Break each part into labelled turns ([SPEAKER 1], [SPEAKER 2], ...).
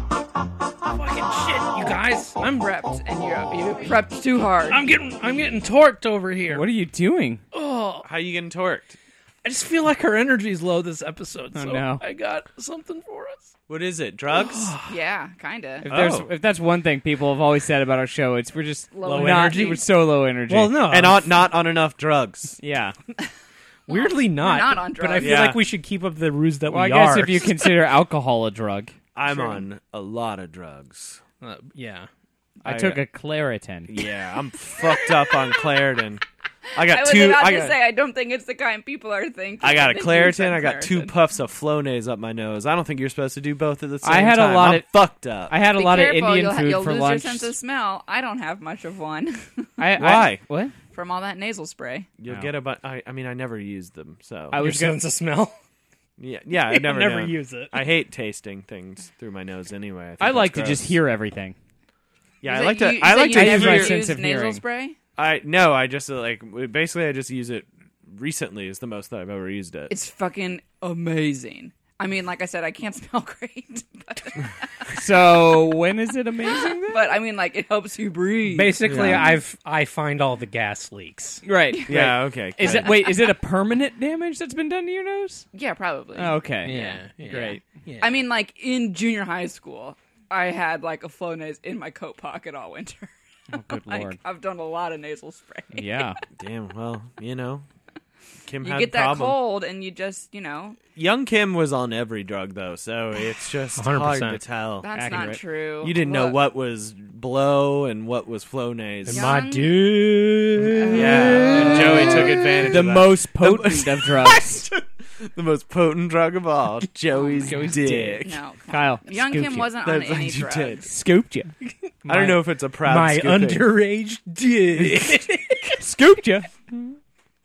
[SPEAKER 1] Fucking shit, you guys. I'm
[SPEAKER 2] prepped and you're you prepped too hard.
[SPEAKER 1] I'm getting I'm getting torqued over here.
[SPEAKER 3] What are you doing?
[SPEAKER 4] How you getting torqued?
[SPEAKER 1] I just feel like our energy's low this episode. so
[SPEAKER 3] no.
[SPEAKER 1] I got something for us.
[SPEAKER 4] What is it? Drugs?
[SPEAKER 2] yeah, kinda.
[SPEAKER 3] If, there's,
[SPEAKER 4] Oh.
[SPEAKER 3] if that's one thing people have always said about our show, it's we're just
[SPEAKER 2] Low
[SPEAKER 3] not-
[SPEAKER 1] energy?
[SPEAKER 3] We're so low energy.
[SPEAKER 1] Well, no,
[SPEAKER 4] and on, not on enough drugs.
[SPEAKER 3] Yeah.
[SPEAKER 1] weirdly not.
[SPEAKER 2] not on
[SPEAKER 1] But I
[SPEAKER 2] drugs.
[SPEAKER 1] feel
[SPEAKER 4] Yeah.
[SPEAKER 1] like we should keep up the ruse that
[SPEAKER 3] Well, I
[SPEAKER 1] we
[SPEAKER 3] guess
[SPEAKER 1] are.
[SPEAKER 3] if you consider alcohol a drug,
[SPEAKER 4] I'm on a lot of drugs.
[SPEAKER 1] Uh, yeah.
[SPEAKER 3] I,
[SPEAKER 4] I-
[SPEAKER 1] uh,
[SPEAKER 3] took a Claritin.
[SPEAKER 4] Yeah, I'm fucked up on Claritin. I got
[SPEAKER 2] I was
[SPEAKER 4] two.
[SPEAKER 2] about
[SPEAKER 4] I
[SPEAKER 2] to
[SPEAKER 4] got,
[SPEAKER 2] say I don't think it's the kind people are thinking.
[SPEAKER 4] I got a
[SPEAKER 2] that you
[SPEAKER 4] Claritin.
[SPEAKER 2] said
[SPEAKER 4] I got two
[SPEAKER 2] Claritin.
[SPEAKER 4] puffs of Flonase up my nose. I don't think you're supposed to do both at the same
[SPEAKER 3] I had a
[SPEAKER 4] time.
[SPEAKER 3] lot
[SPEAKER 4] I'm
[SPEAKER 3] of-
[SPEAKER 4] fucked up.
[SPEAKER 3] I had a
[SPEAKER 2] Be
[SPEAKER 3] lot
[SPEAKER 2] careful,
[SPEAKER 3] of Indian
[SPEAKER 2] you'll, ha-
[SPEAKER 3] food
[SPEAKER 2] you'll
[SPEAKER 3] for
[SPEAKER 2] lose
[SPEAKER 3] lunch.
[SPEAKER 2] your sense of smell. I don't have much of one
[SPEAKER 3] I, I-
[SPEAKER 4] Why?
[SPEAKER 3] what?
[SPEAKER 2] from all that nasal spray.
[SPEAKER 4] You'll
[SPEAKER 3] No.
[SPEAKER 4] get a bu- I, I mean, I never used them. So
[SPEAKER 3] I
[SPEAKER 1] Your
[SPEAKER 3] was going
[SPEAKER 1] sense of smell.
[SPEAKER 4] yeah, yeah, I never
[SPEAKER 1] never
[SPEAKER 4] know.
[SPEAKER 1] use it.
[SPEAKER 4] I hate tasting things through my nose anyway. I, think
[SPEAKER 3] I
[SPEAKER 4] that's
[SPEAKER 3] like to
[SPEAKER 4] gross.
[SPEAKER 3] just hear evereverything.
[SPEAKER 4] Yeah,
[SPEAKER 2] You
[SPEAKER 4] I
[SPEAKER 2] said
[SPEAKER 4] like to.
[SPEAKER 2] you- you
[SPEAKER 4] I
[SPEAKER 2] said
[SPEAKER 4] like
[SPEAKER 2] you
[SPEAKER 4] to
[SPEAKER 3] use
[SPEAKER 2] never
[SPEAKER 3] my
[SPEAKER 4] hear.
[SPEAKER 2] used
[SPEAKER 3] sense of
[SPEAKER 2] nasal
[SPEAKER 3] hearing.
[SPEAKER 2] spray.
[SPEAKER 4] I no. I just uh, like basically. I just use it recently. Is the most that I've ever used it.
[SPEAKER 2] It's fucking amazing. I mean, like I said, I can't smell great, but,
[SPEAKER 3] So when is it amazing? Then?
[SPEAKER 2] but I mean, like it helps you breathe.
[SPEAKER 1] Basically,
[SPEAKER 4] Yeah.
[SPEAKER 1] I've I find all the gas leaks.
[SPEAKER 3] Right.
[SPEAKER 4] yeah. Okay.
[SPEAKER 3] Is
[SPEAKER 4] good.
[SPEAKER 3] it wait? Is it a permanent damage that's been done to your nose?
[SPEAKER 2] yeah, probably.
[SPEAKER 3] Oh, okay.
[SPEAKER 1] Great.
[SPEAKER 3] Great.
[SPEAKER 1] Yeah.
[SPEAKER 2] I mean, like in junior high school, I had like a Flonase in my coat pocket all winter.
[SPEAKER 3] Oh, good
[SPEAKER 2] like
[SPEAKER 3] lord.
[SPEAKER 2] I've done a lot of nasal spray.
[SPEAKER 3] Yeah.
[SPEAKER 4] Damn. Well, you know, Kim
[SPEAKER 2] You
[SPEAKER 4] had
[SPEAKER 2] get that
[SPEAKER 4] problem.
[SPEAKER 2] cold, and you just, you know,
[SPEAKER 4] Young Kim was on every drug though, so it's just hard
[SPEAKER 1] 100%.
[SPEAKER 4] to tell.
[SPEAKER 2] that's not
[SPEAKER 3] Accurate.
[SPEAKER 2] true.
[SPEAKER 4] You didn't know
[SPEAKER 2] Look,
[SPEAKER 4] what was blow and what was Flonase.
[SPEAKER 2] Yeah.
[SPEAKER 1] my
[SPEAKER 2] Young-
[SPEAKER 1] dude.
[SPEAKER 4] Yeah, and Joey took advantage.
[SPEAKER 3] the
[SPEAKER 4] of that.
[SPEAKER 3] most potent of drugs.
[SPEAKER 4] the most potent drug of all, Joey's,
[SPEAKER 3] Joey's
[SPEAKER 4] dick.
[SPEAKER 3] dick.
[SPEAKER 2] No, come
[SPEAKER 3] Kyle,
[SPEAKER 2] on. Young
[SPEAKER 3] scooped
[SPEAKER 2] Kim
[SPEAKER 3] you.
[SPEAKER 2] wasn't on
[SPEAKER 4] That's
[SPEAKER 2] any
[SPEAKER 4] what you
[SPEAKER 2] drugs.
[SPEAKER 4] did.
[SPEAKER 3] Scooped you.
[SPEAKER 4] I don't know if it's a proud
[SPEAKER 1] My
[SPEAKER 4] scooping.
[SPEAKER 1] underage dick.
[SPEAKER 3] Scooped you.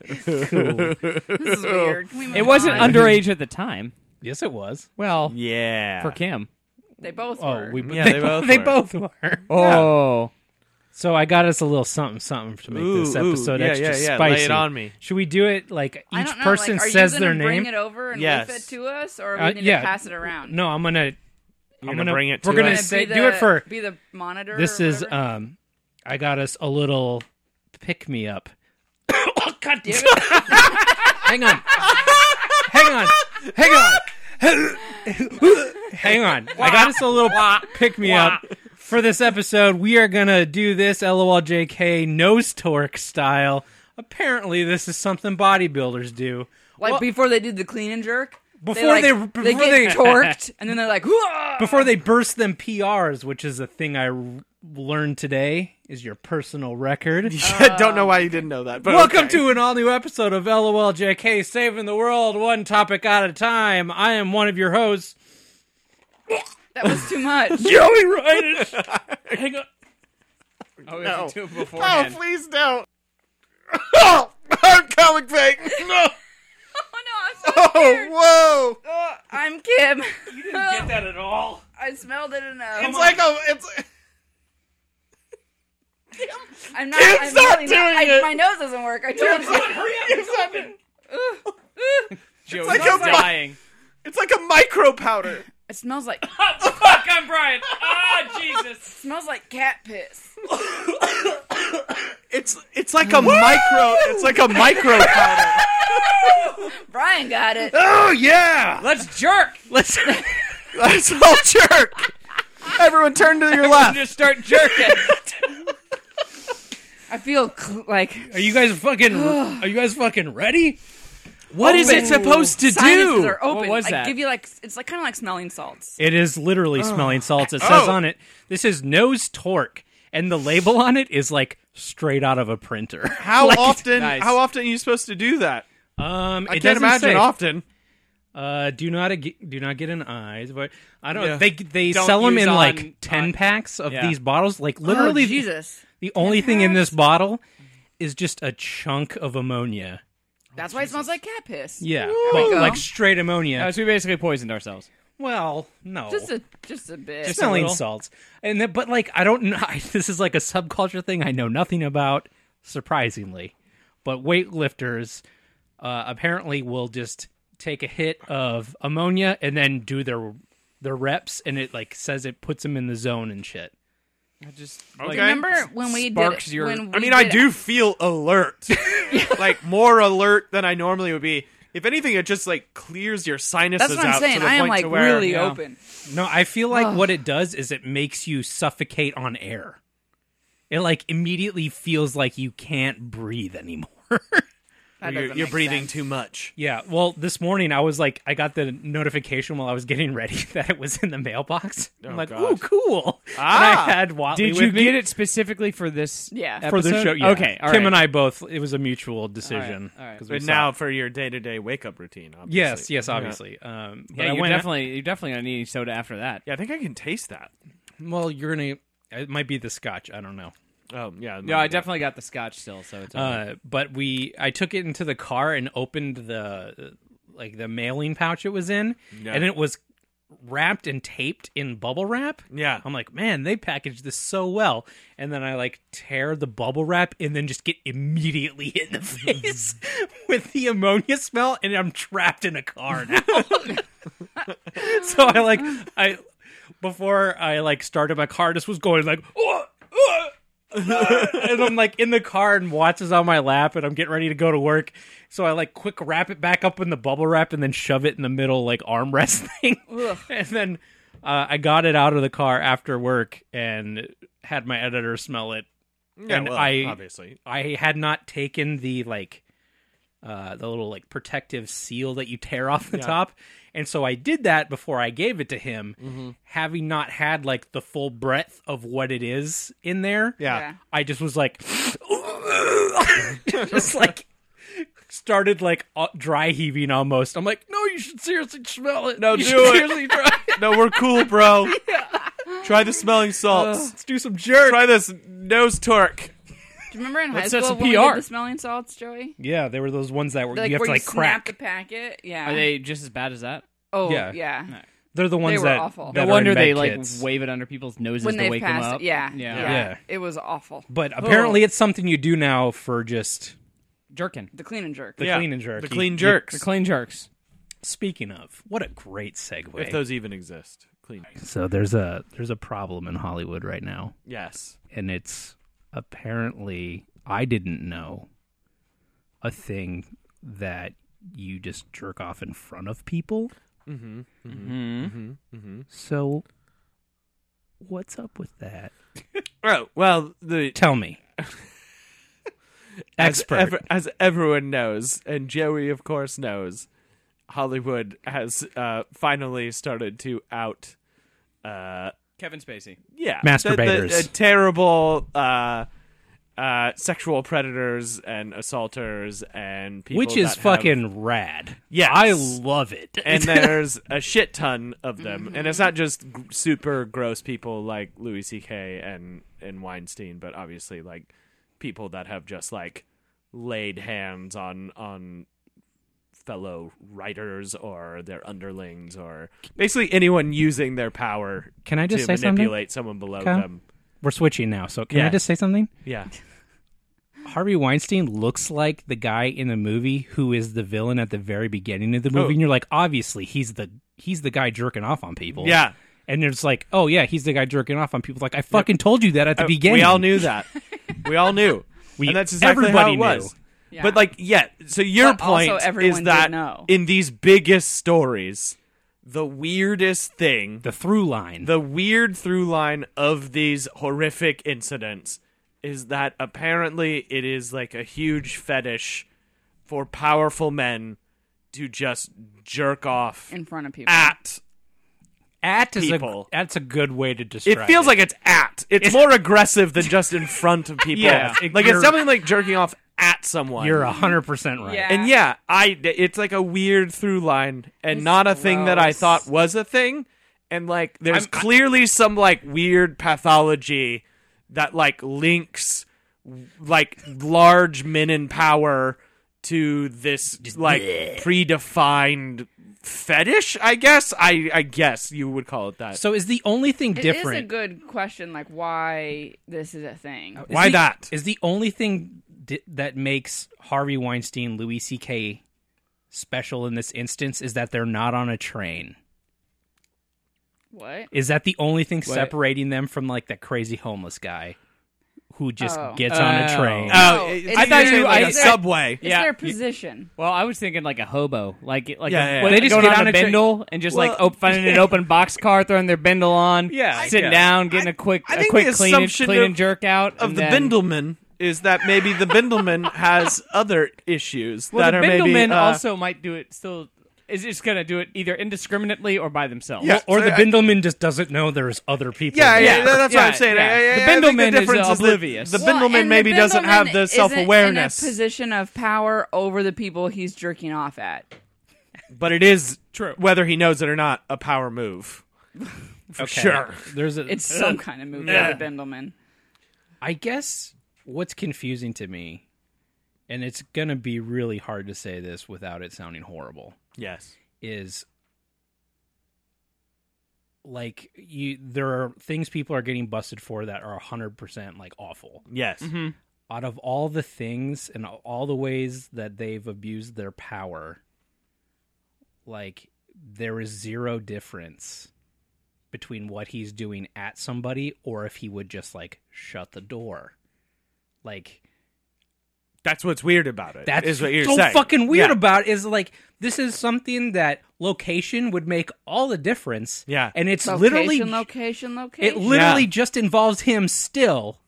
[SPEAKER 2] This is weird. Can we move
[SPEAKER 3] It wasn't
[SPEAKER 2] on?
[SPEAKER 3] underage at the time.
[SPEAKER 1] yes, it was.
[SPEAKER 3] Well,
[SPEAKER 4] Yeah,
[SPEAKER 3] for Kim.
[SPEAKER 2] They both
[SPEAKER 1] Oh,
[SPEAKER 2] were.
[SPEAKER 1] we
[SPEAKER 4] Yeah,
[SPEAKER 1] they,
[SPEAKER 4] they both
[SPEAKER 1] they
[SPEAKER 4] were.
[SPEAKER 1] both were.
[SPEAKER 3] Oh,
[SPEAKER 1] So I got us a little something something to make
[SPEAKER 4] Ooh,
[SPEAKER 1] this
[SPEAKER 4] ooh,
[SPEAKER 1] episode
[SPEAKER 4] yeah,
[SPEAKER 1] extra
[SPEAKER 4] yeah, yeah. Lay
[SPEAKER 1] spicy.
[SPEAKER 4] it on me.
[SPEAKER 1] Should we do it like
[SPEAKER 2] I
[SPEAKER 1] each
[SPEAKER 2] don't know,
[SPEAKER 1] person
[SPEAKER 2] like, are
[SPEAKER 1] says
[SPEAKER 2] you
[SPEAKER 1] their
[SPEAKER 2] gonna
[SPEAKER 1] name?
[SPEAKER 2] Bring it over and
[SPEAKER 4] Yes.
[SPEAKER 2] leaf it to us, or are we
[SPEAKER 1] Uh,
[SPEAKER 2] need
[SPEAKER 1] yeah.
[SPEAKER 2] to pass it around.
[SPEAKER 1] No, I'm gonna.
[SPEAKER 4] You're
[SPEAKER 1] I'm
[SPEAKER 4] gonna bring it
[SPEAKER 1] We're
[SPEAKER 4] to
[SPEAKER 1] gonna
[SPEAKER 4] us?
[SPEAKER 1] say
[SPEAKER 2] be the,
[SPEAKER 1] do it for.
[SPEAKER 2] be the monitor. or
[SPEAKER 1] This is
[SPEAKER 2] whatever?
[SPEAKER 1] um. I got us a little pick me up. oh, God damn it! Hang on. Hang on. Hang on. Hang on. I got us a little pick me up. For this episode, we are going to do this LOLJK nose torque style. Apparently, this is something bodybuilders do.
[SPEAKER 2] like
[SPEAKER 1] Well,
[SPEAKER 2] before they did the clean and jerk.
[SPEAKER 1] Before
[SPEAKER 2] like,
[SPEAKER 1] they-
[SPEAKER 2] they
[SPEAKER 1] before
[SPEAKER 2] get
[SPEAKER 1] they-
[SPEAKER 2] torqued, and then they're like, "Whoa!"
[SPEAKER 1] before they burst them PRs, which is a thing I r- learned today, is your personal record.
[SPEAKER 4] I don't know why you didn't know that. But
[SPEAKER 1] Welcome
[SPEAKER 4] okay.
[SPEAKER 1] to an all new episode of LOLJK Saving the World One Topic at a Time. I am one of your hosts,
[SPEAKER 2] that was too much.
[SPEAKER 1] Joey Ryan. Hang on. Oh, we have to do it
[SPEAKER 4] Oh,
[SPEAKER 1] beforehand.
[SPEAKER 4] please don't. Oh, I'm coming back. No.
[SPEAKER 2] Oh no, I'm so scared.
[SPEAKER 4] Oh, whoa.
[SPEAKER 2] Oh, I'm Kim. You
[SPEAKER 1] didn't get that at all.
[SPEAKER 2] I smelled it enough.
[SPEAKER 4] It's like a. It's.
[SPEAKER 2] I'm not. I'm
[SPEAKER 4] stop
[SPEAKER 2] really
[SPEAKER 4] doing
[SPEAKER 2] not, I-
[SPEAKER 4] it.
[SPEAKER 2] my nose doesn't work. I told you. Ugh, ugh.
[SPEAKER 3] Joe's
[SPEAKER 4] like a-
[SPEAKER 3] dying.
[SPEAKER 4] It's like a micro powder.
[SPEAKER 2] It smells like it
[SPEAKER 3] Oh, Fuck, I'm Brian. Ah, Jesus.
[SPEAKER 2] smells like cat piss.
[SPEAKER 4] It's it's like a micro. It's like a micro powder.
[SPEAKER 2] Brian got it.
[SPEAKER 4] Oh yeah.
[SPEAKER 3] Let's jerk.
[SPEAKER 1] Let's
[SPEAKER 4] Let's all jerk. Everyone, turn to your left.
[SPEAKER 3] Just start jerking.
[SPEAKER 2] I feel cl- like
[SPEAKER 1] Are you guys fucking Are you guys fucking ready?
[SPEAKER 4] What is
[SPEAKER 2] Open. sinuses are
[SPEAKER 3] What
[SPEAKER 2] open.
[SPEAKER 3] was
[SPEAKER 2] like,
[SPEAKER 3] that?
[SPEAKER 2] Give you like it's like kind of like smelling salts.
[SPEAKER 1] It is literally smelling salts. It says
[SPEAKER 4] Oh.
[SPEAKER 1] on it, this is nose torque and the label on it is like straight out of a printer.
[SPEAKER 4] How often?
[SPEAKER 3] nice.
[SPEAKER 4] How often are you supposed to do that?
[SPEAKER 1] Um,
[SPEAKER 4] I
[SPEAKER 1] it
[SPEAKER 4] can't
[SPEAKER 1] doesn't
[SPEAKER 4] imagine
[SPEAKER 1] say.
[SPEAKER 4] often.
[SPEAKER 1] Uh, do not ag- do not get an eyes, but I don't.
[SPEAKER 4] Yeah.
[SPEAKER 1] They they
[SPEAKER 3] Don't
[SPEAKER 1] sell them
[SPEAKER 3] use
[SPEAKER 1] in
[SPEAKER 3] on-
[SPEAKER 1] like ten
[SPEAKER 3] on-
[SPEAKER 1] packs of
[SPEAKER 3] Yeah.
[SPEAKER 1] these bottles. Like literally,
[SPEAKER 2] oh, Jesus.
[SPEAKER 1] the only thing in this bottle is just a chunk of ammonia.
[SPEAKER 2] That's why it smells like cat piss.
[SPEAKER 1] Yeah,
[SPEAKER 2] There
[SPEAKER 1] like,
[SPEAKER 2] you go.
[SPEAKER 1] like straight ammonia.
[SPEAKER 3] Uh, so we basically poisoned ourselves.
[SPEAKER 1] well, no,
[SPEAKER 2] Just a just a bit.
[SPEAKER 3] Just a
[SPEAKER 1] smelling
[SPEAKER 3] little.
[SPEAKER 1] salts, and then, but like I don't know. this is like a subculture thing I know nothing about. surprisingly. But weightlifters uh, apparently will just take a hit of ammonia and then do their their reps, and it like says it puts them in the zone and shit.
[SPEAKER 3] I just
[SPEAKER 4] Okay.
[SPEAKER 5] Remember when we did
[SPEAKER 3] Sparks
[SPEAKER 5] it,
[SPEAKER 3] your-
[SPEAKER 5] when
[SPEAKER 4] I
[SPEAKER 5] we
[SPEAKER 4] mean, I
[SPEAKER 5] did-
[SPEAKER 4] do feel alert, like more alert than I normally would be. If anything, it just like clears your sinuses
[SPEAKER 2] That's what I'm
[SPEAKER 4] out to
[SPEAKER 2] saying.
[SPEAKER 4] the
[SPEAKER 2] I am
[SPEAKER 4] point
[SPEAKER 2] like
[SPEAKER 4] to where
[SPEAKER 2] really
[SPEAKER 3] yeah.
[SPEAKER 2] open.
[SPEAKER 1] No, I feel like what it does is it makes you suffocate on air. It like immediately feels like you can't breathe anymore.
[SPEAKER 2] That
[SPEAKER 4] you're,
[SPEAKER 2] doesn't
[SPEAKER 4] you're
[SPEAKER 2] make
[SPEAKER 4] breathing
[SPEAKER 2] sense.
[SPEAKER 4] too much.
[SPEAKER 1] yeah, well, this morning I was like, I got the notification while I was getting ready that it was in the mailbox.
[SPEAKER 4] Oh,
[SPEAKER 1] I'm like,
[SPEAKER 4] God.
[SPEAKER 1] ooh, cool.
[SPEAKER 4] Ah!
[SPEAKER 1] and I had Watley
[SPEAKER 3] Did
[SPEAKER 1] with
[SPEAKER 3] you
[SPEAKER 1] me.
[SPEAKER 3] get it specifically for this?
[SPEAKER 2] Yeah.
[SPEAKER 1] for the
[SPEAKER 3] episode?
[SPEAKER 1] show? Yeah.
[SPEAKER 3] Okay. all
[SPEAKER 1] Kim
[SPEAKER 3] right.
[SPEAKER 1] and I both. It was a mutual decision.
[SPEAKER 3] all right.
[SPEAKER 1] 'cause we
[SPEAKER 4] But
[SPEAKER 1] saw-
[SPEAKER 4] now for your day to day wake up routine. Obviously.
[SPEAKER 1] yes, yes,
[SPEAKER 4] Yeah.
[SPEAKER 1] obviously. Um, but
[SPEAKER 3] Yeah,
[SPEAKER 1] I
[SPEAKER 3] you're
[SPEAKER 1] went
[SPEAKER 3] definitely you're definitely gonna need soda after that.
[SPEAKER 4] Yeah, I think I can taste that.
[SPEAKER 1] well, you're gonna. It might be the scotch. I don't know.
[SPEAKER 4] Oh yeah.
[SPEAKER 3] No, I definitely got the scotch still, so it's. okay.
[SPEAKER 1] Uh, but we, I took it into the car and opened the like the mailing pouch it was in,
[SPEAKER 4] Yeah.
[SPEAKER 1] and it was wrapped and taped in bubble wrap.
[SPEAKER 4] Yeah.
[SPEAKER 1] I'm like, man, they packaged this so well. And then I like tear the bubble wrap and then just get immediately hit in the face with the ammonia smell, and I'm trapped in a car now. so I like I before I like started my car, this was going like. "Oh, oh," and I'm like in the car and Watts is on my lap and I'm getting ready to go to work. So I like quick wrap it back up in the bubble wrap and then shove it in the middle like armrest thing.
[SPEAKER 2] Ugh.
[SPEAKER 1] and then uh, I got it out of the car after work and had my editor smell it.
[SPEAKER 4] Yeah,
[SPEAKER 1] and
[SPEAKER 4] well,
[SPEAKER 1] I-
[SPEAKER 4] obviously.
[SPEAKER 1] I had not taken the like uh the little like protective seal that you tear off the top. And so I did that before I gave it to him, having not had like the full breadth of what it is in there.
[SPEAKER 4] Yeah.
[SPEAKER 2] Yeah.
[SPEAKER 1] I just was like just like started like uh, dry heaving almost. I'm like, "No, you should seriously smell it. No,
[SPEAKER 4] do it." no, we're cool, bro. Try the smelling salts.
[SPEAKER 1] Let's do some jerk."
[SPEAKER 4] Try this nose torque.
[SPEAKER 2] Do you remember in high
[SPEAKER 3] set
[SPEAKER 2] school
[SPEAKER 3] some
[SPEAKER 2] when we
[SPEAKER 3] PR.
[SPEAKER 2] did the smelling salts, Joey?
[SPEAKER 1] Yeah, there were those ones that were
[SPEAKER 2] Like
[SPEAKER 1] you have
[SPEAKER 2] where
[SPEAKER 1] to like
[SPEAKER 2] you snap
[SPEAKER 1] crack.
[SPEAKER 2] the packet. Yeah.
[SPEAKER 3] Are they just as bad as that?
[SPEAKER 2] oh
[SPEAKER 1] Yeah.
[SPEAKER 2] yeah.
[SPEAKER 1] They're the ones
[SPEAKER 2] were
[SPEAKER 1] that, that
[SPEAKER 2] awful.
[SPEAKER 3] No
[SPEAKER 1] are in
[SPEAKER 3] wonder they
[SPEAKER 1] med
[SPEAKER 3] like
[SPEAKER 1] kits.
[SPEAKER 3] wave it under people's noses
[SPEAKER 2] When
[SPEAKER 3] to
[SPEAKER 2] they've
[SPEAKER 3] wake
[SPEAKER 2] passed,
[SPEAKER 3] them up.
[SPEAKER 2] Yeah, yeah,
[SPEAKER 1] Yeah.
[SPEAKER 2] It was awful.
[SPEAKER 1] But
[SPEAKER 4] Oh.
[SPEAKER 1] apparently, it's something you do now for just
[SPEAKER 3] jerkin.
[SPEAKER 2] The clean and jerk.
[SPEAKER 1] the
[SPEAKER 4] Yeah.
[SPEAKER 1] clean and jerk.
[SPEAKER 4] The clean jerks.
[SPEAKER 3] The clean jerks.
[SPEAKER 1] Speaking of, what a great segue.
[SPEAKER 4] if those even exist. Clean.
[SPEAKER 1] so there's a there's a problem in Hollywood right now,
[SPEAKER 4] Yes.
[SPEAKER 1] and it's apparently I didn't know a thing that you just jerk off in front of people.
[SPEAKER 4] Mm-hmm.
[SPEAKER 3] Mm-hmm.
[SPEAKER 4] Mm-hmm.
[SPEAKER 1] So what's up with that?
[SPEAKER 4] Oh well, the
[SPEAKER 1] Tell me. Expert.
[SPEAKER 4] As, ev- as everyone knows, and Joey, of course, knows, Hollywood has uh, finally started to out, uh,
[SPEAKER 3] Kevin Spacey.
[SPEAKER 4] yeah,
[SPEAKER 1] Masturbators.
[SPEAKER 4] the, the, the terrible uh, uh, sexual predators and assaulters and people,
[SPEAKER 1] Which is
[SPEAKER 4] that have-
[SPEAKER 1] fucking rad.
[SPEAKER 4] Yes.
[SPEAKER 1] I love it.
[SPEAKER 4] and there's a shit ton of them, and it's not just g- super gross people like Louis C.K. and and Weinstein, but obviously like people that have just like laid hands on on fellow writers or their underlings or basically anyone using their power
[SPEAKER 1] Can I
[SPEAKER 4] to
[SPEAKER 1] just say something?
[SPEAKER 4] manipulate someone below
[SPEAKER 1] Kyle?
[SPEAKER 4] them.
[SPEAKER 1] We're switching now, so can I
[SPEAKER 4] Yeah.
[SPEAKER 1] just say something?
[SPEAKER 4] Yeah,
[SPEAKER 1] Harvey Weinstein looks like the guy in the movie who is the villain at the very beginning of the movie,
[SPEAKER 4] Oh.
[SPEAKER 1] and you're like, obviously he's the he's the guy jerking off on people.
[SPEAKER 4] yeah.
[SPEAKER 1] and it's like, oh yeah, he's the guy jerking off on people. Like I fucking told you that at the beginning.
[SPEAKER 4] Uh, We all knew that. we all knew.
[SPEAKER 1] We-
[SPEAKER 4] and that's exactly
[SPEAKER 1] everybody
[SPEAKER 4] how it was.
[SPEAKER 2] Yeah.
[SPEAKER 4] But like, yeah. So your
[SPEAKER 2] But also
[SPEAKER 4] point
[SPEAKER 2] everyone
[SPEAKER 4] is
[SPEAKER 2] did
[SPEAKER 4] that
[SPEAKER 2] know.
[SPEAKER 4] in these biggest stories, the weirdest thing,
[SPEAKER 1] the through line.
[SPEAKER 4] the weird through line of these horrific incidents is that apparently it is like a huge fetish for powerful men to just jerk off
[SPEAKER 2] in front of people.
[SPEAKER 4] at.
[SPEAKER 1] at is a
[SPEAKER 4] people.
[SPEAKER 1] that's a good way to describe.
[SPEAKER 4] It feels like it's at. It's more aggressive than just in front of people.
[SPEAKER 1] Yeah.
[SPEAKER 4] like
[SPEAKER 1] You're-
[SPEAKER 4] it's something like jerking off at someone.
[SPEAKER 1] you're hundred percent right.
[SPEAKER 2] Yeah.
[SPEAKER 4] And yeah, I it's like a weird through line and
[SPEAKER 2] It's
[SPEAKER 4] not a thing that I
[SPEAKER 2] gross.
[SPEAKER 4] thought was a thing. And like there's
[SPEAKER 1] I'm- I-
[SPEAKER 4] clearly some like weird pathology that like links like large men in power to this like predefined fetish, I guess. I I guess you would call it that.
[SPEAKER 1] So is the only thing
[SPEAKER 2] It is
[SPEAKER 1] different? Oh.
[SPEAKER 2] a good question, like why this is a thing.
[SPEAKER 1] Is
[SPEAKER 4] Why
[SPEAKER 1] the-
[SPEAKER 4] that?
[SPEAKER 1] Is the only thing di- that makes Harvey Weinstein, Louis C.K. special in this instance is that they're not on a train.
[SPEAKER 2] What?
[SPEAKER 1] Is that the only thing
[SPEAKER 3] What?
[SPEAKER 1] separating them from like that crazy homeless guy who just
[SPEAKER 2] Oh.
[SPEAKER 1] gets on a
[SPEAKER 3] Oh.
[SPEAKER 1] train?
[SPEAKER 2] Uh,
[SPEAKER 5] Oh,
[SPEAKER 2] No,
[SPEAKER 5] it-
[SPEAKER 2] it's
[SPEAKER 5] I thought you
[SPEAKER 2] their-
[SPEAKER 5] were like a
[SPEAKER 2] it's their-
[SPEAKER 5] subway.
[SPEAKER 2] It's
[SPEAKER 3] Yeah.
[SPEAKER 2] their position.
[SPEAKER 3] Well, I was thinking like a hobo, like like
[SPEAKER 5] Yeah,
[SPEAKER 3] a,
[SPEAKER 5] yeah,
[SPEAKER 3] what-
[SPEAKER 1] They just
[SPEAKER 3] going
[SPEAKER 1] get
[SPEAKER 3] on,
[SPEAKER 1] on
[SPEAKER 3] a
[SPEAKER 1] a train-
[SPEAKER 3] bendle and just like
[SPEAKER 5] Well-
[SPEAKER 3] op- finding an open box car, throwing their bendle on,
[SPEAKER 4] Yeah, I
[SPEAKER 3] sitting
[SPEAKER 4] guess.
[SPEAKER 3] down, getting a quick
[SPEAKER 4] I
[SPEAKER 3] a
[SPEAKER 4] think the
[SPEAKER 3] quick clean and,
[SPEAKER 4] assumption
[SPEAKER 3] clean
[SPEAKER 4] of-
[SPEAKER 3] and jerk out
[SPEAKER 4] of
[SPEAKER 3] and
[SPEAKER 4] the
[SPEAKER 3] then-
[SPEAKER 4] Bindleman is that maybe the Bindleman has other issues
[SPEAKER 3] Well,
[SPEAKER 4] that
[SPEAKER 3] the
[SPEAKER 4] are
[SPEAKER 3] Bendelman
[SPEAKER 4] maybe uh,
[SPEAKER 3] also might do it. Still, is just gonna do it either indiscriminately or by themselves.
[SPEAKER 5] Yeah.
[SPEAKER 1] or the
[SPEAKER 4] so I-
[SPEAKER 1] Bindelman just doesn't know there's other people.
[SPEAKER 4] Yeah,
[SPEAKER 1] there.
[SPEAKER 4] yeah,
[SPEAKER 3] Yeah.
[SPEAKER 4] that- that's what I'm
[SPEAKER 3] Yeah,
[SPEAKER 4] saying.
[SPEAKER 3] yeah.
[SPEAKER 4] I- I-
[SPEAKER 3] The
[SPEAKER 4] I think
[SPEAKER 3] Bindleman is,
[SPEAKER 4] difference
[SPEAKER 3] uh,
[SPEAKER 4] that
[SPEAKER 3] oblivious.
[SPEAKER 4] The,
[SPEAKER 3] Well,
[SPEAKER 4] Bindleman
[SPEAKER 2] and
[SPEAKER 4] maybe doesn't
[SPEAKER 2] Bindleman
[SPEAKER 4] have the
[SPEAKER 2] isn't
[SPEAKER 4] self awareness,
[SPEAKER 2] in a position of power over the people he's jerking off at.
[SPEAKER 4] but it is
[SPEAKER 3] True.
[SPEAKER 4] whether he knows it or not a power move. For
[SPEAKER 1] Okay.
[SPEAKER 4] sure.
[SPEAKER 1] There's a
[SPEAKER 2] It's some kind of movie by Bendelman.
[SPEAKER 1] I guess what's confusing to me, and it's going to be really hard to say this without it sounding horrible,
[SPEAKER 4] Yes.
[SPEAKER 1] is like you there are things people are getting busted for that are 100% like awful.
[SPEAKER 4] Yes.
[SPEAKER 3] Mm-hmm.
[SPEAKER 1] Out of all the things and all the ways that they've abused their power, like there is zero difference between what he's doing at somebody or if he would just like shut the door. Like
[SPEAKER 4] That's what's weird about it.
[SPEAKER 1] that's
[SPEAKER 4] is what you're
[SPEAKER 1] so
[SPEAKER 4] saying.
[SPEAKER 1] fucking weird
[SPEAKER 4] Yeah.
[SPEAKER 1] about it is like this is something that location would make all the difference.
[SPEAKER 4] Yeah.
[SPEAKER 1] and it's
[SPEAKER 2] Location,
[SPEAKER 1] literally
[SPEAKER 2] location,
[SPEAKER 1] it
[SPEAKER 2] location.
[SPEAKER 1] literally
[SPEAKER 4] Yeah.
[SPEAKER 1] just involves him. Still,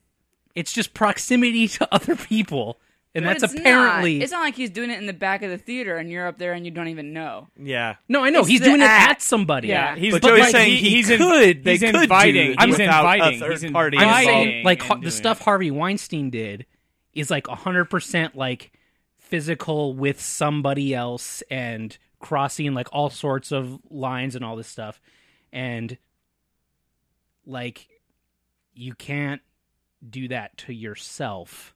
[SPEAKER 1] it's just proximity to other people, and
[SPEAKER 2] But
[SPEAKER 1] that's
[SPEAKER 2] it's not-
[SPEAKER 1] apparently
[SPEAKER 2] it's not like he's doing it in the back of the theater and you're up there and you don't even know.
[SPEAKER 4] Yeah.
[SPEAKER 1] no. I know
[SPEAKER 2] it's
[SPEAKER 1] he's
[SPEAKER 2] the
[SPEAKER 1] doing it
[SPEAKER 2] act.
[SPEAKER 1] at somebody.
[SPEAKER 2] Yeah.
[SPEAKER 4] He's
[SPEAKER 1] But,
[SPEAKER 4] but Joey's
[SPEAKER 1] like,
[SPEAKER 4] saying
[SPEAKER 3] he-
[SPEAKER 4] he,
[SPEAKER 3] he's in-
[SPEAKER 4] could. they
[SPEAKER 3] he's
[SPEAKER 4] could
[SPEAKER 3] inviting.
[SPEAKER 4] do that
[SPEAKER 3] He's
[SPEAKER 4] without
[SPEAKER 3] inviting.
[SPEAKER 4] a third
[SPEAKER 3] He's
[SPEAKER 4] party.
[SPEAKER 1] I'm
[SPEAKER 3] inviting.
[SPEAKER 4] involved.
[SPEAKER 1] saying like
[SPEAKER 3] and
[SPEAKER 1] Har-
[SPEAKER 3] doing
[SPEAKER 1] the
[SPEAKER 3] it.
[SPEAKER 1] stuff Harvey Weinstein did is like hundred percent like physical with somebody else and crossing like all sorts of lines and all this stuff, and like you can't do that to yourself.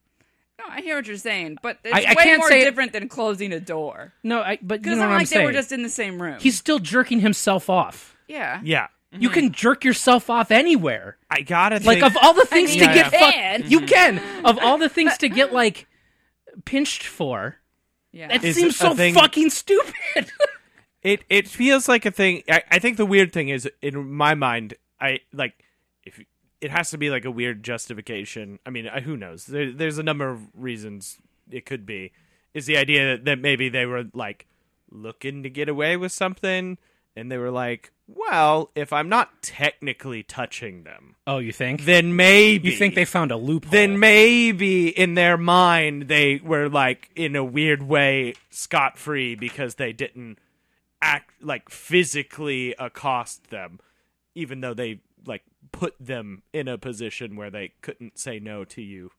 [SPEAKER 2] No, I hear what you're saying, but it's
[SPEAKER 1] I- I
[SPEAKER 2] way
[SPEAKER 1] can't
[SPEAKER 2] more
[SPEAKER 1] say it-
[SPEAKER 2] different than closing a door.
[SPEAKER 1] No, I, but you
[SPEAKER 2] Because
[SPEAKER 1] know
[SPEAKER 2] it's
[SPEAKER 1] what
[SPEAKER 2] not
[SPEAKER 1] I'm
[SPEAKER 2] like they
[SPEAKER 1] saying.
[SPEAKER 2] were just in the same room.
[SPEAKER 1] He's still jerking himself off.
[SPEAKER 2] yeah.
[SPEAKER 4] Yeah.
[SPEAKER 1] You can jerk yourself off anywhere.
[SPEAKER 4] I gotta
[SPEAKER 1] Like
[SPEAKER 4] think.
[SPEAKER 1] of all the things
[SPEAKER 2] mean,
[SPEAKER 1] to
[SPEAKER 2] you
[SPEAKER 1] get
[SPEAKER 2] can.
[SPEAKER 1] fucked, you can. Of all the things to get like pinched for,
[SPEAKER 2] Yeah.
[SPEAKER 1] that
[SPEAKER 4] Is
[SPEAKER 1] seems
[SPEAKER 4] a
[SPEAKER 1] so
[SPEAKER 4] thing-
[SPEAKER 1] fucking stupid.
[SPEAKER 4] It it feels like a thing. I, I think the weird thing is in my mind. I like if it has to be like a weird justification. I mean, I, who knows? There, there's a number of reasons it could be. Is the idea that, that maybe they were like looking to get away with something, and they were like, well, if I'm not technically touching them,
[SPEAKER 1] Oh, you think?
[SPEAKER 4] then maybe
[SPEAKER 1] you think they found a loophole?
[SPEAKER 4] then maybe in their mind they were like in a weird way scot free because they didn't act like physically accost them, even though they like put them in a position where they couldn't say no to you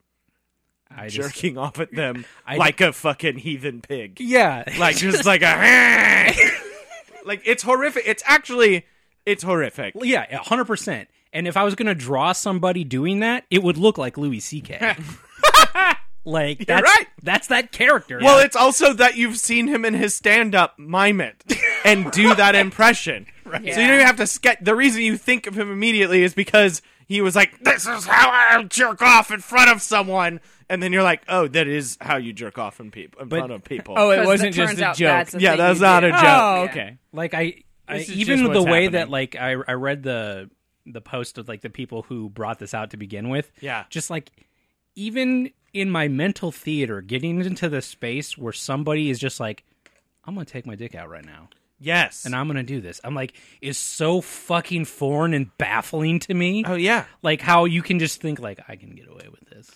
[SPEAKER 1] I just-
[SPEAKER 4] jerking off at them
[SPEAKER 1] I-
[SPEAKER 4] like a fucking heathen pig
[SPEAKER 1] yeah,
[SPEAKER 4] like just like a like it's horrific it's actually it's horrific
[SPEAKER 1] yeah, hundred percent. And if I was gonna draw somebody doing that, it would look like Louis C.K. like that's
[SPEAKER 4] right.
[SPEAKER 1] That's that character.
[SPEAKER 4] Well, it's also that you've seen him in his stand-up mime it and do that impression. So you don't even have to sketch. The reason you think of him immediately is because he was like, "This is how I jerk off in front of someone," and then you're like, "Oh, that is how you jerk off in people in front of people."
[SPEAKER 3] Oh, it
[SPEAKER 2] 'Cause
[SPEAKER 3] wasn't
[SPEAKER 2] it
[SPEAKER 3] just
[SPEAKER 2] turns
[SPEAKER 3] a
[SPEAKER 2] out
[SPEAKER 3] joke.
[SPEAKER 2] that's a
[SPEAKER 4] Yeah,
[SPEAKER 2] thing
[SPEAKER 4] that's
[SPEAKER 2] you
[SPEAKER 4] not
[SPEAKER 2] do.
[SPEAKER 4] a joke.
[SPEAKER 3] Oh,
[SPEAKER 2] Yeah.
[SPEAKER 3] okay.
[SPEAKER 1] like I, I
[SPEAKER 3] This is
[SPEAKER 1] even
[SPEAKER 3] just
[SPEAKER 1] the
[SPEAKER 3] what's
[SPEAKER 1] way that
[SPEAKER 3] happening.
[SPEAKER 1] like I I read the the post of like the people who brought this out to begin with.
[SPEAKER 4] Yeah.
[SPEAKER 1] Just like even in my mental theater, getting into the space where somebody is just like, I'm gonna take my dick out right now.
[SPEAKER 4] yes.
[SPEAKER 1] And I'm gonna do this. I'm like, is so fucking foreign and baffling to me.
[SPEAKER 4] oh, yeah.
[SPEAKER 1] Like how you can just think like I can get away with this.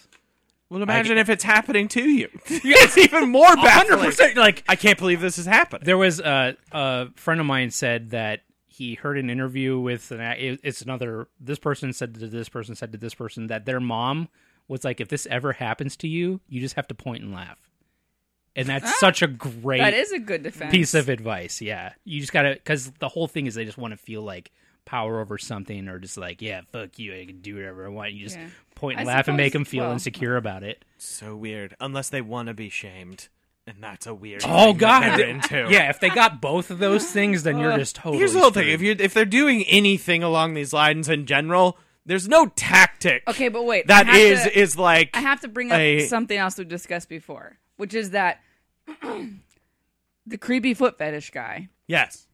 [SPEAKER 4] Well, imagine if it's happening to you. it's even more baffling.
[SPEAKER 1] 100% like
[SPEAKER 4] I can't believe this is happening.
[SPEAKER 1] There was a, a friend of mine said that he heard an interview with an it- it's another this person said to this person said to this person that their mom was like if this ever happens to you you just have to point and laugh and that's such a great
[SPEAKER 2] Ah, That is a good defense.
[SPEAKER 1] piece of advice yeah you just gotta because the whole thing is they just want to feel like power over something or just like yeah fuck you i can do whatever i want you just
[SPEAKER 2] Yeah.
[SPEAKER 1] point and
[SPEAKER 2] I
[SPEAKER 1] laugh and make
[SPEAKER 2] suppose-
[SPEAKER 1] them feel
[SPEAKER 2] well-
[SPEAKER 1] insecure about it
[SPEAKER 4] So weird. Unless they want to be shamed, and that's a weird.
[SPEAKER 1] oh
[SPEAKER 4] thing that
[SPEAKER 1] god
[SPEAKER 4] they're into.
[SPEAKER 1] yeah if they got both of
[SPEAKER 2] Uh,
[SPEAKER 1] those things then you're just totally
[SPEAKER 4] Here's the whole
[SPEAKER 1] screwed.
[SPEAKER 4] thing: if you if they're doing anything along these lines in general, There's no tactic.
[SPEAKER 2] Okay, but wait.
[SPEAKER 4] That
[SPEAKER 2] I have
[SPEAKER 4] is
[SPEAKER 2] to-
[SPEAKER 4] is like
[SPEAKER 2] I have to bring up
[SPEAKER 4] a-
[SPEAKER 2] something else we discussed before, which is that the creepy foot fetish guy.
[SPEAKER 4] yes.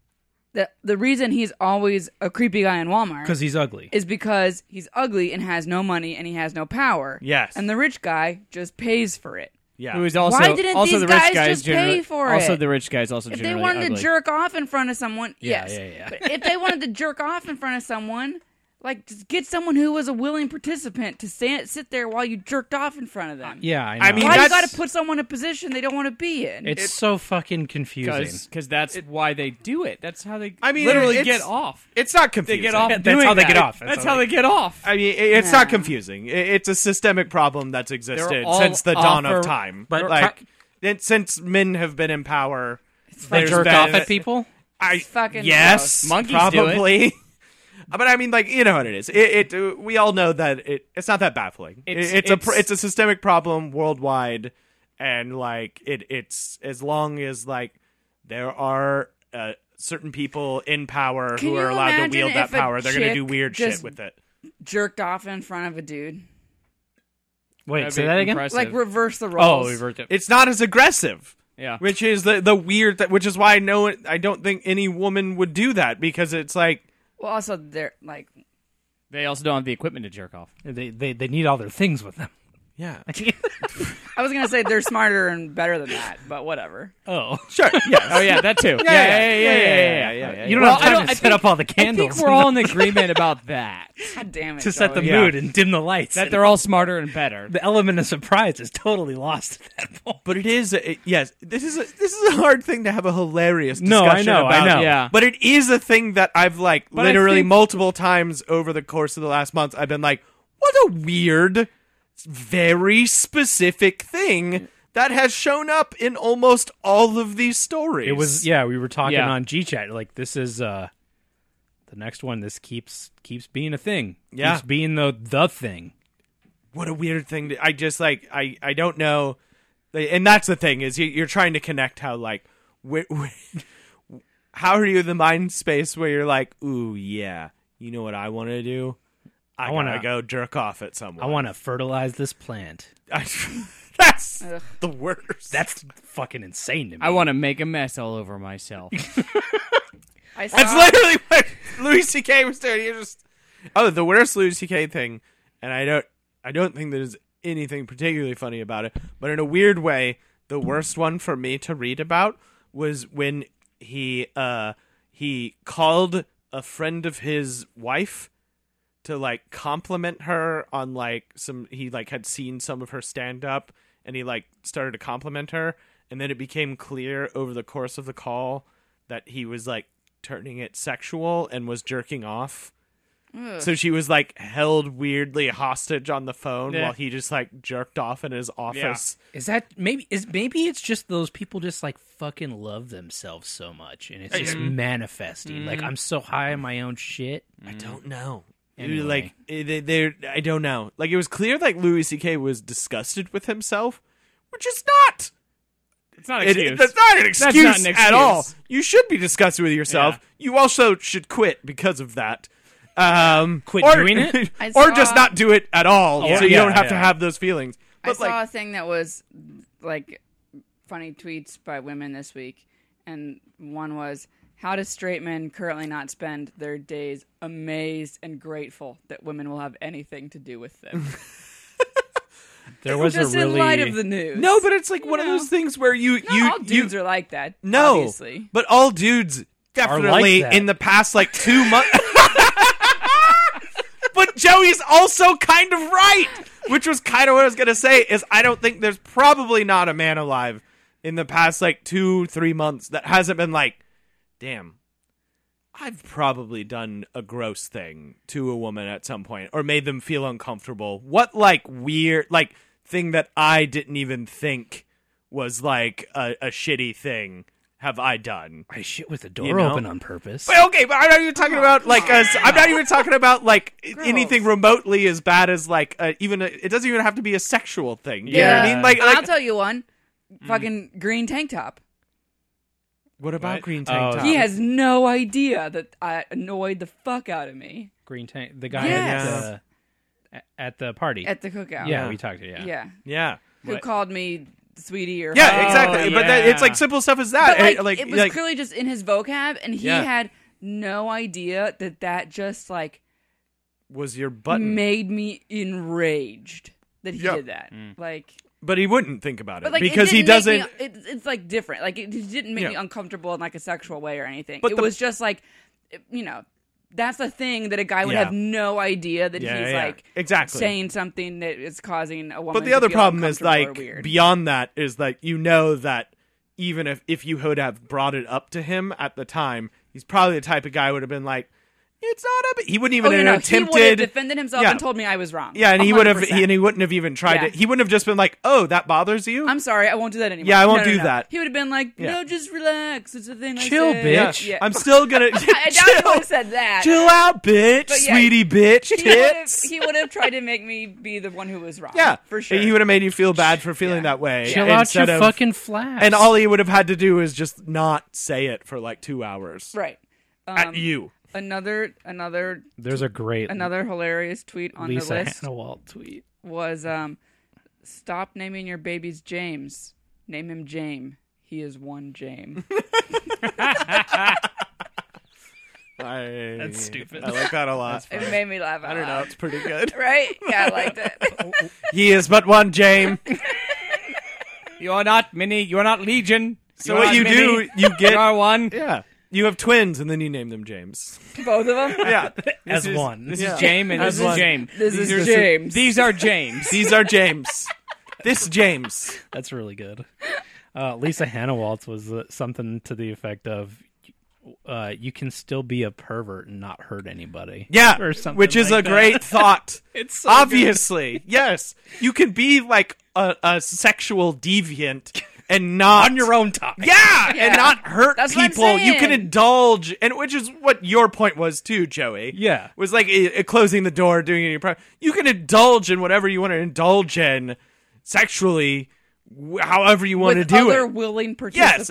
[SPEAKER 2] The the reason he's always a creepy guy in Walmart
[SPEAKER 1] because he's ugly.
[SPEAKER 2] is because he's ugly and has no money and he has no power.
[SPEAKER 4] Yes.
[SPEAKER 2] And the rich guy just pays for it.
[SPEAKER 4] Yeah.
[SPEAKER 3] Who is also
[SPEAKER 2] Why didn't
[SPEAKER 3] also
[SPEAKER 2] these
[SPEAKER 3] the rich
[SPEAKER 2] guys
[SPEAKER 3] guys
[SPEAKER 2] just pay
[SPEAKER 3] generally-
[SPEAKER 2] for
[SPEAKER 3] Also,
[SPEAKER 2] it?
[SPEAKER 3] the rich guys also
[SPEAKER 2] If they
[SPEAKER 3] generally
[SPEAKER 2] wanted
[SPEAKER 3] ugly.
[SPEAKER 2] to jerk off in front of someone,
[SPEAKER 1] Yeah,
[SPEAKER 2] yes.
[SPEAKER 1] yeah, yeah.
[SPEAKER 2] But if they wanted to jerk off in front of someone, like just get someone who was a willing participant to stand, sit there while you jerked off in front of them.
[SPEAKER 1] yeah, I, know.
[SPEAKER 4] I mean,
[SPEAKER 2] Why you
[SPEAKER 4] that's-
[SPEAKER 2] got to put someone in a position they don't want to be in?
[SPEAKER 1] it's so fucking confusing.
[SPEAKER 3] because that's why they do it. That's how they
[SPEAKER 4] I mean,
[SPEAKER 3] literally
[SPEAKER 4] it's-
[SPEAKER 3] get off.
[SPEAKER 4] It's not
[SPEAKER 3] They
[SPEAKER 4] confusing.
[SPEAKER 3] get off.
[SPEAKER 1] That's
[SPEAKER 3] doing
[SPEAKER 1] how they
[SPEAKER 3] that.
[SPEAKER 1] get off.
[SPEAKER 3] That's, how they get off.
[SPEAKER 4] I mean, it- it's not
[SPEAKER 2] Nah.
[SPEAKER 4] confusing. I- It's a systemic problem that's existed
[SPEAKER 3] all
[SPEAKER 4] since the dawn
[SPEAKER 3] offer-
[SPEAKER 4] of time.
[SPEAKER 1] but-
[SPEAKER 4] like, it- since men have been in power,
[SPEAKER 1] They
[SPEAKER 4] there's
[SPEAKER 1] jerk
[SPEAKER 4] been-
[SPEAKER 1] off at people.
[SPEAKER 4] I
[SPEAKER 2] It's fucking
[SPEAKER 4] yes,
[SPEAKER 2] gross.
[SPEAKER 3] Monkeys do it.
[SPEAKER 4] probably. but I mean, like you know what it is. It, it uh, we all know that it it's not that baffling. It-
[SPEAKER 3] It's-
[SPEAKER 4] It's, a pr-
[SPEAKER 3] it's-
[SPEAKER 4] it's a systemic problem worldwide, and like it it's as long as like there are uh, certain people in power
[SPEAKER 2] Can
[SPEAKER 4] who
[SPEAKER 2] you
[SPEAKER 4] are allowed to
[SPEAKER 2] imagine
[SPEAKER 4] wield that
[SPEAKER 2] if a
[SPEAKER 4] power, they're going to do
[SPEAKER 2] chick
[SPEAKER 4] weird
[SPEAKER 2] just-
[SPEAKER 4] shit with it.
[SPEAKER 2] jerked off in front of a dude.
[SPEAKER 1] Wait,
[SPEAKER 3] That'd
[SPEAKER 1] say
[SPEAKER 3] be
[SPEAKER 1] that again.
[SPEAKER 3] impressive.
[SPEAKER 2] Like reverse the roles.
[SPEAKER 3] oh, we worked it.
[SPEAKER 4] It's not as aggressive.
[SPEAKER 3] Yeah.
[SPEAKER 4] which is the the weird th- which is why no one I don't think any woman would do that because it's like
[SPEAKER 2] Well, also they're like
[SPEAKER 3] They also don't have the equipment to jerk off.
[SPEAKER 1] They, they they need all their things with them.
[SPEAKER 4] yeah
[SPEAKER 2] I was gonna say they're smarter and better than that, but whatever.
[SPEAKER 1] oh,
[SPEAKER 4] sure yeah
[SPEAKER 3] Oh yeah, that too.
[SPEAKER 4] yeah, yeah, yeah, yeah, yeah.
[SPEAKER 1] you don't
[SPEAKER 3] Well,
[SPEAKER 1] have
[SPEAKER 3] I
[SPEAKER 1] time
[SPEAKER 3] don't-
[SPEAKER 1] to
[SPEAKER 3] I
[SPEAKER 1] set
[SPEAKER 3] think-
[SPEAKER 1] up all the
[SPEAKER 3] I
[SPEAKER 1] candles
[SPEAKER 3] think we're all in agreement about that.
[SPEAKER 2] God damn it!
[SPEAKER 1] to set the
[SPEAKER 2] Joey.
[SPEAKER 4] Yeah.
[SPEAKER 1] mood and dim the lights.
[SPEAKER 3] That
[SPEAKER 1] and
[SPEAKER 3] they're all smarter and better.
[SPEAKER 1] the element of surprise is totally lost at that point.
[SPEAKER 4] but it is it, yes this is a, this is a hard thing to have a hilarious
[SPEAKER 1] No, I
[SPEAKER 4] discussion
[SPEAKER 1] know, I
[SPEAKER 4] about,
[SPEAKER 1] know.
[SPEAKER 3] Yeah.
[SPEAKER 4] but it is a thing that I've like
[SPEAKER 3] I
[SPEAKER 4] literally
[SPEAKER 3] think-
[SPEAKER 4] multiple times over the course of the last month I've been like what a weird very specific thing that has shown up in almost all of these stories
[SPEAKER 1] It was yeah, we were talking
[SPEAKER 3] Yeah.
[SPEAKER 1] on G Chat. Like this is uh the next one. This keeps keeps being a thing.
[SPEAKER 4] Yeah.
[SPEAKER 1] keeps being the the thing.
[SPEAKER 4] what a weird thing to, i just like i i don't know and that's the thing is you, you're trying to connect how like where, where, how are you in the mind space where you're like ooh yeah you know what i want to do i,
[SPEAKER 1] I
[SPEAKER 4] want
[SPEAKER 1] wanna-
[SPEAKER 4] to go jerk off at someone
[SPEAKER 1] I want to fertilize this plant.
[SPEAKER 4] to that's
[SPEAKER 2] Ugh.
[SPEAKER 4] the worst
[SPEAKER 1] That's fucking insane to me.
[SPEAKER 3] I want to make a mess all over myself.
[SPEAKER 2] I saw,
[SPEAKER 4] that's literally what louis ck was doing you're just oh the worst louis ck thing and i don't i don't think there's anything particularly funny about it but in a weird way the worst one for me to read about was when he uh he called a friend of his wife to like compliment her on like some he like had seen some of her stand up and he like started to compliment her and then it became clear over the course of the call that he was like turning it sexual and was jerking off so she was like held weirdly hostage on the phone
[SPEAKER 3] Yeah.
[SPEAKER 4] while he just like jerked off in his office
[SPEAKER 1] Is that maybe? Is maybe it's just those people just like fucking love themselves so much, and it's just manifesting. Like I'm so high on my own shit.
[SPEAKER 4] i don't know
[SPEAKER 1] Anyway.
[SPEAKER 4] like eh, they, they're i don't know like it was clear like louis ck was disgusted with himself which is not
[SPEAKER 3] It's not an
[SPEAKER 4] It-
[SPEAKER 3] excuse.
[SPEAKER 4] that's not an
[SPEAKER 3] not
[SPEAKER 4] excuse,
[SPEAKER 3] an
[SPEAKER 4] at
[SPEAKER 3] excuse.
[SPEAKER 4] all. You should be disgusted with yourself. You also should quit because of that. Um,
[SPEAKER 1] Quit
[SPEAKER 4] or,
[SPEAKER 1] doing it?
[SPEAKER 2] I
[SPEAKER 4] or just
[SPEAKER 2] saw-
[SPEAKER 4] not do it at all,
[SPEAKER 1] Oh,
[SPEAKER 4] so you
[SPEAKER 1] yeah,
[SPEAKER 4] don't have to
[SPEAKER 1] yeah.
[SPEAKER 4] have those feelings.
[SPEAKER 2] I
[SPEAKER 4] But
[SPEAKER 2] saw
[SPEAKER 4] like,
[SPEAKER 2] a thing that was like funny tweets by women this week, and one was how do straight men currently not spend their days amazed and grateful that women will have anything to do with them?
[SPEAKER 1] There was
[SPEAKER 2] just
[SPEAKER 1] a really
[SPEAKER 2] in light of the news.
[SPEAKER 4] no, but it's like one of
[SPEAKER 2] know.
[SPEAKER 4] those things where you
[SPEAKER 2] Not
[SPEAKER 4] you
[SPEAKER 2] all dudes
[SPEAKER 4] you
[SPEAKER 2] are like that.
[SPEAKER 4] no,
[SPEAKER 2] obviously.
[SPEAKER 4] but all dudes definitely
[SPEAKER 1] that.
[SPEAKER 4] in the past like two months. but Joey's also kind of right, which was kind of what I was gonna say. Is I don't think there's probably not a man alive in the past like two three months that hasn't been like, damn. I've probably done a gross thing to a woman at some point or made them feel uncomfortable. What like weird like thing that I didn't even think was like a, a shitty thing have I done?
[SPEAKER 1] I shit with the door
[SPEAKER 4] You know?
[SPEAKER 1] open on purpose.
[SPEAKER 4] But okay, but I'm not even talking about like i I'm not even talking about like i-
[SPEAKER 2] Gross.
[SPEAKER 4] anything remotely as bad as like uh, even a, it doesn't even have to be a sexual thing. You know what I
[SPEAKER 3] Yeah.
[SPEAKER 4] mean? Like, Mm.
[SPEAKER 2] I'll
[SPEAKER 4] like
[SPEAKER 2] tell you one. Fucking green tank top.
[SPEAKER 4] what about
[SPEAKER 3] What?
[SPEAKER 4] green
[SPEAKER 1] tank
[SPEAKER 4] tank
[SPEAKER 1] Oh,
[SPEAKER 4] top?
[SPEAKER 1] top?
[SPEAKER 2] He has no idea that I annoyed the fuck out of me.
[SPEAKER 1] Green tank. The guy.
[SPEAKER 2] Yes.
[SPEAKER 1] That, uh, a- at the party.
[SPEAKER 2] at the cookout.
[SPEAKER 1] yeah,
[SPEAKER 4] Yeah.
[SPEAKER 1] we talked to yeah.
[SPEAKER 2] yeah.
[SPEAKER 4] Yeah.
[SPEAKER 2] Who
[SPEAKER 3] What?
[SPEAKER 2] called me sweetie or
[SPEAKER 4] Yeah,
[SPEAKER 3] Oh,
[SPEAKER 4] exactly. But that, it's
[SPEAKER 3] yeah.
[SPEAKER 4] like simple stuff as that.
[SPEAKER 2] But like,
[SPEAKER 4] Eh, like,
[SPEAKER 2] it was
[SPEAKER 4] like-
[SPEAKER 2] clearly just in his vocab, and he
[SPEAKER 4] Yeah.
[SPEAKER 2] had no idea that that just like
[SPEAKER 4] was your button.
[SPEAKER 2] made me enraged that he
[SPEAKER 4] Yeah.
[SPEAKER 2] did that. Like,
[SPEAKER 4] but he wouldn't think about it
[SPEAKER 2] but like it
[SPEAKER 4] because he
[SPEAKER 2] didn't
[SPEAKER 4] doesn't.
[SPEAKER 2] make me- it, it's like different. Like it, it didn't make
[SPEAKER 4] Yeah.
[SPEAKER 2] me uncomfortable in like a sexual way or anything.
[SPEAKER 4] But
[SPEAKER 2] it
[SPEAKER 4] the-
[SPEAKER 2] was just like, it- you know, that's a thing that a guy would
[SPEAKER 4] Yeah.
[SPEAKER 2] have no idea that
[SPEAKER 4] Yeah,
[SPEAKER 2] he's
[SPEAKER 4] yeah,
[SPEAKER 2] like
[SPEAKER 4] exactly.
[SPEAKER 2] saying something that is causing a woman.
[SPEAKER 4] but the
[SPEAKER 2] to
[SPEAKER 4] other
[SPEAKER 2] feel
[SPEAKER 4] problem is
[SPEAKER 2] uncomfortable or
[SPEAKER 4] like
[SPEAKER 2] weird.
[SPEAKER 4] beyond that is like you know that even if if you would have brought it up to him at the time, he's probably the type of guy who would have been like, "It's not a." b-" He wouldn't
[SPEAKER 2] Oh,
[SPEAKER 4] even
[SPEAKER 2] no,
[SPEAKER 4] have
[SPEAKER 2] no, he would have
[SPEAKER 4] attempted.
[SPEAKER 2] defended himself
[SPEAKER 4] Yeah.
[SPEAKER 2] and told me I was wrong.
[SPEAKER 4] yeah, and he would have,
[SPEAKER 2] 100%.
[SPEAKER 4] he, and he wouldn't have even tried
[SPEAKER 2] Yeah.
[SPEAKER 4] to. He wouldn't have just been like, "Oh, that bothers you."
[SPEAKER 2] I'm sorry, I won't do that anymore.
[SPEAKER 4] Yeah, I won't
[SPEAKER 2] No, no,
[SPEAKER 4] do
[SPEAKER 2] no.
[SPEAKER 4] that.
[SPEAKER 2] He would have been like,
[SPEAKER 4] Yeah.
[SPEAKER 2] no, just relax. It's a thing. I
[SPEAKER 1] Chill,
[SPEAKER 2] said.
[SPEAKER 4] yeah.
[SPEAKER 1] bitch.
[SPEAKER 2] Yeah.
[SPEAKER 4] I'm still gonna
[SPEAKER 2] I doubt he would
[SPEAKER 4] chill,
[SPEAKER 2] have said that.
[SPEAKER 4] chill out, bitch,
[SPEAKER 2] But yeah,
[SPEAKER 4] sweetie, bitch,
[SPEAKER 2] He would have-
[SPEAKER 4] tits.
[SPEAKER 2] He would have tried to make me be the one who was wrong.
[SPEAKER 4] yeah,
[SPEAKER 2] for sure.
[SPEAKER 4] He would have made you feel bad for feeling
[SPEAKER 2] Yeah.
[SPEAKER 4] that way.
[SPEAKER 1] Chill out your
[SPEAKER 4] instead of-
[SPEAKER 1] fucking flash.
[SPEAKER 4] And all he would have had to do is just not say it for like two hours.
[SPEAKER 2] right.
[SPEAKER 1] Um,
[SPEAKER 4] At you.
[SPEAKER 2] Another, another,
[SPEAKER 1] there's a great
[SPEAKER 2] another hilarious tweet on the
[SPEAKER 1] Lisa
[SPEAKER 2] list
[SPEAKER 1] Hannah Walt tweet.
[SPEAKER 2] was, um, "Stop naming your babies James. Name him James. He is one James."
[SPEAKER 4] I,
[SPEAKER 1] That's stupid.
[SPEAKER 4] I like that a lot.
[SPEAKER 2] it made me laugh. Out
[SPEAKER 4] I don't know.
[SPEAKER 2] loud.
[SPEAKER 4] It's pretty good.
[SPEAKER 2] Right? Yeah, I liked it.
[SPEAKER 4] he is but one, James.
[SPEAKER 3] You are not many. You are not legion.
[SPEAKER 4] So
[SPEAKER 3] are
[SPEAKER 4] what
[SPEAKER 3] not
[SPEAKER 4] you
[SPEAKER 3] many,
[SPEAKER 4] do, you
[SPEAKER 3] You
[SPEAKER 4] get.
[SPEAKER 3] are one.
[SPEAKER 4] Yeah. You have twins, and then you name them James.
[SPEAKER 2] Both of them.
[SPEAKER 4] Yeah.
[SPEAKER 1] As
[SPEAKER 3] is-
[SPEAKER 1] one.
[SPEAKER 3] This
[SPEAKER 4] Yeah.
[SPEAKER 3] is James and
[SPEAKER 4] As
[SPEAKER 3] this is
[SPEAKER 4] one.
[SPEAKER 3] James.
[SPEAKER 2] This is
[SPEAKER 3] These are-
[SPEAKER 2] James.
[SPEAKER 3] These are James.
[SPEAKER 4] These are James. This James.
[SPEAKER 1] That's really good. Uh, Lisa Hannah Waltz was uh, something to the effect of, uh, "You can still be a pervert and not hurt anybody."
[SPEAKER 4] Yeah.
[SPEAKER 1] or something.
[SPEAKER 4] which is
[SPEAKER 1] like
[SPEAKER 4] a
[SPEAKER 1] that.
[SPEAKER 4] great thought.
[SPEAKER 1] It's so
[SPEAKER 4] Obviously. Yes. You can be like a, a sexual deviant and not.
[SPEAKER 1] on your own time.
[SPEAKER 4] Yeah, and
[SPEAKER 2] Yeah.
[SPEAKER 4] not hurt
[SPEAKER 2] That's what I'm
[SPEAKER 4] people. You can
[SPEAKER 2] saying.
[SPEAKER 4] indulge, and which is what your point was too, Joey.
[SPEAKER 1] Yeah.
[SPEAKER 4] was like i- i- closing the door, doing it. in your pri- You can indulge in whatever you want to indulge in, sexually, wh- however you want
[SPEAKER 2] With
[SPEAKER 4] to do
[SPEAKER 2] other
[SPEAKER 4] it.
[SPEAKER 2] willing participants.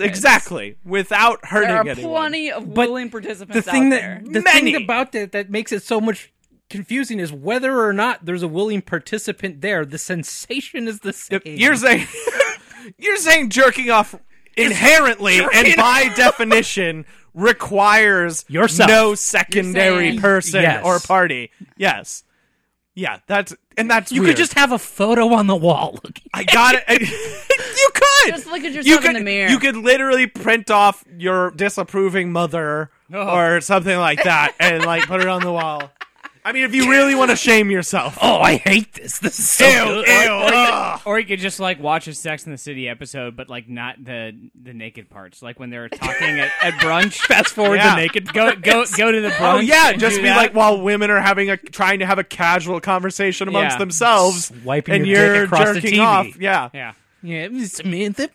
[SPEAKER 4] Yes, exactly. Without hurting
[SPEAKER 2] There are
[SPEAKER 4] anyone.
[SPEAKER 2] plenty of
[SPEAKER 1] But
[SPEAKER 2] willing participants
[SPEAKER 1] the thing
[SPEAKER 2] out
[SPEAKER 1] that
[SPEAKER 2] there.
[SPEAKER 1] the
[SPEAKER 4] Many.
[SPEAKER 1] thing about that that makes it so much confusing is whether or not there's a willing participant there. The sensation is the same.
[SPEAKER 4] You're saying you're saying jerking off inherently and by definition requires
[SPEAKER 1] Yourself.
[SPEAKER 4] no secondary
[SPEAKER 2] You're saying-
[SPEAKER 4] person
[SPEAKER 1] Yes.
[SPEAKER 4] or party. Yes. Yeah, that's and that's
[SPEAKER 1] you
[SPEAKER 4] weird.
[SPEAKER 1] could just have a photo on the wall. Looking.
[SPEAKER 4] I got it. you could
[SPEAKER 2] Just look
[SPEAKER 4] you
[SPEAKER 2] at yourself
[SPEAKER 4] could
[SPEAKER 2] in the mirror.
[SPEAKER 4] you could literally print off your disapproving mother
[SPEAKER 2] Oh.
[SPEAKER 4] or something like that and like put it on the wall. I mean, if you really want to shame yourself,
[SPEAKER 1] Oh, I hate this. This is so
[SPEAKER 4] ew,
[SPEAKER 1] good.
[SPEAKER 4] ew, ugh.
[SPEAKER 3] Or you could just like watch a Sex in the City episode, but like not the the naked parts, like when they're talking at, at brunch.
[SPEAKER 1] Fast forward
[SPEAKER 4] Yeah.
[SPEAKER 1] to naked.
[SPEAKER 3] Go go go to the brunch.
[SPEAKER 4] Oh yeah,
[SPEAKER 3] and
[SPEAKER 4] just
[SPEAKER 3] do
[SPEAKER 4] be
[SPEAKER 3] that.
[SPEAKER 4] like while women are having a trying to have a casual conversation amongst
[SPEAKER 3] Yeah.
[SPEAKER 4] themselves,
[SPEAKER 1] Swiping
[SPEAKER 4] and
[SPEAKER 1] your dick
[SPEAKER 4] you're
[SPEAKER 1] across the
[SPEAKER 4] jerking
[SPEAKER 1] TV.
[SPEAKER 4] off. Yeah,
[SPEAKER 3] yeah.
[SPEAKER 1] Yeah, Samantha.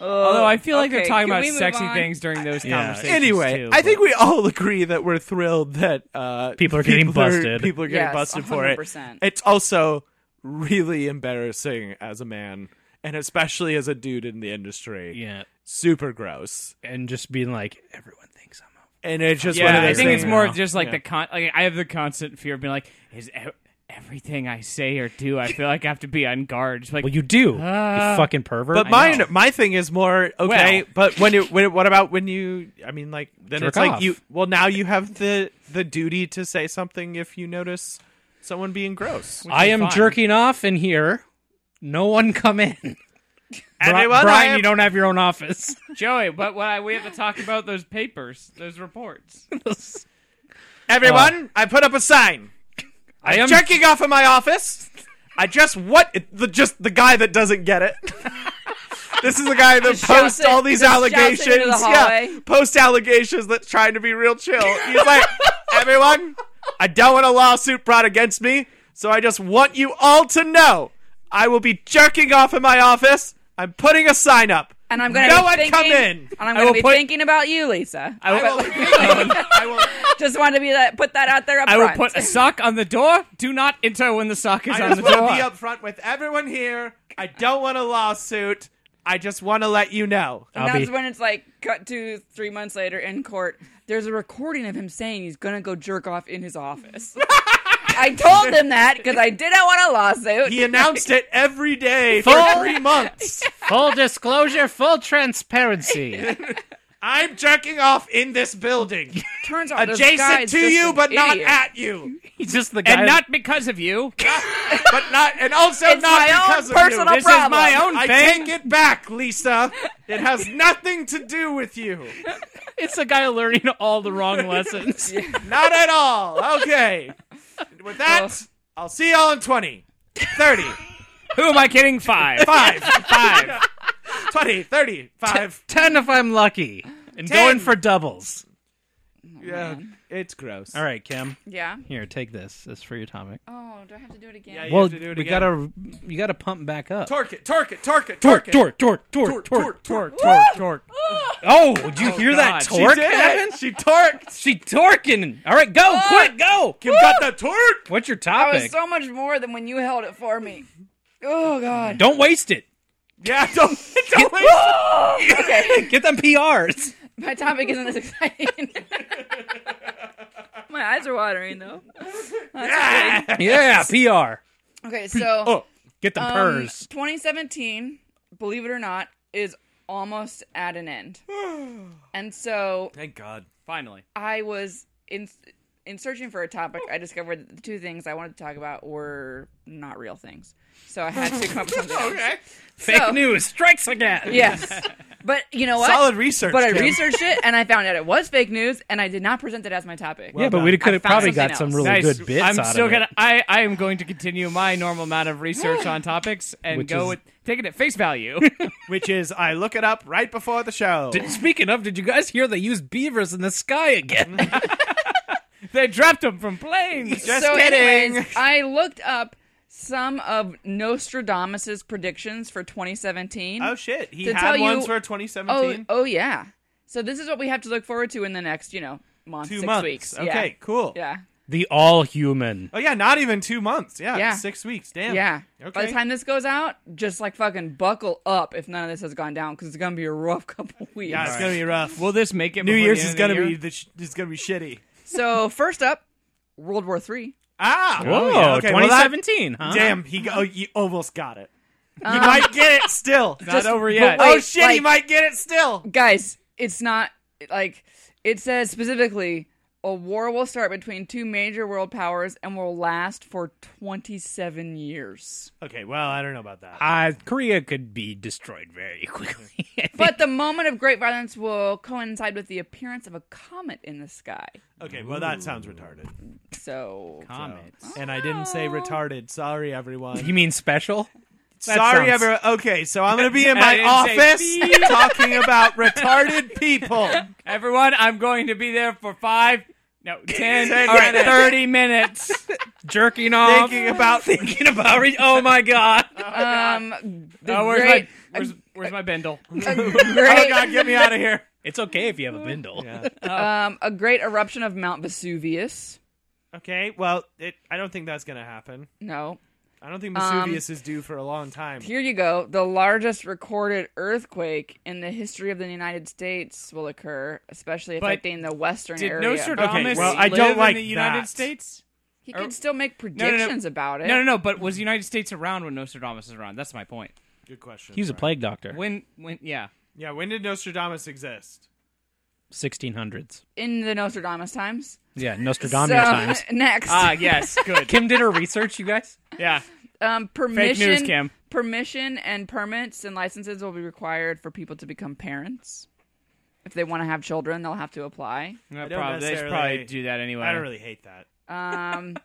[SPEAKER 3] Although I feel like they're
[SPEAKER 2] Okay,
[SPEAKER 3] talking
[SPEAKER 2] can
[SPEAKER 3] about
[SPEAKER 2] we move
[SPEAKER 3] sexy
[SPEAKER 2] on?
[SPEAKER 3] things during those
[SPEAKER 1] Yeah.
[SPEAKER 3] conversations.
[SPEAKER 4] Anyway,
[SPEAKER 3] too,
[SPEAKER 4] I
[SPEAKER 3] but-
[SPEAKER 4] think we all agree that we're thrilled that uh,
[SPEAKER 1] People are getting busted.
[SPEAKER 4] People are getting
[SPEAKER 2] Yes,
[SPEAKER 4] busted for it.
[SPEAKER 2] 100%.
[SPEAKER 4] It's also really embarrassing as a man, and especially as a dude in the industry.
[SPEAKER 1] Yeah,
[SPEAKER 4] Super gross.
[SPEAKER 1] and just being like, everyone thinks I'm. A-
[SPEAKER 4] And it's just one
[SPEAKER 3] yeah,
[SPEAKER 4] of
[SPEAKER 3] I
[SPEAKER 4] those
[SPEAKER 3] think it's
[SPEAKER 4] things-
[SPEAKER 3] more
[SPEAKER 1] now.
[SPEAKER 3] of just like
[SPEAKER 4] Yeah.
[SPEAKER 3] the con. Like, I have the constant fear of being like, is e- everything I say or do, I feel like I have to be on guard. Just like,
[SPEAKER 1] well, you do.
[SPEAKER 3] Ah.
[SPEAKER 1] you fucking pervert.
[SPEAKER 4] But
[SPEAKER 3] I know.
[SPEAKER 4] mine, my thing is more okay.
[SPEAKER 3] Well-
[SPEAKER 4] but when it, when it, what about when you? I mean, like then
[SPEAKER 1] Jerk
[SPEAKER 4] it's like
[SPEAKER 1] off.
[SPEAKER 4] you. Well, now you have the the duty to say something if you notice someone being gross.
[SPEAKER 1] I
[SPEAKER 3] is
[SPEAKER 1] am
[SPEAKER 3] fine.
[SPEAKER 1] jerking off in here. No one come in.
[SPEAKER 4] Anyone, I
[SPEAKER 1] Brian,
[SPEAKER 4] am-
[SPEAKER 1] you don't have your own office.
[SPEAKER 3] Joey, but what I, we have to talk about those papers, those reports.
[SPEAKER 1] Oh.
[SPEAKER 4] Everyone, I put up a sign.
[SPEAKER 1] I am
[SPEAKER 4] Checking off in my office. I just what it- the just the guy that doesn't get it. this is the guy that
[SPEAKER 2] shouts
[SPEAKER 4] posts
[SPEAKER 2] it-
[SPEAKER 4] all these
[SPEAKER 2] just shouts it into
[SPEAKER 4] allegations.
[SPEAKER 2] the hallway.
[SPEAKER 4] yeah, post allegations that's trying to be real chill. He's like, everyone, I don't want a lawsuit brought against me, so I just want you all to know I will be jerking off in my office. I'm putting a sign up.
[SPEAKER 2] and I'm going to
[SPEAKER 4] No
[SPEAKER 2] be
[SPEAKER 4] one
[SPEAKER 2] thinking,
[SPEAKER 4] come in.
[SPEAKER 2] And I'm
[SPEAKER 4] I
[SPEAKER 2] going
[SPEAKER 4] will
[SPEAKER 2] to be
[SPEAKER 4] put-
[SPEAKER 2] thinking about you, Lisa. I
[SPEAKER 4] I will, I will,
[SPEAKER 2] just wanted to be that. Put that out there up
[SPEAKER 3] I will
[SPEAKER 2] front.
[SPEAKER 3] put a sock on the door. Do not enter when the sock is
[SPEAKER 4] I
[SPEAKER 3] on the
[SPEAKER 4] just want
[SPEAKER 3] door.
[SPEAKER 4] to be up front with everyone here. I don't want a lawsuit. I just want to let you know.
[SPEAKER 2] And
[SPEAKER 1] I'll
[SPEAKER 2] that's
[SPEAKER 1] be-
[SPEAKER 2] when it's like cut to three months later in court. There's a recording of him saying he's gonna go jerk off in his office. I told him that because I didn't want a lawsuit.
[SPEAKER 4] He announced it every day for
[SPEAKER 1] Full-
[SPEAKER 4] three months.
[SPEAKER 1] full disclosure, full transparency.
[SPEAKER 4] I'm jerking off in this building,
[SPEAKER 2] Turns out this
[SPEAKER 4] adjacent
[SPEAKER 2] guy's
[SPEAKER 4] to
[SPEAKER 2] just
[SPEAKER 4] you,
[SPEAKER 2] an
[SPEAKER 4] but not
[SPEAKER 2] idiot.
[SPEAKER 4] at you,
[SPEAKER 1] He's just the guy.
[SPEAKER 3] and not because of you.
[SPEAKER 4] but not, and also
[SPEAKER 2] It's
[SPEAKER 4] not
[SPEAKER 2] my own
[SPEAKER 4] because of
[SPEAKER 2] personal
[SPEAKER 4] you.
[SPEAKER 2] This is problem. my
[SPEAKER 1] own
[SPEAKER 4] I
[SPEAKER 1] thing.
[SPEAKER 4] take it back, Lisa. It has nothing to do with you.
[SPEAKER 1] it's the guy learning all the wrong lessons.
[SPEAKER 4] Not at all. Okay. With that,
[SPEAKER 2] Well-
[SPEAKER 4] I'll see y'all in 20, 30,
[SPEAKER 3] Who am I kidding? Five.
[SPEAKER 4] 5, 5, 20, 30, 5.
[SPEAKER 1] Ten if I'm lucky, and
[SPEAKER 4] Ten.
[SPEAKER 1] going for doubles.
[SPEAKER 2] Oh,
[SPEAKER 4] Yeah, it's gross.
[SPEAKER 1] All right, Kim.
[SPEAKER 2] Yeah.
[SPEAKER 1] Here, take this. This is for your atomic.
[SPEAKER 2] Oh, do I have to do it again?
[SPEAKER 4] Yeah, You
[SPEAKER 1] Well,
[SPEAKER 4] have to do it
[SPEAKER 1] we
[SPEAKER 4] again.
[SPEAKER 1] gotta you gotta pump back up.
[SPEAKER 4] Torque it, torque it, torque it, torque
[SPEAKER 1] Torque,
[SPEAKER 4] it.
[SPEAKER 1] torque, torque, torque,
[SPEAKER 4] torque,
[SPEAKER 1] torque,
[SPEAKER 4] torque,
[SPEAKER 1] torque, torque, torque. Oh, did you hear
[SPEAKER 4] God,
[SPEAKER 1] that
[SPEAKER 4] she
[SPEAKER 1] torque?
[SPEAKER 4] did it.
[SPEAKER 1] Evan?
[SPEAKER 4] She torqued.
[SPEAKER 1] She torquing. All right, go, quick, go.
[SPEAKER 4] Kim got the torque.
[SPEAKER 1] What's your
[SPEAKER 2] That
[SPEAKER 1] topic?
[SPEAKER 2] was so much more than when you held it for me. Oh God.
[SPEAKER 1] Don't waste it.
[SPEAKER 4] Yeah, don't, don't waste
[SPEAKER 2] okay.
[SPEAKER 1] Get them PRs.
[SPEAKER 2] My topic isn't as exciting. My eyes are watering though.
[SPEAKER 4] it.
[SPEAKER 1] Yeah, PR.
[SPEAKER 2] Okay, so
[SPEAKER 4] Oh,
[SPEAKER 1] Get them
[SPEAKER 2] um,
[SPEAKER 1] PRs.
[SPEAKER 2] 2017, believe it or not, is almost at an end. and so
[SPEAKER 4] thank God.
[SPEAKER 3] Finally.
[SPEAKER 2] I was in in searching for a topic, I discovered that the two things I wanted to talk about were not real things. So I had to come up with something. else.
[SPEAKER 4] Okay.
[SPEAKER 1] Fake
[SPEAKER 4] oh.
[SPEAKER 2] so-
[SPEAKER 1] news strikes again.
[SPEAKER 2] Yes. But you know what?
[SPEAKER 4] Solid research.
[SPEAKER 2] But I
[SPEAKER 4] Kim.
[SPEAKER 2] researched it and I found out it was fake news and I did not present it as my topic.
[SPEAKER 1] yeah, but
[SPEAKER 4] done.
[SPEAKER 1] we could
[SPEAKER 2] I
[SPEAKER 1] have
[SPEAKER 2] found
[SPEAKER 1] probably
[SPEAKER 2] something
[SPEAKER 1] got some
[SPEAKER 2] else.
[SPEAKER 1] really
[SPEAKER 3] Nice.
[SPEAKER 1] good bits.
[SPEAKER 3] I'm
[SPEAKER 1] out
[SPEAKER 3] still
[SPEAKER 1] of it.
[SPEAKER 3] gonna. I I am going to continue my normal amount of research on topics and
[SPEAKER 1] Which
[SPEAKER 3] go
[SPEAKER 1] is-
[SPEAKER 3] with take it at face value.
[SPEAKER 4] Which is, I look it up right before the show.
[SPEAKER 1] Did- speaking of, did you guys hear they used beavers in the sky again?
[SPEAKER 3] they dropped him from planes.
[SPEAKER 4] Just
[SPEAKER 2] so
[SPEAKER 4] kidding.
[SPEAKER 2] anyways, I looked up some of Nostradamus's predictions for 2017.
[SPEAKER 4] oh shit, he
[SPEAKER 2] To
[SPEAKER 4] had
[SPEAKER 2] tell you-
[SPEAKER 4] ones for
[SPEAKER 2] oh,
[SPEAKER 4] 2017.
[SPEAKER 2] oh, yeah. So this is what we have to look forward to in the next, you know, month,
[SPEAKER 4] Two
[SPEAKER 2] six
[SPEAKER 4] months.
[SPEAKER 2] weeks.
[SPEAKER 4] Okay,
[SPEAKER 2] Yeah.
[SPEAKER 4] cool.
[SPEAKER 2] Yeah.
[SPEAKER 1] the all human.
[SPEAKER 4] Oh yeah, not even two months. Yeah,
[SPEAKER 2] Yeah.
[SPEAKER 4] six weeks. Damn.
[SPEAKER 2] Yeah. By the
[SPEAKER 4] Okay.
[SPEAKER 2] time this goes out, just like fucking buckle up if none of this has gone down because it's gonna be a rough couple weeks.
[SPEAKER 4] yeah, it's gonna be rough.
[SPEAKER 3] Will this make it?
[SPEAKER 4] New
[SPEAKER 3] before the
[SPEAKER 4] Year's
[SPEAKER 3] end
[SPEAKER 4] is
[SPEAKER 3] of
[SPEAKER 4] gonna
[SPEAKER 3] year?
[SPEAKER 4] be the sh- is gonna be shitty.
[SPEAKER 2] So first up, World War Three.
[SPEAKER 4] Ah.
[SPEAKER 1] Whoa,
[SPEAKER 4] oh, yeah, okay, well, that-
[SPEAKER 1] 2017, huh?
[SPEAKER 4] Damn, he oh, you almost got it. You might get it still.
[SPEAKER 3] not over
[SPEAKER 2] but
[SPEAKER 3] yet.
[SPEAKER 2] Um, wait,
[SPEAKER 4] oh shit, he
[SPEAKER 2] like-
[SPEAKER 4] might get it still.
[SPEAKER 2] guys, it's not like it says specifically a war will start between two major world powers and will last for 27 years.
[SPEAKER 4] Okay, well, I don't know about that.
[SPEAKER 1] Uh, Korea could be destroyed very quickly.
[SPEAKER 2] But the moment of great violence will coincide with the appearance of a comet in the sky.
[SPEAKER 4] Okay, well, that sounds retarded.
[SPEAKER 2] So
[SPEAKER 3] Comments.
[SPEAKER 4] And I didn't say retarded. Sorry, everyone.
[SPEAKER 1] oh. you mean special? That sounds-
[SPEAKER 4] Sorry, everyone. Okay, so I'm gonna be
[SPEAKER 3] And
[SPEAKER 4] in
[SPEAKER 3] I
[SPEAKER 4] my
[SPEAKER 3] didn't say
[SPEAKER 4] office talking about retarded people.
[SPEAKER 3] Everyone, I'm going to be there for five, no, ten,
[SPEAKER 4] Ten
[SPEAKER 3] all right,
[SPEAKER 4] minutes.
[SPEAKER 3] thirty minutes.
[SPEAKER 1] jerking off.
[SPEAKER 4] Thinking about
[SPEAKER 1] Thinking about. Re- oh my god.
[SPEAKER 2] um the
[SPEAKER 3] Oh, where's
[SPEAKER 2] great,
[SPEAKER 3] my where's, where's my bindle?
[SPEAKER 2] a
[SPEAKER 4] Oh
[SPEAKER 2] great
[SPEAKER 4] god, get me out of here.
[SPEAKER 1] It's okay if you have a bindle.
[SPEAKER 3] oh.
[SPEAKER 2] um a great eruption of Mount Vesuvius.
[SPEAKER 4] Okay, well, it, I don't think that's gonna happen.
[SPEAKER 2] No.
[SPEAKER 4] I don't think Vesuvius is due for a long time.
[SPEAKER 2] Um, Here you go. The largest recorded earthquake in the history of the United States will occur, especially
[SPEAKER 3] But
[SPEAKER 2] affecting the western
[SPEAKER 3] Did
[SPEAKER 2] area.
[SPEAKER 3] Nostradamus
[SPEAKER 4] Okay, well, I
[SPEAKER 3] live
[SPEAKER 4] don't
[SPEAKER 3] in
[SPEAKER 4] like
[SPEAKER 3] the United
[SPEAKER 4] that.
[SPEAKER 3] States?
[SPEAKER 2] He
[SPEAKER 3] Or-
[SPEAKER 2] could still make predictions about it.
[SPEAKER 3] er No, no, no. But was the United States around when Nostradamus was around? That's my point.
[SPEAKER 4] Good question.
[SPEAKER 1] He was a plague doctor.
[SPEAKER 3] When, when, yeah.
[SPEAKER 4] Yeah, when did Nostradamus exist?
[SPEAKER 1] 1600s.
[SPEAKER 2] In the Nostradamus times.
[SPEAKER 1] Yeah, Nostradamus
[SPEAKER 2] so,
[SPEAKER 1] times.
[SPEAKER 2] Next.
[SPEAKER 3] Ah, yes, good.
[SPEAKER 1] Kim did her research, you guys.
[SPEAKER 3] Yeah,
[SPEAKER 2] um,
[SPEAKER 3] news,
[SPEAKER 2] permission,
[SPEAKER 3] Kim.
[SPEAKER 2] Permission and permits and licenses will be required for people to become parents. If they want to have children, they'll have to apply.
[SPEAKER 3] No,
[SPEAKER 4] don't
[SPEAKER 3] probably, they should
[SPEAKER 4] necessarily-
[SPEAKER 3] probably do that anyway.
[SPEAKER 4] I don't really hate that.
[SPEAKER 2] Um,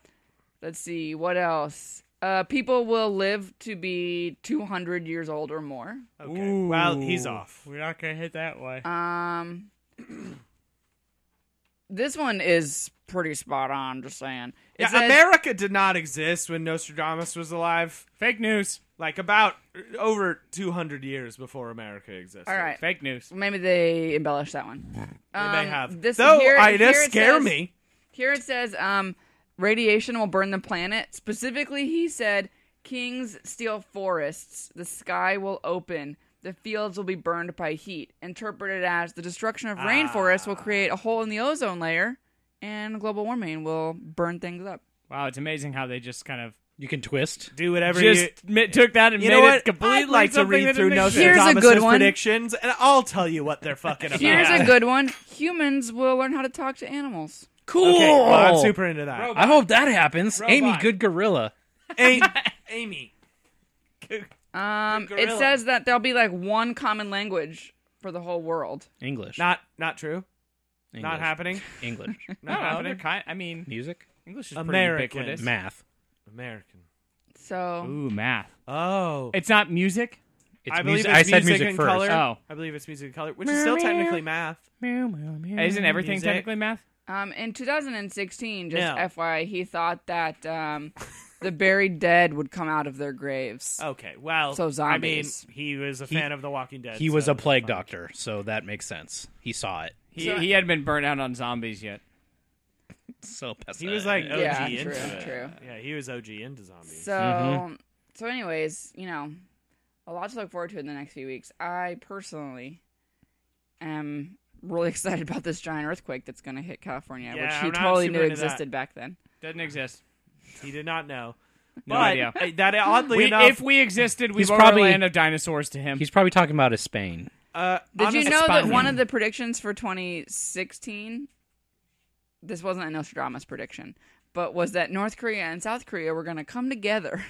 [SPEAKER 2] let's see. What else? Uh, people will live to be 200 years old or more.
[SPEAKER 4] Okay. Well, he's off.
[SPEAKER 3] We're not gonna hit that way.
[SPEAKER 2] Um, this one is pretty spot on. Just saying, It
[SPEAKER 4] Yeah,
[SPEAKER 2] says-
[SPEAKER 4] America did not exist when Nostradamus was alive.
[SPEAKER 3] Fake news.
[SPEAKER 4] Like about uh, over 200 years before America existed.
[SPEAKER 2] All right,
[SPEAKER 3] Fake news.
[SPEAKER 2] maybe they embellished that one.
[SPEAKER 4] They
[SPEAKER 2] Um,
[SPEAKER 4] may have.
[SPEAKER 2] This,
[SPEAKER 4] Though
[SPEAKER 2] here,
[SPEAKER 4] I
[SPEAKER 2] here
[SPEAKER 4] does
[SPEAKER 2] it
[SPEAKER 4] scare
[SPEAKER 2] says-
[SPEAKER 4] me.
[SPEAKER 2] Here it says, um, radiation will burn the planet. Specifically, he said, kings steal forests. The sky will open. The fields will be burned by heat, interpreted as the destruction of rainforests will create a hole in the ozone layer, and global warming will burn things up.
[SPEAKER 3] Wow, it's amazing how they just kind of
[SPEAKER 1] You can twist.
[SPEAKER 3] do whatever
[SPEAKER 4] Just
[SPEAKER 3] you mi- took that and
[SPEAKER 4] You
[SPEAKER 3] made
[SPEAKER 4] know
[SPEAKER 3] it
[SPEAKER 4] what?
[SPEAKER 3] completely
[SPEAKER 4] I'd like to
[SPEAKER 3] something
[SPEAKER 4] read
[SPEAKER 3] that
[SPEAKER 4] through
[SPEAKER 3] it
[SPEAKER 4] Noam
[SPEAKER 3] makes
[SPEAKER 2] Here's a good one.
[SPEAKER 4] predictions, and I'll tell you what they're fucking about.
[SPEAKER 2] Here's a good one. Humans will learn how to talk to animals.
[SPEAKER 1] Cool.
[SPEAKER 4] Okay, well, I'm super into that.
[SPEAKER 1] I hope that happens. Amy,
[SPEAKER 3] Robot.
[SPEAKER 1] good gorilla.
[SPEAKER 4] A- Amy.
[SPEAKER 2] Um, it
[SPEAKER 4] gorilla.
[SPEAKER 2] says that there'll be like one common language for the whole world.
[SPEAKER 1] English.
[SPEAKER 4] Not not true.
[SPEAKER 1] English.
[SPEAKER 4] Not happening.
[SPEAKER 1] English.
[SPEAKER 4] Not
[SPEAKER 3] I, don't know,
[SPEAKER 4] happening.
[SPEAKER 3] they're kind, I mean,
[SPEAKER 1] Music.
[SPEAKER 3] English is
[SPEAKER 4] American.
[SPEAKER 3] pretty ubiquitous.
[SPEAKER 1] Math.
[SPEAKER 4] American.
[SPEAKER 2] So
[SPEAKER 3] Ooh, math.
[SPEAKER 4] Oh.
[SPEAKER 3] It's not music.
[SPEAKER 1] It's
[SPEAKER 4] I believe
[SPEAKER 1] music.
[SPEAKER 4] it's
[SPEAKER 1] I said
[SPEAKER 4] music
[SPEAKER 1] music
[SPEAKER 4] and
[SPEAKER 1] first.
[SPEAKER 4] color.
[SPEAKER 3] Oh.
[SPEAKER 4] I believe it's music and color, which is still technically math.
[SPEAKER 3] Isn't everything
[SPEAKER 4] Music.
[SPEAKER 3] technically math?
[SPEAKER 2] Um, in 2016, just
[SPEAKER 4] No.
[SPEAKER 2] FYI, he thought that um, the buried dead would come out of their graves.
[SPEAKER 4] Okay. Well,
[SPEAKER 2] So zombies.
[SPEAKER 4] I mean, he was a fan of The Walking Dead.
[SPEAKER 1] He was
[SPEAKER 4] so
[SPEAKER 1] a plague
[SPEAKER 4] fine.
[SPEAKER 1] doctor, so that makes sense. He saw it.
[SPEAKER 3] He,
[SPEAKER 2] So-
[SPEAKER 3] he hadn't been burnt out on zombies yet.
[SPEAKER 1] So pes-
[SPEAKER 4] He was like OG
[SPEAKER 2] Yeah,
[SPEAKER 4] into
[SPEAKER 2] true,
[SPEAKER 4] it.
[SPEAKER 2] true.
[SPEAKER 4] Yeah, he was OG into zombies.
[SPEAKER 2] So, so anyways, you know, a lot to look forward to in the next few weeks. I personally am really excited about this giant earthquake that's going to hit California,
[SPEAKER 4] Yeah,
[SPEAKER 2] which
[SPEAKER 4] I'm
[SPEAKER 2] he
[SPEAKER 4] not
[SPEAKER 2] totally
[SPEAKER 4] super
[SPEAKER 2] knew
[SPEAKER 4] into that.
[SPEAKER 2] existed back then.
[SPEAKER 3] Doesn't exist.
[SPEAKER 4] He did not know.
[SPEAKER 3] No
[SPEAKER 4] but
[SPEAKER 3] idea.
[SPEAKER 4] uh, that oddly
[SPEAKER 3] We-
[SPEAKER 4] enough,
[SPEAKER 3] if we existed, we
[SPEAKER 1] He's
[SPEAKER 3] were
[SPEAKER 1] probably-
[SPEAKER 3] a land of dinosaurs to him.
[SPEAKER 1] He's probably talking about his Spain.
[SPEAKER 4] uh,
[SPEAKER 2] Did
[SPEAKER 4] honestly-
[SPEAKER 2] you know that
[SPEAKER 3] Spain.
[SPEAKER 2] one of the predictions for 2016, this wasn't a Nostradamus prediction, but was that North Korea and South Korea were going to come together?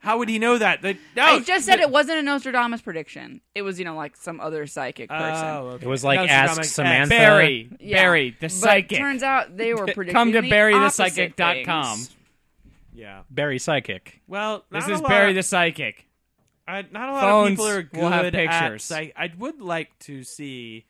[SPEAKER 4] How would he know that? They- no,
[SPEAKER 3] Oh,
[SPEAKER 2] I just said it wasn't a Nostradamus prediction. It was, you know, like some other psychic
[SPEAKER 4] Oh,
[SPEAKER 2] person.
[SPEAKER 4] okay.
[SPEAKER 1] It was like
[SPEAKER 4] Nostradamus
[SPEAKER 1] Ask
[SPEAKER 4] X.
[SPEAKER 1] Samantha.
[SPEAKER 3] Barry.
[SPEAKER 2] Yeah.
[SPEAKER 3] Barry, the
[SPEAKER 2] But
[SPEAKER 3] psychic.
[SPEAKER 2] Turns out they were predicting
[SPEAKER 3] Come to
[SPEAKER 2] the opposite
[SPEAKER 3] barrythepsychic.com.
[SPEAKER 2] things.
[SPEAKER 4] Yeah.
[SPEAKER 1] Barry Psychic.
[SPEAKER 4] Well,
[SPEAKER 3] This
[SPEAKER 4] not
[SPEAKER 3] is
[SPEAKER 4] a lot-
[SPEAKER 3] Barry the psychic.
[SPEAKER 4] I, not a lot
[SPEAKER 3] Phones
[SPEAKER 4] of people are good
[SPEAKER 3] will have
[SPEAKER 4] at.
[SPEAKER 3] pictures.
[SPEAKER 4] Psych- I would like to see.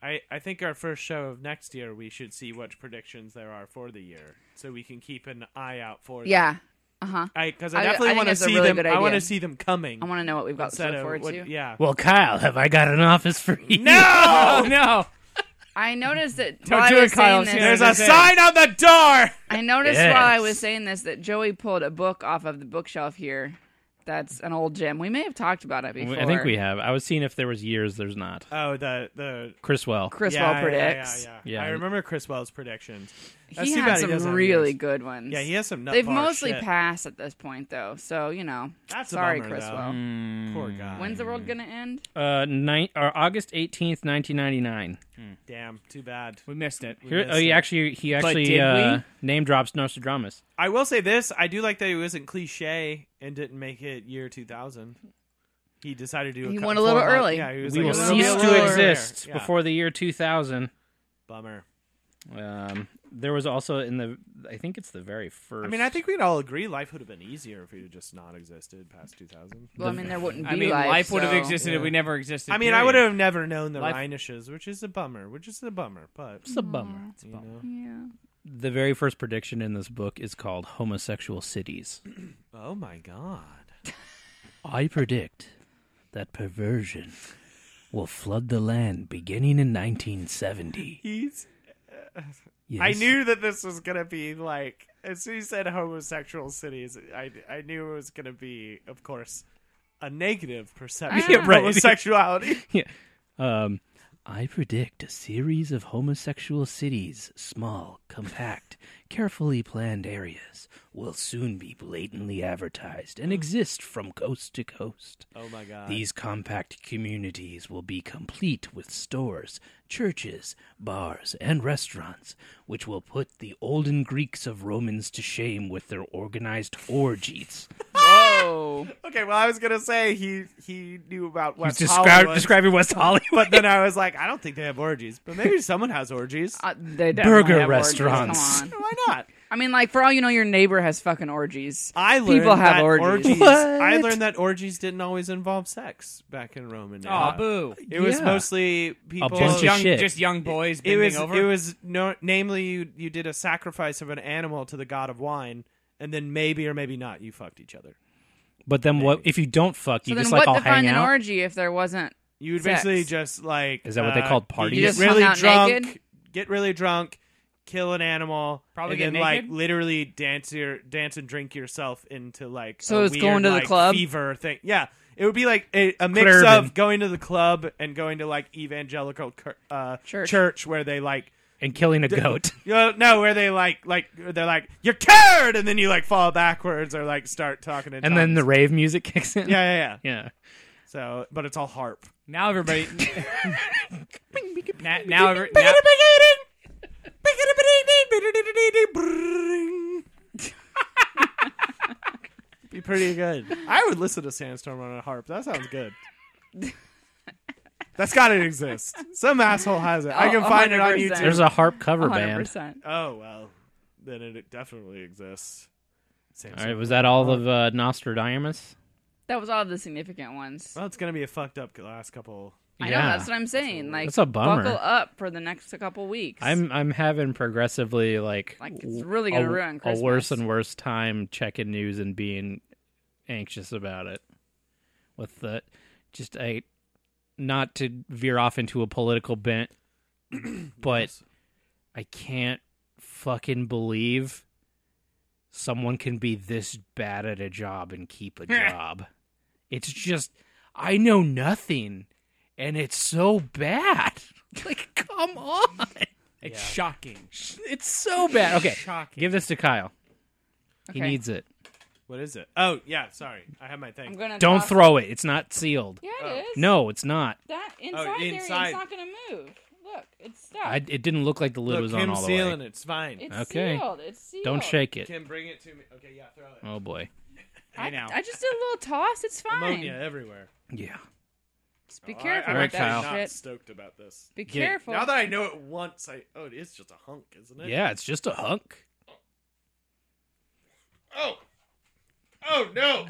[SPEAKER 4] I, I think our first show of next year, we should see what predictions there are for the year, so we can keep an eye out for. them.
[SPEAKER 2] Yeah. Uh huh.
[SPEAKER 4] because I,
[SPEAKER 2] I- I
[SPEAKER 4] definitely
[SPEAKER 2] think
[SPEAKER 4] want to
[SPEAKER 2] that's a
[SPEAKER 4] see
[SPEAKER 2] really
[SPEAKER 4] them.
[SPEAKER 2] good
[SPEAKER 4] I want to
[SPEAKER 2] idea.
[SPEAKER 4] see them coming.
[SPEAKER 2] I want to know what we've got to
[SPEAKER 4] instead
[SPEAKER 2] look
[SPEAKER 4] of
[SPEAKER 2] forward
[SPEAKER 4] what-
[SPEAKER 2] to.
[SPEAKER 4] Yeah.
[SPEAKER 1] Well, Kyle, have I got an office for you?
[SPEAKER 3] Oh, no.
[SPEAKER 2] I noticed that
[SPEAKER 3] Don't
[SPEAKER 2] while
[SPEAKER 3] do
[SPEAKER 2] I
[SPEAKER 3] it,
[SPEAKER 2] was
[SPEAKER 3] Kyle.
[SPEAKER 2] saying this,
[SPEAKER 4] There's
[SPEAKER 3] There's
[SPEAKER 4] a
[SPEAKER 3] a
[SPEAKER 4] sign on the door.
[SPEAKER 2] I noticed while I
[SPEAKER 1] Yes.
[SPEAKER 2] was saying this that Joey pulled a book off of the bookshelf here. That's an old gem. We may have talked about it before.
[SPEAKER 1] I think we have. I was seeing if there was years. There's not.
[SPEAKER 4] Oh, the the
[SPEAKER 1] Criswell.
[SPEAKER 2] Chris
[SPEAKER 4] yeah,
[SPEAKER 2] Wall
[SPEAKER 4] yeah,
[SPEAKER 2] predicts.
[SPEAKER 4] Yeah, yeah,
[SPEAKER 1] Yeah.
[SPEAKER 4] I remember Chris Well's predictions. That's
[SPEAKER 2] He
[SPEAKER 4] too
[SPEAKER 2] had
[SPEAKER 4] bad he
[SPEAKER 2] some
[SPEAKER 4] doesn't have
[SPEAKER 2] really
[SPEAKER 4] yours.
[SPEAKER 2] good ones.
[SPEAKER 4] Yeah, he has some. nut
[SPEAKER 2] They've
[SPEAKER 4] bar
[SPEAKER 2] mostly
[SPEAKER 4] shit.
[SPEAKER 2] passed at this point, though. So you know,
[SPEAKER 4] That's a
[SPEAKER 2] sorry,
[SPEAKER 4] bummer,
[SPEAKER 2] Chris
[SPEAKER 4] though.
[SPEAKER 2] Wall.
[SPEAKER 3] Mm.
[SPEAKER 4] Poor guy.
[SPEAKER 2] When's the world gonna end?
[SPEAKER 1] Uh, ni- or August 18th, 1999.
[SPEAKER 4] Damn, too bad.
[SPEAKER 3] We missed it.
[SPEAKER 1] Here, oh, he actually he actually
[SPEAKER 3] did
[SPEAKER 1] uh, name drops Nostradamus.
[SPEAKER 4] I will say this: I do like that he wasn't cliche and didn't make it year 2000. He decided to. do
[SPEAKER 2] He
[SPEAKER 4] cou-
[SPEAKER 2] went a little
[SPEAKER 4] four month-
[SPEAKER 2] early.
[SPEAKER 4] Yeah, he was
[SPEAKER 1] We
[SPEAKER 4] like,
[SPEAKER 1] will
[SPEAKER 4] a
[SPEAKER 2] "Well,
[SPEAKER 4] little
[SPEAKER 1] cease
[SPEAKER 4] bit
[SPEAKER 2] we'll
[SPEAKER 1] to
[SPEAKER 4] earlier."
[SPEAKER 1] exist
[SPEAKER 4] Yeah.
[SPEAKER 1] before the year 2000.
[SPEAKER 4] Bummer.
[SPEAKER 1] Um, there was also in the I think it's the very first.
[SPEAKER 4] I mean, I think we'd all agree life would have been easier if he had just not existed past 2000.
[SPEAKER 2] Well, I mean, there wouldn't be
[SPEAKER 3] I mean, life, would have
[SPEAKER 2] so-
[SPEAKER 3] existed if we never existed.
[SPEAKER 4] I mean, I
[SPEAKER 3] period.
[SPEAKER 4] would have never known the
[SPEAKER 3] Life-
[SPEAKER 4] Rhinishes, which is a bummer. Which is a bummer, but
[SPEAKER 1] it's a bummer.
[SPEAKER 4] you know.
[SPEAKER 2] Yeah.
[SPEAKER 1] The very first prediction in this book is called "Homosexual Cities."
[SPEAKER 4] Oh my god.
[SPEAKER 1] I predict that perversion will flood the land beginning in 1970.
[SPEAKER 4] He's.
[SPEAKER 1] Yes.
[SPEAKER 4] I knew that this was gonna be like as soon as you said homosexual cities, I I knew it was gonna be, of course, a negative perception
[SPEAKER 1] Yeah,
[SPEAKER 4] of
[SPEAKER 1] right.
[SPEAKER 4] homosexuality.
[SPEAKER 1] Yeah. Um, I predict a series of homosexual cities, small, compact, carefully planned areas, will soon be blatantly advertised and exist from coast to coast.
[SPEAKER 4] oh my god.
[SPEAKER 1] These compact communities will be complete with stores, churches, bars, and restaurants, which will put the olden Greeks of Romans to shame with their organized orgies.
[SPEAKER 2] Whoa.
[SPEAKER 4] Okay, well, I was gonna say he he knew about West Hollywood,
[SPEAKER 1] describing West Hollywood.
[SPEAKER 4] but then I was like, I don't think they have orgies, but maybe someone has orgies.
[SPEAKER 2] Uh, they definitely
[SPEAKER 1] Burger
[SPEAKER 2] have orgies,
[SPEAKER 1] restaurants.
[SPEAKER 2] Come on.
[SPEAKER 4] Why not?
[SPEAKER 2] I mean, like for all you know, your neighbor has fucking orgies.
[SPEAKER 4] I learned
[SPEAKER 2] People have
[SPEAKER 4] that
[SPEAKER 2] orgies.
[SPEAKER 1] What?
[SPEAKER 4] I learned that orgies didn't always involve sex back in Roman.
[SPEAKER 3] Aw,
[SPEAKER 4] era.
[SPEAKER 3] boo.
[SPEAKER 4] It was
[SPEAKER 1] Yeah.
[SPEAKER 4] mostly people.
[SPEAKER 1] bunch
[SPEAKER 3] Just
[SPEAKER 1] of
[SPEAKER 3] young,
[SPEAKER 1] shit.
[SPEAKER 3] just young boys
[SPEAKER 4] it
[SPEAKER 3] bending
[SPEAKER 4] was
[SPEAKER 3] over.
[SPEAKER 4] it was no, namely you you did a sacrifice of an animal to the god of wine, and then maybe or maybe not you fucked each other.
[SPEAKER 1] But then what if you don't fuck? You
[SPEAKER 2] So then,
[SPEAKER 1] just
[SPEAKER 2] what
[SPEAKER 1] like all
[SPEAKER 2] defined
[SPEAKER 1] hang
[SPEAKER 2] an
[SPEAKER 1] out.
[SPEAKER 2] orgy if there wasn't?
[SPEAKER 4] You would
[SPEAKER 2] Sex.
[SPEAKER 4] basically just like
[SPEAKER 1] Is that what they
[SPEAKER 4] uh,
[SPEAKER 1] called
[SPEAKER 4] You get
[SPEAKER 1] parties?
[SPEAKER 2] You just
[SPEAKER 4] really
[SPEAKER 2] hung out
[SPEAKER 4] drunk,
[SPEAKER 2] naked?
[SPEAKER 4] get really drunk, kill an animal,
[SPEAKER 3] Probably
[SPEAKER 4] and
[SPEAKER 3] get
[SPEAKER 4] then
[SPEAKER 3] naked?
[SPEAKER 4] like literally dance your dance and drink yourself into like
[SPEAKER 2] So
[SPEAKER 4] a
[SPEAKER 2] it's
[SPEAKER 4] weird,
[SPEAKER 2] going to the
[SPEAKER 4] like,
[SPEAKER 2] club?
[SPEAKER 4] fever thing. Yeah, It would be like a, a mix
[SPEAKER 1] Clerben.
[SPEAKER 4] of going to the club and going to like evangelical cur- uh,
[SPEAKER 2] Church.
[SPEAKER 4] where they like
[SPEAKER 1] and killing a goat.
[SPEAKER 4] you know, no, where they like like they're like you're cured, and then you like fall backwards or like start talking in
[SPEAKER 1] And then the
[SPEAKER 4] tongues.
[SPEAKER 1] rave music kicks in.
[SPEAKER 4] yeah yeah yeah.
[SPEAKER 1] Yeah.
[SPEAKER 4] So, but it's all harp.
[SPEAKER 3] Now everybody. now, now, every- now,
[SPEAKER 4] Be pretty good. I would listen to Sandstorm on a harp. That sounds good. That's got to exist. Some asshole has it. I
[SPEAKER 2] Oh,
[SPEAKER 4] can find it on
[SPEAKER 2] 100%.
[SPEAKER 4] YouTube.
[SPEAKER 1] There's a harp cover band.
[SPEAKER 2] 100%.
[SPEAKER 4] Oh well, then it definitely exists.
[SPEAKER 1] All right, was that all of uh, Nostradamus?
[SPEAKER 2] That was all the significant ones.
[SPEAKER 4] Well, it's gonna be a fucked up last couple.
[SPEAKER 2] I
[SPEAKER 1] Yeah.
[SPEAKER 2] know that's what I'm saying. Like,
[SPEAKER 1] That's a bummer.
[SPEAKER 2] buckle up for the next couple weeks.
[SPEAKER 1] I'm I'm having progressively like
[SPEAKER 2] Like, it's
[SPEAKER 1] w-
[SPEAKER 2] really gonna
[SPEAKER 1] a,
[SPEAKER 2] ruin
[SPEAKER 1] a
[SPEAKER 2] Christmas.
[SPEAKER 1] worse and worse time checking news and being anxious about it. With the just a not to veer off into a political bent, but I can't fucking believe someone can be this bad at a job and keep a job. It's just I know nothing and it's so bad. Like come on.
[SPEAKER 3] it's shocking.
[SPEAKER 1] It's so bad. Okay.
[SPEAKER 3] Shocking.
[SPEAKER 1] Give this to Kyle. He
[SPEAKER 2] Okay.
[SPEAKER 1] needs it.
[SPEAKER 4] What is it? Oh yeah, sorry, I have my
[SPEAKER 2] I'm
[SPEAKER 4] thing.
[SPEAKER 2] gonna
[SPEAKER 1] Don't
[SPEAKER 2] toss-
[SPEAKER 1] throw it. It's not sealed.
[SPEAKER 2] Yeah, it is.
[SPEAKER 1] No, it's not.
[SPEAKER 2] that inside, there,
[SPEAKER 4] Oh. inside.
[SPEAKER 2] it's not gonna move. Look, it's stuck.
[SPEAKER 1] I, it didn't look like the lid
[SPEAKER 4] Look,
[SPEAKER 1] was on
[SPEAKER 4] Kim
[SPEAKER 1] all the way.
[SPEAKER 4] sealing it. It's fine.
[SPEAKER 2] it's
[SPEAKER 1] okay.
[SPEAKER 2] sealed. It's sealed.
[SPEAKER 1] Don't shake it.
[SPEAKER 4] Kim, bring it to me. Okay, yeah, throw it.
[SPEAKER 1] Oh boy.
[SPEAKER 2] I,
[SPEAKER 3] I know.
[SPEAKER 2] I just did a little toss. It's fine.
[SPEAKER 4] Ammonia everywhere.
[SPEAKER 1] Yeah.
[SPEAKER 2] Just be careful
[SPEAKER 4] Oh, I,
[SPEAKER 1] All
[SPEAKER 4] I'm
[SPEAKER 1] right,
[SPEAKER 2] with
[SPEAKER 1] Kyle.
[SPEAKER 2] that
[SPEAKER 4] not
[SPEAKER 2] shit.
[SPEAKER 4] stoked about this.
[SPEAKER 2] Be
[SPEAKER 1] Get-
[SPEAKER 2] careful.
[SPEAKER 4] Now that I know it once, I oh, it is just a hunk, isn't it?
[SPEAKER 1] Yeah, it's just a hunk.
[SPEAKER 4] Oh. Oh no.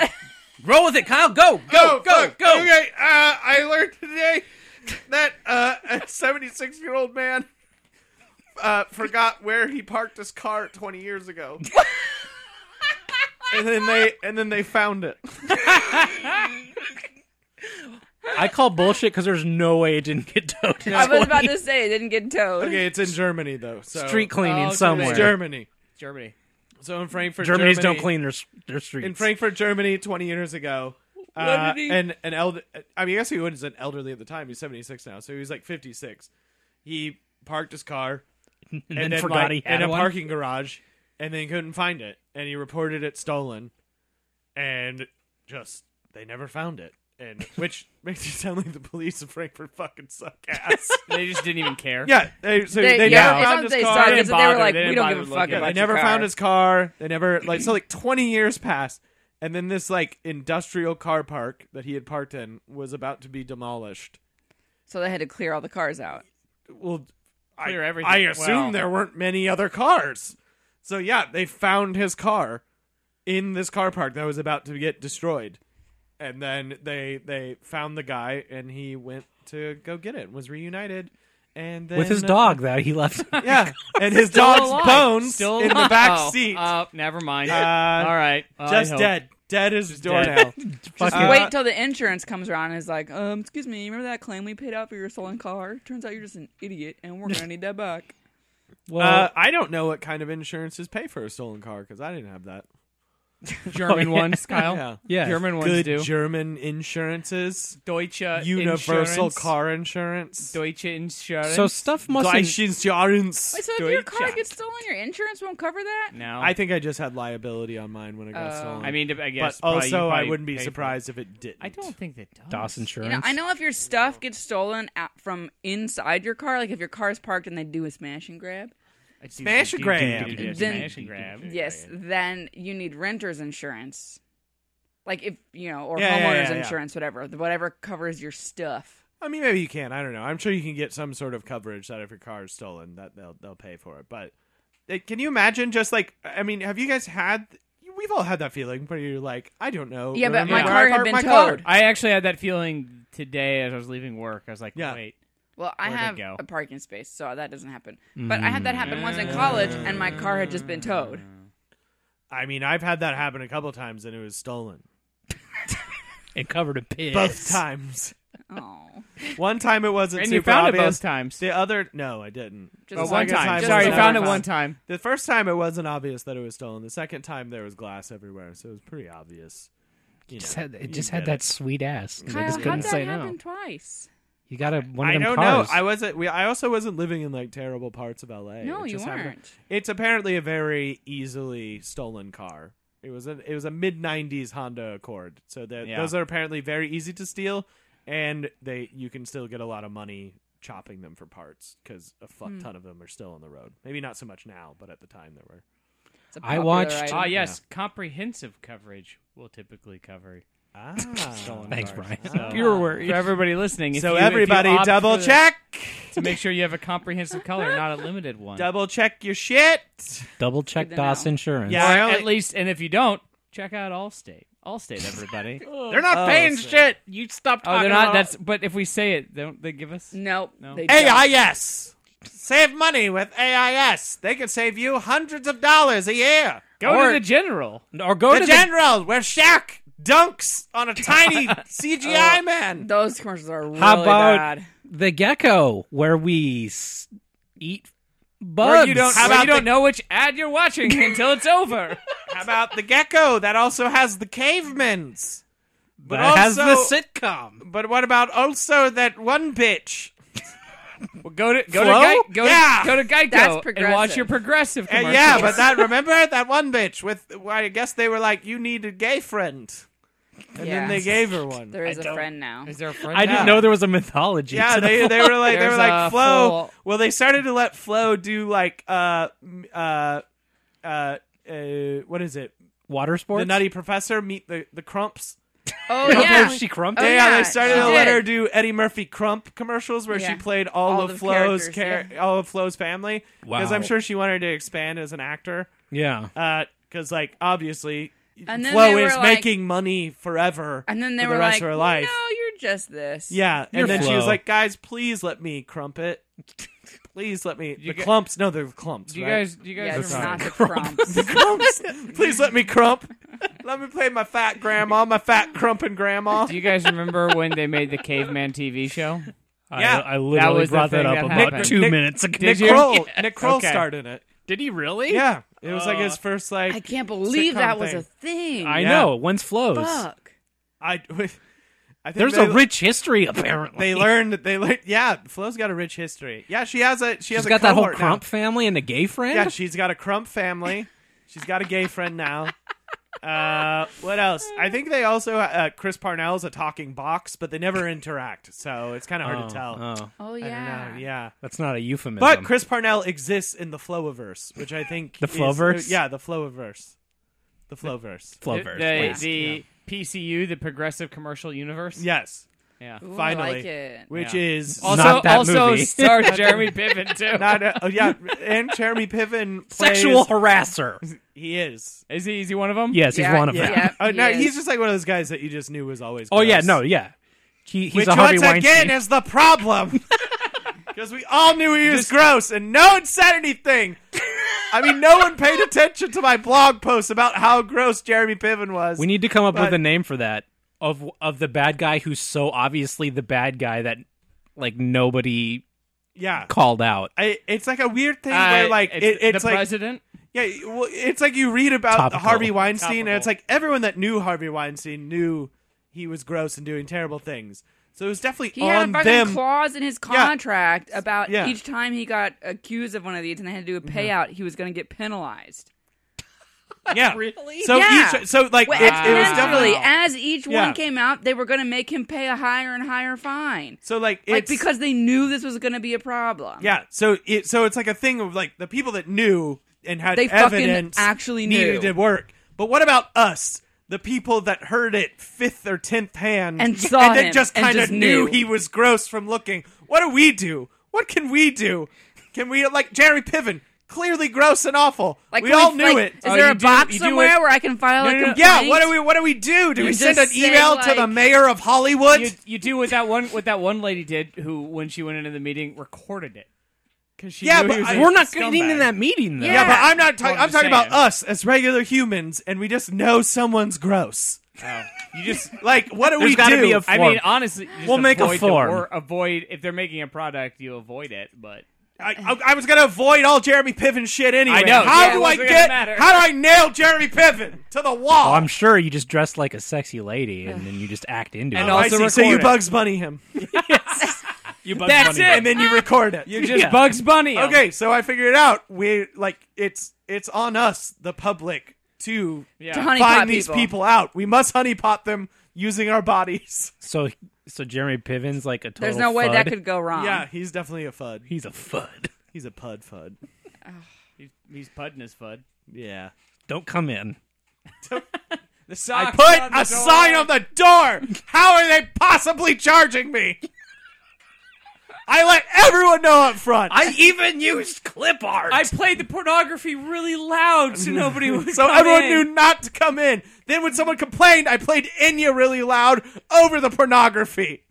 [SPEAKER 1] Roll with it, Kyle. Go.
[SPEAKER 2] Oh,
[SPEAKER 4] go, go, go. Oh, Okay, uh, I learned today that uh, a 76 year old man uh, forgot where he parked his car 20 years ago. and then they and then they found it.
[SPEAKER 1] I call bullshit because there's no way it didn't get towed.
[SPEAKER 2] I was about to say it didn't get towed.
[SPEAKER 4] Okay, it's in Germany though. So
[SPEAKER 1] street cleaning
[SPEAKER 3] Oh, so
[SPEAKER 1] somewhere.
[SPEAKER 4] It's Germany.
[SPEAKER 3] Germany.
[SPEAKER 4] So in Frankfurt,
[SPEAKER 1] Germany's
[SPEAKER 4] Germany,
[SPEAKER 1] don't clean their s- their streets.
[SPEAKER 4] in Frankfurt, Germany, 20 years ago. Uh,
[SPEAKER 2] did he-
[SPEAKER 4] and an elder, I mean, I guess he was an elderly at the time. He's 76 now, so he was like 56. He parked his car
[SPEAKER 1] and,
[SPEAKER 4] and
[SPEAKER 1] then
[SPEAKER 4] then,
[SPEAKER 1] forgot
[SPEAKER 4] like,
[SPEAKER 1] he had
[SPEAKER 4] in a
[SPEAKER 1] one.
[SPEAKER 4] parking garage, and then couldn't find it, and he reported it stolen, and just they never found it, and which makes you sound like the police of Frankfurt fucking suck ass.
[SPEAKER 3] They just didn't even care.
[SPEAKER 4] yeah, they, so
[SPEAKER 2] They,
[SPEAKER 4] they,
[SPEAKER 2] yeah,
[SPEAKER 4] never found
[SPEAKER 2] it's not that
[SPEAKER 4] his
[SPEAKER 2] they
[SPEAKER 4] car.
[SPEAKER 2] suck.
[SPEAKER 3] didn't
[SPEAKER 2] It's that they were
[SPEAKER 3] bother.
[SPEAKER 2] like,
[SPEAKER 3] They
[SPEAKER 2] we
[SPEAKER 3] didn't
[SPEAKER 2] don't
[SPEAKER 3] bother
[SPEAKER 2] give a
[SPEAKER 3] to
[SPEAKER 2] fuck
[SPEAKER 3] look at it.
[SPEAKER 2] about
[SPEAKER 4] they
[SPEAKER 3] They
[SPEAKER 2] your
[SPEAKER 4] never found
[SPEAKER 2] car.
[SPEAKER 4] his car. They never like so like 20 years passed, and then this like industrial car park that he had parked in was about to be demolished.
[SPEAKER 2] So they had to clear all the cars out.
[SPEAKER 4] well,
[SPEAKER 3] Clear
[SPEAKER 4] I,
[SPEAKER 3] everything.
[SPEAKER 4] I assume
[SPEAKER 3] Well-
[SPEAKER 4] there weren't many other cars. So yeah, they found his car in this car park that was about to get destroyed, and then they they found the guy, and he went to go get it. Was reunited, and then, uh,
[SPEAKER 1] with his dog that he left.
[SPEAKER 4] Yeah, and his
[SPEAKER 3] Still
[SPEAKER 4] dog's
[SPEAKER 3] alive.
[SPEAKER 4] bones
[SPEAKER 3] Still
[SPEAKER 4] in the
[SPEAKER 3] alive.
[SPEAKER 4] back
[SPEAKER 3] Oh,
[SPEAKER 4] seat,
[SPEAKER 3] Oh, never mind.
[SPEAKER 4] Uh,
[SPEAKER 3] All right. Well, I
[SPEAKER 4] just
[SPEAKER 3] hope-
[SPEAKER 4] dead, dead as a doornail.
[SPEAKER 3] dead.
[SPEAKER 1] Fucking-
[SPEAKER 4] Uh,
[SPEAKER 2] Wait till the insurance comes around and is like, um, excuse me, remember that claim we paid out for your stolen car? Turns out you're just an idiot and we're gonna need that back.
[SPEAKER 1] well,
[SPEAKER 4] Uh, I don't know what kind of insurances pay for a stolen car because I didn't have that.
[SPEAKER 3] German
[SPEAKER 1] Oh, yeah.
[SPEAKER 3] ones, Kyle.
[SPEAKER 4] Yeah.
[SPEAKER 1] Yeah.
[SPEAKER 3] German ones
[SPEAKER 4] Good
[SPEAKER 3] do.
[SPEAKER 4] German insurances.
[SPEAKER 3] Deutsche
[SPEAKER 4] universal
[SPEAKER 3] insurance.
[SPEAKER 4] car insurance.
[SPEAKER 3] Deutsche
[SPEAKER 4] Uh,
[SPEAKER 3] insurance.
[SPEAKER 1] so stuff must.
[SPEAKER 4] Deutsche insurance.
[SPEAKER 2] Wait, so if your
[SPEAKER 3] Deutsche.
[SPEAKER 2] car gets stolen, your insurance won't cover that?
[SPEAKER 3] no.
[SPEAKER 4] I think I just had liability on mine when it got
[SPEAKER 2] Oh.
[SPEAKER 4] stolen.
[SPEAKER 3] I mean, I
[SPEAKER 4] but
[SPEAKER 3] guess. probably- you
[SPEAKER 4] also I
[SPEAKER 3] probably
[SPEAKER 4] wouldn't be
[SPEAKER 3] pay for it.
[SPEAKER 4] surprised if it didn't.
[SPEAKER 3] I don't think that does.
[SPEAKER 1] DOS
[SPEAKER 2] You
[SPEAKER 1] insurance.
[SPEAKER 2] know, I know if your stuff gets stolen out from inside your car, like if your car is parked and they do a smash and grab,
[SPEAKER 3] It's
[SPEAKER 4] Smash
[SPEAKER 3] easy.
[SPEAKER 4] and grab.
[SPEAKER 3] Do, do, do, do, do,
[SPEAKER 2] Then-
[SPEAKER 3] Smash and grab.
[SPEAKER 2] yes, then you need renter's insurance. Like if, you know, or
[SPEAKER 4] Yeah, yeah,
[SPEAKER 2] homeowner's
[SPEAKER 4] yeah, yeah.
[SPEAKER 2] insurance, whatever, whatever covers your stuff.
[SPEAKER 4] I mean, maybe you can. I don't know. I'm sure you can get some sort of coverage that if your car is stolen, that they'll they'll pay for it. But eh, can you imagine? Just like I mean, have you guys had? We've all had that feeling where you're like, I don't know.
[SPEAKER 2] Yeah, but
[SPEAKER 4] remember
[SPEAKER 3] my
[SPEAKER 4] where I
[SPEAKER 2] car had
[SPEAKER 4] parked
[SPEAKER 2] been
[SPEAKER 4] my car.
[SPEAKER 2] towed.
[SPEAKER 3] I actually had that feeling today as I was leaving work. I was like,
[SPEAKER 4] Yeah.
[SPEAKER 3] wait.
[SPEAKER 2] Well, I
[SPEAKER 3] Where'd it
[SPEAKER 2] have
[SPEAKER 3] go?
[SPEAKER 2] a parking space, so that doesn't happen. But I had that happen once
[SPEAKER 4] Mm.
[SPEAKER 2] in college, and my car had just been towed.
[SPEAKER 4] I mean, I've had that happen a couple times, and it was stolen
[SPEAKER 1] it covered in piss.
[SPEAKER 4] both times.
[SPEAKER 2] Oh,
[SPEAKER 4] One time it wasn't
[SPEAKER 3] And
[SPEAKER 4] super
[SPEAKER 3] you found
[SPEAKER 4] obvious.
[SPEAKER 3] it both times.
[SPEAKER 4] The other, no, I didn't.
[SPEAKER 2] just
[SPEAKER 3] Oh,
[SPEAKER 2] so I
[SPEAKER 3] one
[SPEAKER 2] guess
[SPEAKER 3] time.
[SPEAKER 4] time.
[SPEAKER 3] Sorry,
[SPEAKER 4] Just
[SPEAKER 3] you found it
[SPEAKER 4] never
[SPEAKER 3] one
[SPEAKER 4] found-
[SPEAKER 3] time.
[SPEAKER 4] The first time it wasn't obvious that it was stolen. The second time there was glass everywhere, so it was pretty obvious. you
[SPEAKER 1] Just
[SPEAKER 4] know,
[SPEAKER 1] had, it
[SPEAKER 4] you
[SPEAKER 1] just
[SPEAKER 4] get
[SPEAKER 1] had that sweet ass. and
[SPEAKER 2] Kyle,
[SPEAKER 1] they just
[SPEAKER 2] how'd
[SPEAKER 1] couldn't
[SPEAKER 2] that
[SPEAKER 1] say
[SPEAKER 2] happen
[SPEAKER 1] no.
[SPEAKER 2] twice?
[SPEAKER 1] You got a one of
[SPEAKER 4] I
[SPEAKER 1] them
[SPEAKER 4] don't
[SPEAKER 1] cars.
[SPEAKER 4] know. I wasn't. We, I also wasn't living in like terrible parts of LA.
[SPEAKER 2] No,
[SPEAKER 4] It
[SPEAKER 2] you
[SPEAKER 4] just happened-
[SPEAKER 2] weren't.
[SPEAKER 4] It's apparently a very easily stolen car. It was a it was a mid '90s Honda Accord. So that
[SPEAKER 3] Yeah.
[SPEAKER 4] those are apparently very easy to steal, and they you can still get a lot of money chopping them for parts because a fuck ton of them are still on the road. Maybe not so much now, but at the time there were.
[SPEAKER 2] It's a
[SPEAKER 1] I
[SPEAKER 2] popular
[SPEAKER 1] watched-
[SPEAKER 2] item.
[SPEAKER 3] Ah, yes, comprehensive coverage will typically cover Ah.
[SPEAKER 4] Ah,
[SPEAKER 3] stolen
[SPEAKER 1] Thanks,
[SPEAKER 3] cars.
[SPEAKER 1] Brian.
[SPEAKER 3] So,
[SPEAKER 1] Pure words.
[SPEAKER 3] For everybody listening, if
[SPEAKER 4] So
[SPEAKER 3] you- if you
[SPEAKER 4] everybody,
[SPEAKER 3] opt for
[SPEAKER 4] double
[SPEAKER 3] the-
[SPEAKER 4] check,
[SPEAKER 3] to make sure you have a comprehensive color, not a limited one.
[SPEAKER 4] double check your shit.
[SPEAKER 1] Double
[SPEAKER 2] Good
[SPEAKER 1] check
[SPEAKER 2] to
[SPEAKER 1] DOS
[SPEAKER 2] know.
[SPEAKER 1] insurance.
[SPEAKER 4] Yeah.
[SPEAKER 3] Or
[SPEAKER 4] I
[SPEAKER 3] at
[SPEAKER 4] only-
[SPEAKER 3] least, and if you don't, check out Allstate. Allstate, everybody.
[SPEAKER 1] They're not
[SPEAKER 4] Oh,
[SPEAKER 1] paying
[SPEAKER 4] so-
[SPEAKER 1] shit. You stop talking
[SPEAKER 3] oh, they're not.
[SPEAKER 1] about-
[SPEAKER 3] That's. But if we say it, don't they give us?
[SPEAKER 2] Nope.
[SPEAKER 3] No.
[SPEAKER 2] they don't.
[SPEAKER 4] AIS. Save money with AIS. They can save you hundreds of dollars a year.
[SPEAKER 3] Go
[SPEAKER 1] Or-
[SPEAKER 3] to the general.
[SPEAKER 1] or go
[SPEAKER 4] the
[SPEAKER 1] to
[SPEAKER 4] general where Shaq dunks on a tiny
[SPEAKER 1] Oh.
[SPEAKER 4] CGI man.
[SPEAKER 2] Those commercials are really
[SPEAKER 1] the, how about
[SPEAKER 2] bad.
[SPEAKER 1] the gecko where we s- eat bugs?
[SPEAKER 3] Or you don't.
[SPEAKER 4] How
[SPEAKER 3] or
[SPEAKER 4] about
[SPEAKER 3] you don't
[SPEAKER 4] the-
[SPEAKER 3] know which ad you're watching until it's over.
[SPEAKER 4] How about the gecko that also has the cavemans? But
[SPEAKER 1] that has the
[SPEAKER 4] also-
[SPEAKER 1] sitcom.
[SPEAKER 4] But what about also that one bitch?
[SPEAKER 3] Well, go to go
[SPEAKER 4] Flo?
[SPEAKER 3] to Gei- go
[SPEAKER 4] Yeah.
[SPEAKER 3] to go to Geico and
[SPEAKER 2] That's
[SPEAKER 3] watch
[SPEAKER 2] progressive.
[SPEAKER 3] your progressive
[SPEAKER 4] Uh,
[SPEAKER 3] commercials.
[SPEAKER 4] yeah, but that remember that one bitch with. Well, I guess they were like, "You need a gay friend," and
[SPEAKER 2] yeah.
[SPEAKER 4] then they gave her one.
[SPEAKER 2] there is
[SPEAKER 1] I
[SPEAKER 2] a
[SPEAKER 1] don't-
[SPEAKER 2] friend now.
[SPEAKER 3] is there a friend?
[SPEAKER 1] I didn't
[SPEAKER 4] Yeah.
[SPEAKER 1] know there was a mythology.
[SPEAKER 4] Yeah,
[SPEAKER 1] to the
[SPEAKER 4] they, they were like they were
[SPEAKER 3] There's
[SPEAKER 4] like
[SPEAKER 3] a
[SPEAKER 4] Flo.
[SPEAKER 3] full-
[SPEAKER 4] Well, they started to let Flo do like uh m- uh uh, uh what is it?
[SPEAKER 1] water sports.
[SPEAKER 4] The Nutty Professor meet the the Crumps.
[SPEAKER 2] Oh
[SPEAKER 1] Okay,
[SPEAKER 2] yeah,
[SPEAKER 1] she crumped
[SPEAKER 2] Oh,
[SPEAKER 1] it.
[SPEAKER 4] yeah,
[SPEAKER 2] yeah,
[SPEAKER 4] they started
[SPEAKER 2] she
[SPEAKER 4] to let
[SPEAKER 2] did.
[SPEAKER 4] her do Eddie Murphy Crump commercials where
[SPEAKER 2] Yeah.
[SPEAKER 4] she played all,
[SPEAKER 2] All
[SPEAKER 4] of
[SPEAKER 2] the
[SPEAKER 4] Flo's
[SPEAKER 2] characters,
[SPEAKER 4] char- all of Flo's family because
[SPEAKER 1] Wow.
[SPEAKER 4] I'm sure she wanted to expand as an actor.
[SPEAKER 1] Yeah.
[SPEAKER 4] Because like obviously.
[SPEAKER 2] And then
[SPEAKER 4] Flo
[SPEAKER 2] they were
[SPEAKER 4] is
[SPEAKER 2] like-
[SPEAKER 4] making money forever
[SPEAKER 2] and then
[SPEAKER 4] for
[SPEAKER 2] they
[SPEAKER 4] the
[SPEAKER 2] were
[SPEAKER 4] rest
[SPEAKER 2] like,
[SPEAKER 4] of her life.
[SPEAKER 2] "No, you're just this."
[SPEAKER 4] Yeah, and
[SPEAKER 1] You're
[SPEAKER 4] then she was
[SPEAKER 1] Flo.
[SPEAKER 4] like, "Guys, please let me crumpet. Please let me the
[SPEAKER 3] You gu-
[SPEAKER 4] clumps. No, they're clumps.
[SPEAKER 3] Do you
[SPEAKER 4] right?
[SPEAKER 3] guys? Do you
[SPEAKER 2] yeah,
[SPEAKER 3] guys
[SPEAKER 2] it's
[SPEAKER 3] remember?
[SPEAKER 2] not the crumbs.
[SPEAKER 4] clumps? please let me crump. Let me play my fat grandma, my fat crumping grandma.
[SPEAKER 3] Do you guys remember when they made the caveman TV show?
[SPEAKER 4] Yeah,
[SPEAKER 1] I, I literally
[SPEAKER 3] was the
[SPEAKER 1] brought that
[SPEAKER 3] thing
[SPEAKER 1] up
[SPEAKER 3] that
[SPEAKER 1] about
[SPEAKER 3] happened.
[SPEAKER 1] two
[SPEAKER 4] Nick-
[SPEAKER 1] minutes ago.
[SPEAKER 4] Nick
[SPEAKER 3] Did you?
[SPEAKER 4] Kroll, Nick Kroll
[SPEAKER 3] Okay.
[SPEAKER 4] starred in it.
[SPEAKER 1] Did he really?
[SPEAKER 4] Yeah, it was like his first
[SPEAKER 2] I
[SPEAKER 4] like
[SPEAKER 2] can't believe
[SPEAKER 4] Sitcom
[SPEAKER 2] that was
[SPEAKER 4] thing.
[SPEAKER 2] a thing.
[SPEAKER 1] I
[SPEAKER 4] Yeah.
[SPEAKER 1] know. Once flows.
[SPEAKER 2] Fuck.
[SPEAKER 4] I. I think
[SPEAKER 1] There's
[SPEAKER 4] they,
[SPEAKER 1] a rich history apparently.
[SPEAKER 4] They learned. They learned. Yeah, Flo's got a rich history. Yeah, she has a. She has
[SPEAKER 1] She's
[SPEAKER 4] a
[SPEAKER 1] got that whole
[SPEAKER 4] cohort now.
[SPEAKER 1] Crump family and a gay friend.
[SPEAKER 4] Yeah, she's got a crump family. She's got a gay friend now. Uh, what else? I think they also uh, Chris Parnell's a talking box, but they never interact, so it's kind of hard
[SPEAKER 1] Oh,
[SPEAKER 4] to tell.
[SPEAKER 1] oh.
[SPEAKER 2] Oh
[SPEAKER 4] I
[SPEAKER 2] yeah.
[SPEAKER 4] don't know. Yeah.
[SPEAKER 1] that's not a euphemism.
[SPEAKER 4] But Chris Parnell exists in the Flowiverse, which I think
[SPEAKER 1] The
[SPEAKER 4] is- uh,
[SPEAKER 1] Flowiverse?
[SPEAKER 4] yeah, the Flowiverse, the Flowiverse.
[SPEAKER 1] Flowverse,
[SPEAKER 3] the
[SPEAKER 1] please.
[SPEAKER 3] the PCU, the Progressive Commercial Universe.
[SPEAKER 4] Yes,
[SPEAKER 3] yeah.
[SPEAKER 2] Ooh, I
[SPEAKER 4] Finally.
[SPEAKER 2] like it.
[SPEAKER 4] which
[SPEAKER 3] Yeah.
[SPEAKER 4] is
[SPEAKER 3] Also,
[SPEAKER 1] Not that
[SPEAKER 3] also
[SPEAKER 1] movie.
[SPEAKER 3] stars Jeremy Piven too.
[SPEAKER 4] not. uh, oh, yeah, and Jeremy Piven plays-
[SPEAKER 1] Sexual harasser.
[SPEAKER 4] He is.
[SPEAKER 3] is he? Is he one of them?
[SPEAKER 1] Yes,
[SPEAKER 2] Yeah,
[SPEAKER 1] he's one of them.
[SPEAKER 2] yeah.
[SPEAKER 4] Oh
[SPEAKER 2] He
[SPEAKER 4] no,
[SPEAKER 2] is.
[SPEAKER 4] he's just like one of those guys that you just knew was always.
[SPEAKER 1] Oh yeah,
[SPEAKER 4] gross.
[SPEAKER 1] no, yeah. He, he's
[SPEAKER 4] Which
[SPEAKER 1] a Harvey
[SPEAKER 4] once again
[SPEAKER 1] Weinstein.
[SPEAKER 4] is the problem. Because we all knew he was gross and no one said anything. I mean, no one paid attention to my blog post about how gross Jeremy Piven was.
[SPEAKER 1] we need to come up with
[SPEAKER 4] But-
[SPEAKER 1] a name for that of of the bad guy who's so obviously the bad guy that like nobody
[SPEAKER 4] yeah.
[SPEAKER 1] called out.
[SPEAKER 4] I, it's like a weird thing
[SPEAKER 3] Uh,
[SPEAKER 4] where like it, it's
[SPEAKER 3] the
[SPEAKER 4] like
[SPEAKER 3] president.
[SPEAKER 4] yeah, well, it's like you read about
[SPEAKER 1] Topical.
[SPEAKER 4] Harvey Weinstein and
[SPEAKER 3] Topical.
[SPEAKER 4] it's like everyone that knew Harvey Weinstein knew he was gross and doing terrible things. So it was definitely
[SPEAKER 2] He had
[SPEAKER 4] on
[SPEAKER 2] a fucking
[SPEAKER 4] them.
[SPEAKER 2] clause in his contract about
[SPEAKER 4] Yeah. Mm-hmm.
[SPEAKER 2] each time he got accused of one of these and they had to do a payout, he was going to get penalized.
[SPEAKER 4] yeah,
[SPEAKER 1] Really?
[SPEAKER 4] So
[SPEAKER 2] Yeah.
[SPEAKER 4] each, so like
[SPEAKER 2] Well,
[SPEAKER 4] it, it was
[SPEAKER 2] exponentially,
[SPEAKER 4] definitely
[SPEAKER 2] as each
[SPEAKER 4] Yeah.
[SPEAKER 2] one came out, they were going to make him pay a higher and higher fine,
[SPEAKER 4] so like it's
[SPEAKER 2] like because they knew this was going to be a problem.
[SPEAKER 4] Yeah, so it so it's like a thing of like the people that knew and had
[SPEAKER 2] They fucking
[SPEAKER 4] evidence
[SPEAKER 2] actually
[SPEAKER 4] needed to
[SPEAKER 2] knew.
[SPEAKER 4] work. But what about us, the people that heard it fifth or tenth hand
[SPEAKER 2] And saw
[SPEAKER 4] then
[SPEAKER 2] him
[SPEAKER 4] just
[SPEAKER 2] and
[SPEAKER 4] kind of
[SPEAKER 2] just
[SPEAKER 4] knew.
[SPEAKER 2] knew.
[SPEAKER 4] he was gross from looking? What do we do? What can we do? Can we like Jerry Piven? Clearly gross and awful.
[SPEAKER 2] like
[SPEAKER 4] we
[SPEAKER 2] can
[SPEAKER 4] all knew
[SPEAKER 2] like,
[SPEAKER 4] it.
[SPEAKER 2] Is
[SPEAKER 3] Oh,
[SPEAKER 2] there
[SPEAKER 3] you
[SPEAKER 2] a
[SPEAKER 3] do-
[SPEAKER 2] box
[SPEAKER 3] you do
[SPEAKER 2] somewhere
[SPEAKER 3] it-
[SPEAKER 2] where I can file
[SPEAKER 3] No,
[SPEAKER 2] a
[SPEAKER 3] no, no.
[SPEAKER 2] complaint?
[SPEAKER 4] yeah, what do we what do we do? Do we
[SPEAKER 2] just
[SPEAKER 4] send an
[SPEAKER 2] say,
[SPEAKER 4] email to the
[SPEAKER 2] like-
[SPEAKER 4] mayor of Hollywood?
[SPEAKER 3] You, you do what that one what that one lady did who when she went into the meeting recorded it because she
[SPEAKER 4] Yeah,
[SPEAKER 3] knew
[SPEAKER 4] but
[SPEAKER 3] he was
[SPEAKER 4] I-
[SPEAKER 3] a
[SPEAKER 1] We're not
[SPEAKER 3] scumbag.
[SPEAKER 1] getting in that meeting though.
[SPEAKER 2] Yeah.
[SPEAKER 4] Yeah, but I'm not.
[SPEAKER 3] Well,
[SPEAKER 4] talking.
[SPEAKER 3] I'm
[SPEAKER 4] I'm
[SPEAKER 3] just
[SPEAKER 4] talking about
[SPEAKER 3] saying.
[SPEAKER 4] us as regular humans, and we just know someone's gross.
[SPEAKER 3] You just
[SPEAKER 4] Like, what do we
[SPEAKER 1] gotta
[SPEAKER 4] do?
[SPEAKER 1] be a
[SPEAKER 3] I
[SPEAKER 1] Form.
[SPEAKER 3] mean honestly, you just
[SPEAKER 1] We'll make a
[SPEAKER 3] avoid the
[SPEAKER 1] form.
[SPEAKER 3] wor- avoid if they're making a product, you avoid it. But
[SPEAKER 4] I, I, I was gonna avoid all Jeremy Piven shit anyway.
[SPEAKER 3] I know.
[SPEAKER 4] How
[SPEAKER 2] Yeah, it
[SPEAKER 4] do I
[SPEAKER 3] wasn't gonna
[SPEAKER 4] get?
[SPEAKER 3] matter.
[SPEAKER 4] How do I nail Jeremy Piven to the wall?
[SPEAKER 1] Well, I'm sure you just dress like a sexy lady and then you just act into
[SPEAKER 3] And
[SPEAKER 1] it.
[SPEAKER 4] I
[SPEAKER 3] also
[SPEAKER 4] see. So
[SPEAKER 3] record
[SPEAKER 4] you
[SPEAKER 3] it.
[SPEAKER 4] Bugs Bunny him,
[SPEAKER 1] you
[SPEAKER 3] That's it.
[SPEAKER 4] and then Ah! you record it.
[SPEAKER 3] You're just
[SPEAKER 1] Yeah.
[SPEAKER 3] Bugs Bunny. him.
[SPEAKER 4] okay. So I figured it out. We like it's it's on us, the public, to
[SPEAKER 3] Yeah.
[SPEAKER 2] To honeypot
[SPEAKER 4] find these
[SPEAKER 2] people.
[SPEAKER 4] people out. We must honeypot them using our bodies.
[SPEAKER 1] So so Jeremy Piven's like a total.
[SPEAKER 2] There's no way
[SPEAKER 1] fud.
[SPEAKER 2] that could go wrong.
[SPEAKER 4] Yeah, he's definitely a fud.
[SPEAKER 1] He's a fud.
[SPEAKER 4] He's a pud fud.
[SPEAKER 3] He's, he's putting his fud.
[SPEAKER 4] Yeah.
[SPEAKER 1] Don't come in.
[SPEAKER 3] The
[SPEAKER 4] I
[SPEAKER 3] socks
[SPEAKER 4] put
[SPEAKER 3] on
[SPEAKER 4] a sign on the door. How are they possibly charging me? I let everyone know up front.
[SPEAKER 1] I even used clip art.
[SPEAKER 3] I played the pornography really loud so nobody would.
[SPEAKER 4] so
[SPEAKER 3] come
[SPEAKER 4] everyone
[SPEAKER 3] in.
[SPEAKER 4] knew not to come in. Then when someone complained, I played Enya really loud over the pornography.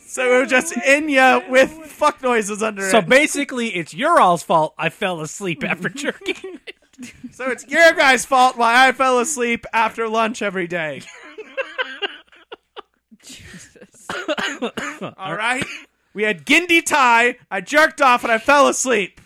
[SPEAKER 4] So it was just Enya with fuck noises under
[SPEAKER 1] so
[SPEAKER 4] it.
[SPEAKER 1] basically, it's your all's fault. I fell asleep after jerking.
[SPEAKER 4] So it's your guys' fault why I fell asleep after lunch every day.
[SPEAKER 2] Jesus.
[SPEAKER 4] All right? We had Gindi tie. I jerked off and I fell asleep.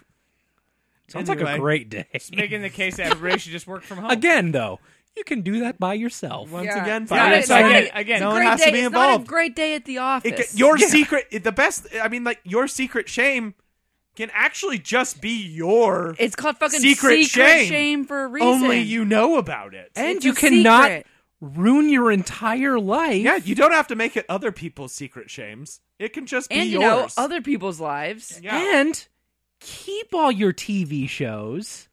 [SPEAKER 1] Sounds like
[SPEAKER 4] Anyway.
[SPEAKER 1] a great day.
[SPEAKER 3] Making the case that everybody should just work from home.
[SPEAKER 1] Again, though, you can do that by yourself.
[SPEAKER 4] Once
[SPEAKER 2] Yeah.
[SPEAKER 4] again,
[SPEAKER 2] Yeah,
[SPEAKER 4] fine.
[SPEAKER 2] it's not
[SPEAKER 3] Again,
[SPEAKER 2] a-
[SPEAKER 3] again.
[SPEAKER 2] it's a
[SPEAKER 4] No one
[SPEAKER 2] great
[SPEAKER 4] has to
[SPEAKER 2] day.
[SPEAKER 4] be
[SPEAKER 2] it's Not
[SPEAKER 4] involved.
[SPEAKER 2] a great day at the office.
[SPEAKER 4] It ca- your secret it- the best i mean like your secret shame can actually just be your
[SPEAKER 2] it's called fucking
[SPEAKER 4] secret shame.
[SPEAKER 2] for a reason.
[SPEAKER 4] only you know about it
[SPEAKER 1] and
[SPEAKER 2] It's
[SPEAKER 1] you
[SPEAKER 2] a
[SPEAKER 1] cannot
[SPEAKER 2] secret.
[SPEAKER 1] ruin your entire life.
[SPEAKER 4] yeah you don't have to make it other people's secret shames it can just be
[SPEAKER 2] and you know
[SPEAKER 4] yours
[SPEAKER 2] other people's lives.
[SPEAKER 4] yeah.
[SPEAKER 1] And keep all your TV shows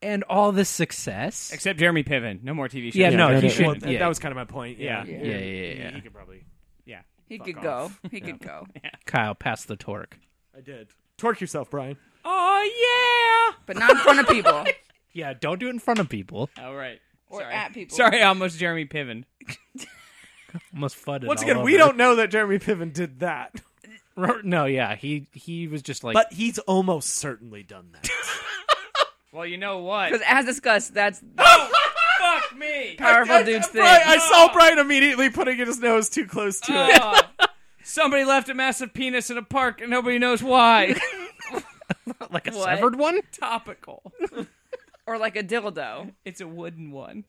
[SPEAKER 1] and all the success.
[SPEAKER 3] Except Jeremy Piven. No more TV shows.
[SPEAKER 1] Yeah, no,
[SPEAKER 4] Yeah,
[SPEAKER 1] he
[SPEAKER 4] that- well,
[SPEAKER 1] shouldn't.
[SPEAKER 4] that,
[SPEAKER 1] yeah.
[SPEAKER 4] that was kind of my point yeah
[SPEAKER 1] Yeah,
[SPEAKER 2] Yeah.
[SPEAKER 1] yeah, yeah,
[SPEAKER 4] He- he
[SPEAKER 1] yeah.
[SPEAKER 4] could probably
[SPEAKER 3] Yeah.
[SPEAKER 2] He
[SPEAKER 4] Fuck
[SPEAKER 2] could
[SPEAKER 4] off.
[SPEAKER 2] go. He could go.
[SPEAKER 1] Kyle, pass the torque.
[SPEAKER 4] i did torque yourself brian
[SPEAKER 3] Oh,
[SPEAKER 2] But not in front of people
[SPEAKER 1] Yeah, don't do it in front of people.
[SPEAKER 3] yeah. All right.
[SPEAKER 2] or
[SPEAKER 3] Sorry.
[SPEAKER 2] at people.
[SPEAKER 3] Sorry, I almost Jeremy Piven.
[SPEAKER 1] Almost fudded.
[SPEAKER 4] once
[SPEAKER 1] all
[SPEAKER 4] again we
[SPEAKER 1] over.
[SPEAKER 4] don't know that jeremy piven did that
[SPEAKER 1] No, yeah, he he was just like.
[SPEAKER 4] but he's almost certainly done that
[SPEAKER 3] Well, you know what?
[SPEAKER 2] Because as discussed, that's
[SPEAKER 3] Fuck me.
[SPEAKER 2] powerful
[SPEAKER 4] I,
[SPEAKER 2] dude's thing.
[SPEAKER 4] Brian- I saw brian immediately putting his nose too close to it
[SPEAKER 3] Uh, somebody left a massive penis in a park and nobody knows why.
[SPEAKER 1] like a
[SPEAKER 2] What?
[SPEAKER 1] severed one.
[SPEAKER 3] Topical.
[SPEAKER 2] or like a dildo.
[SPEAKER 3] It's a wooden one.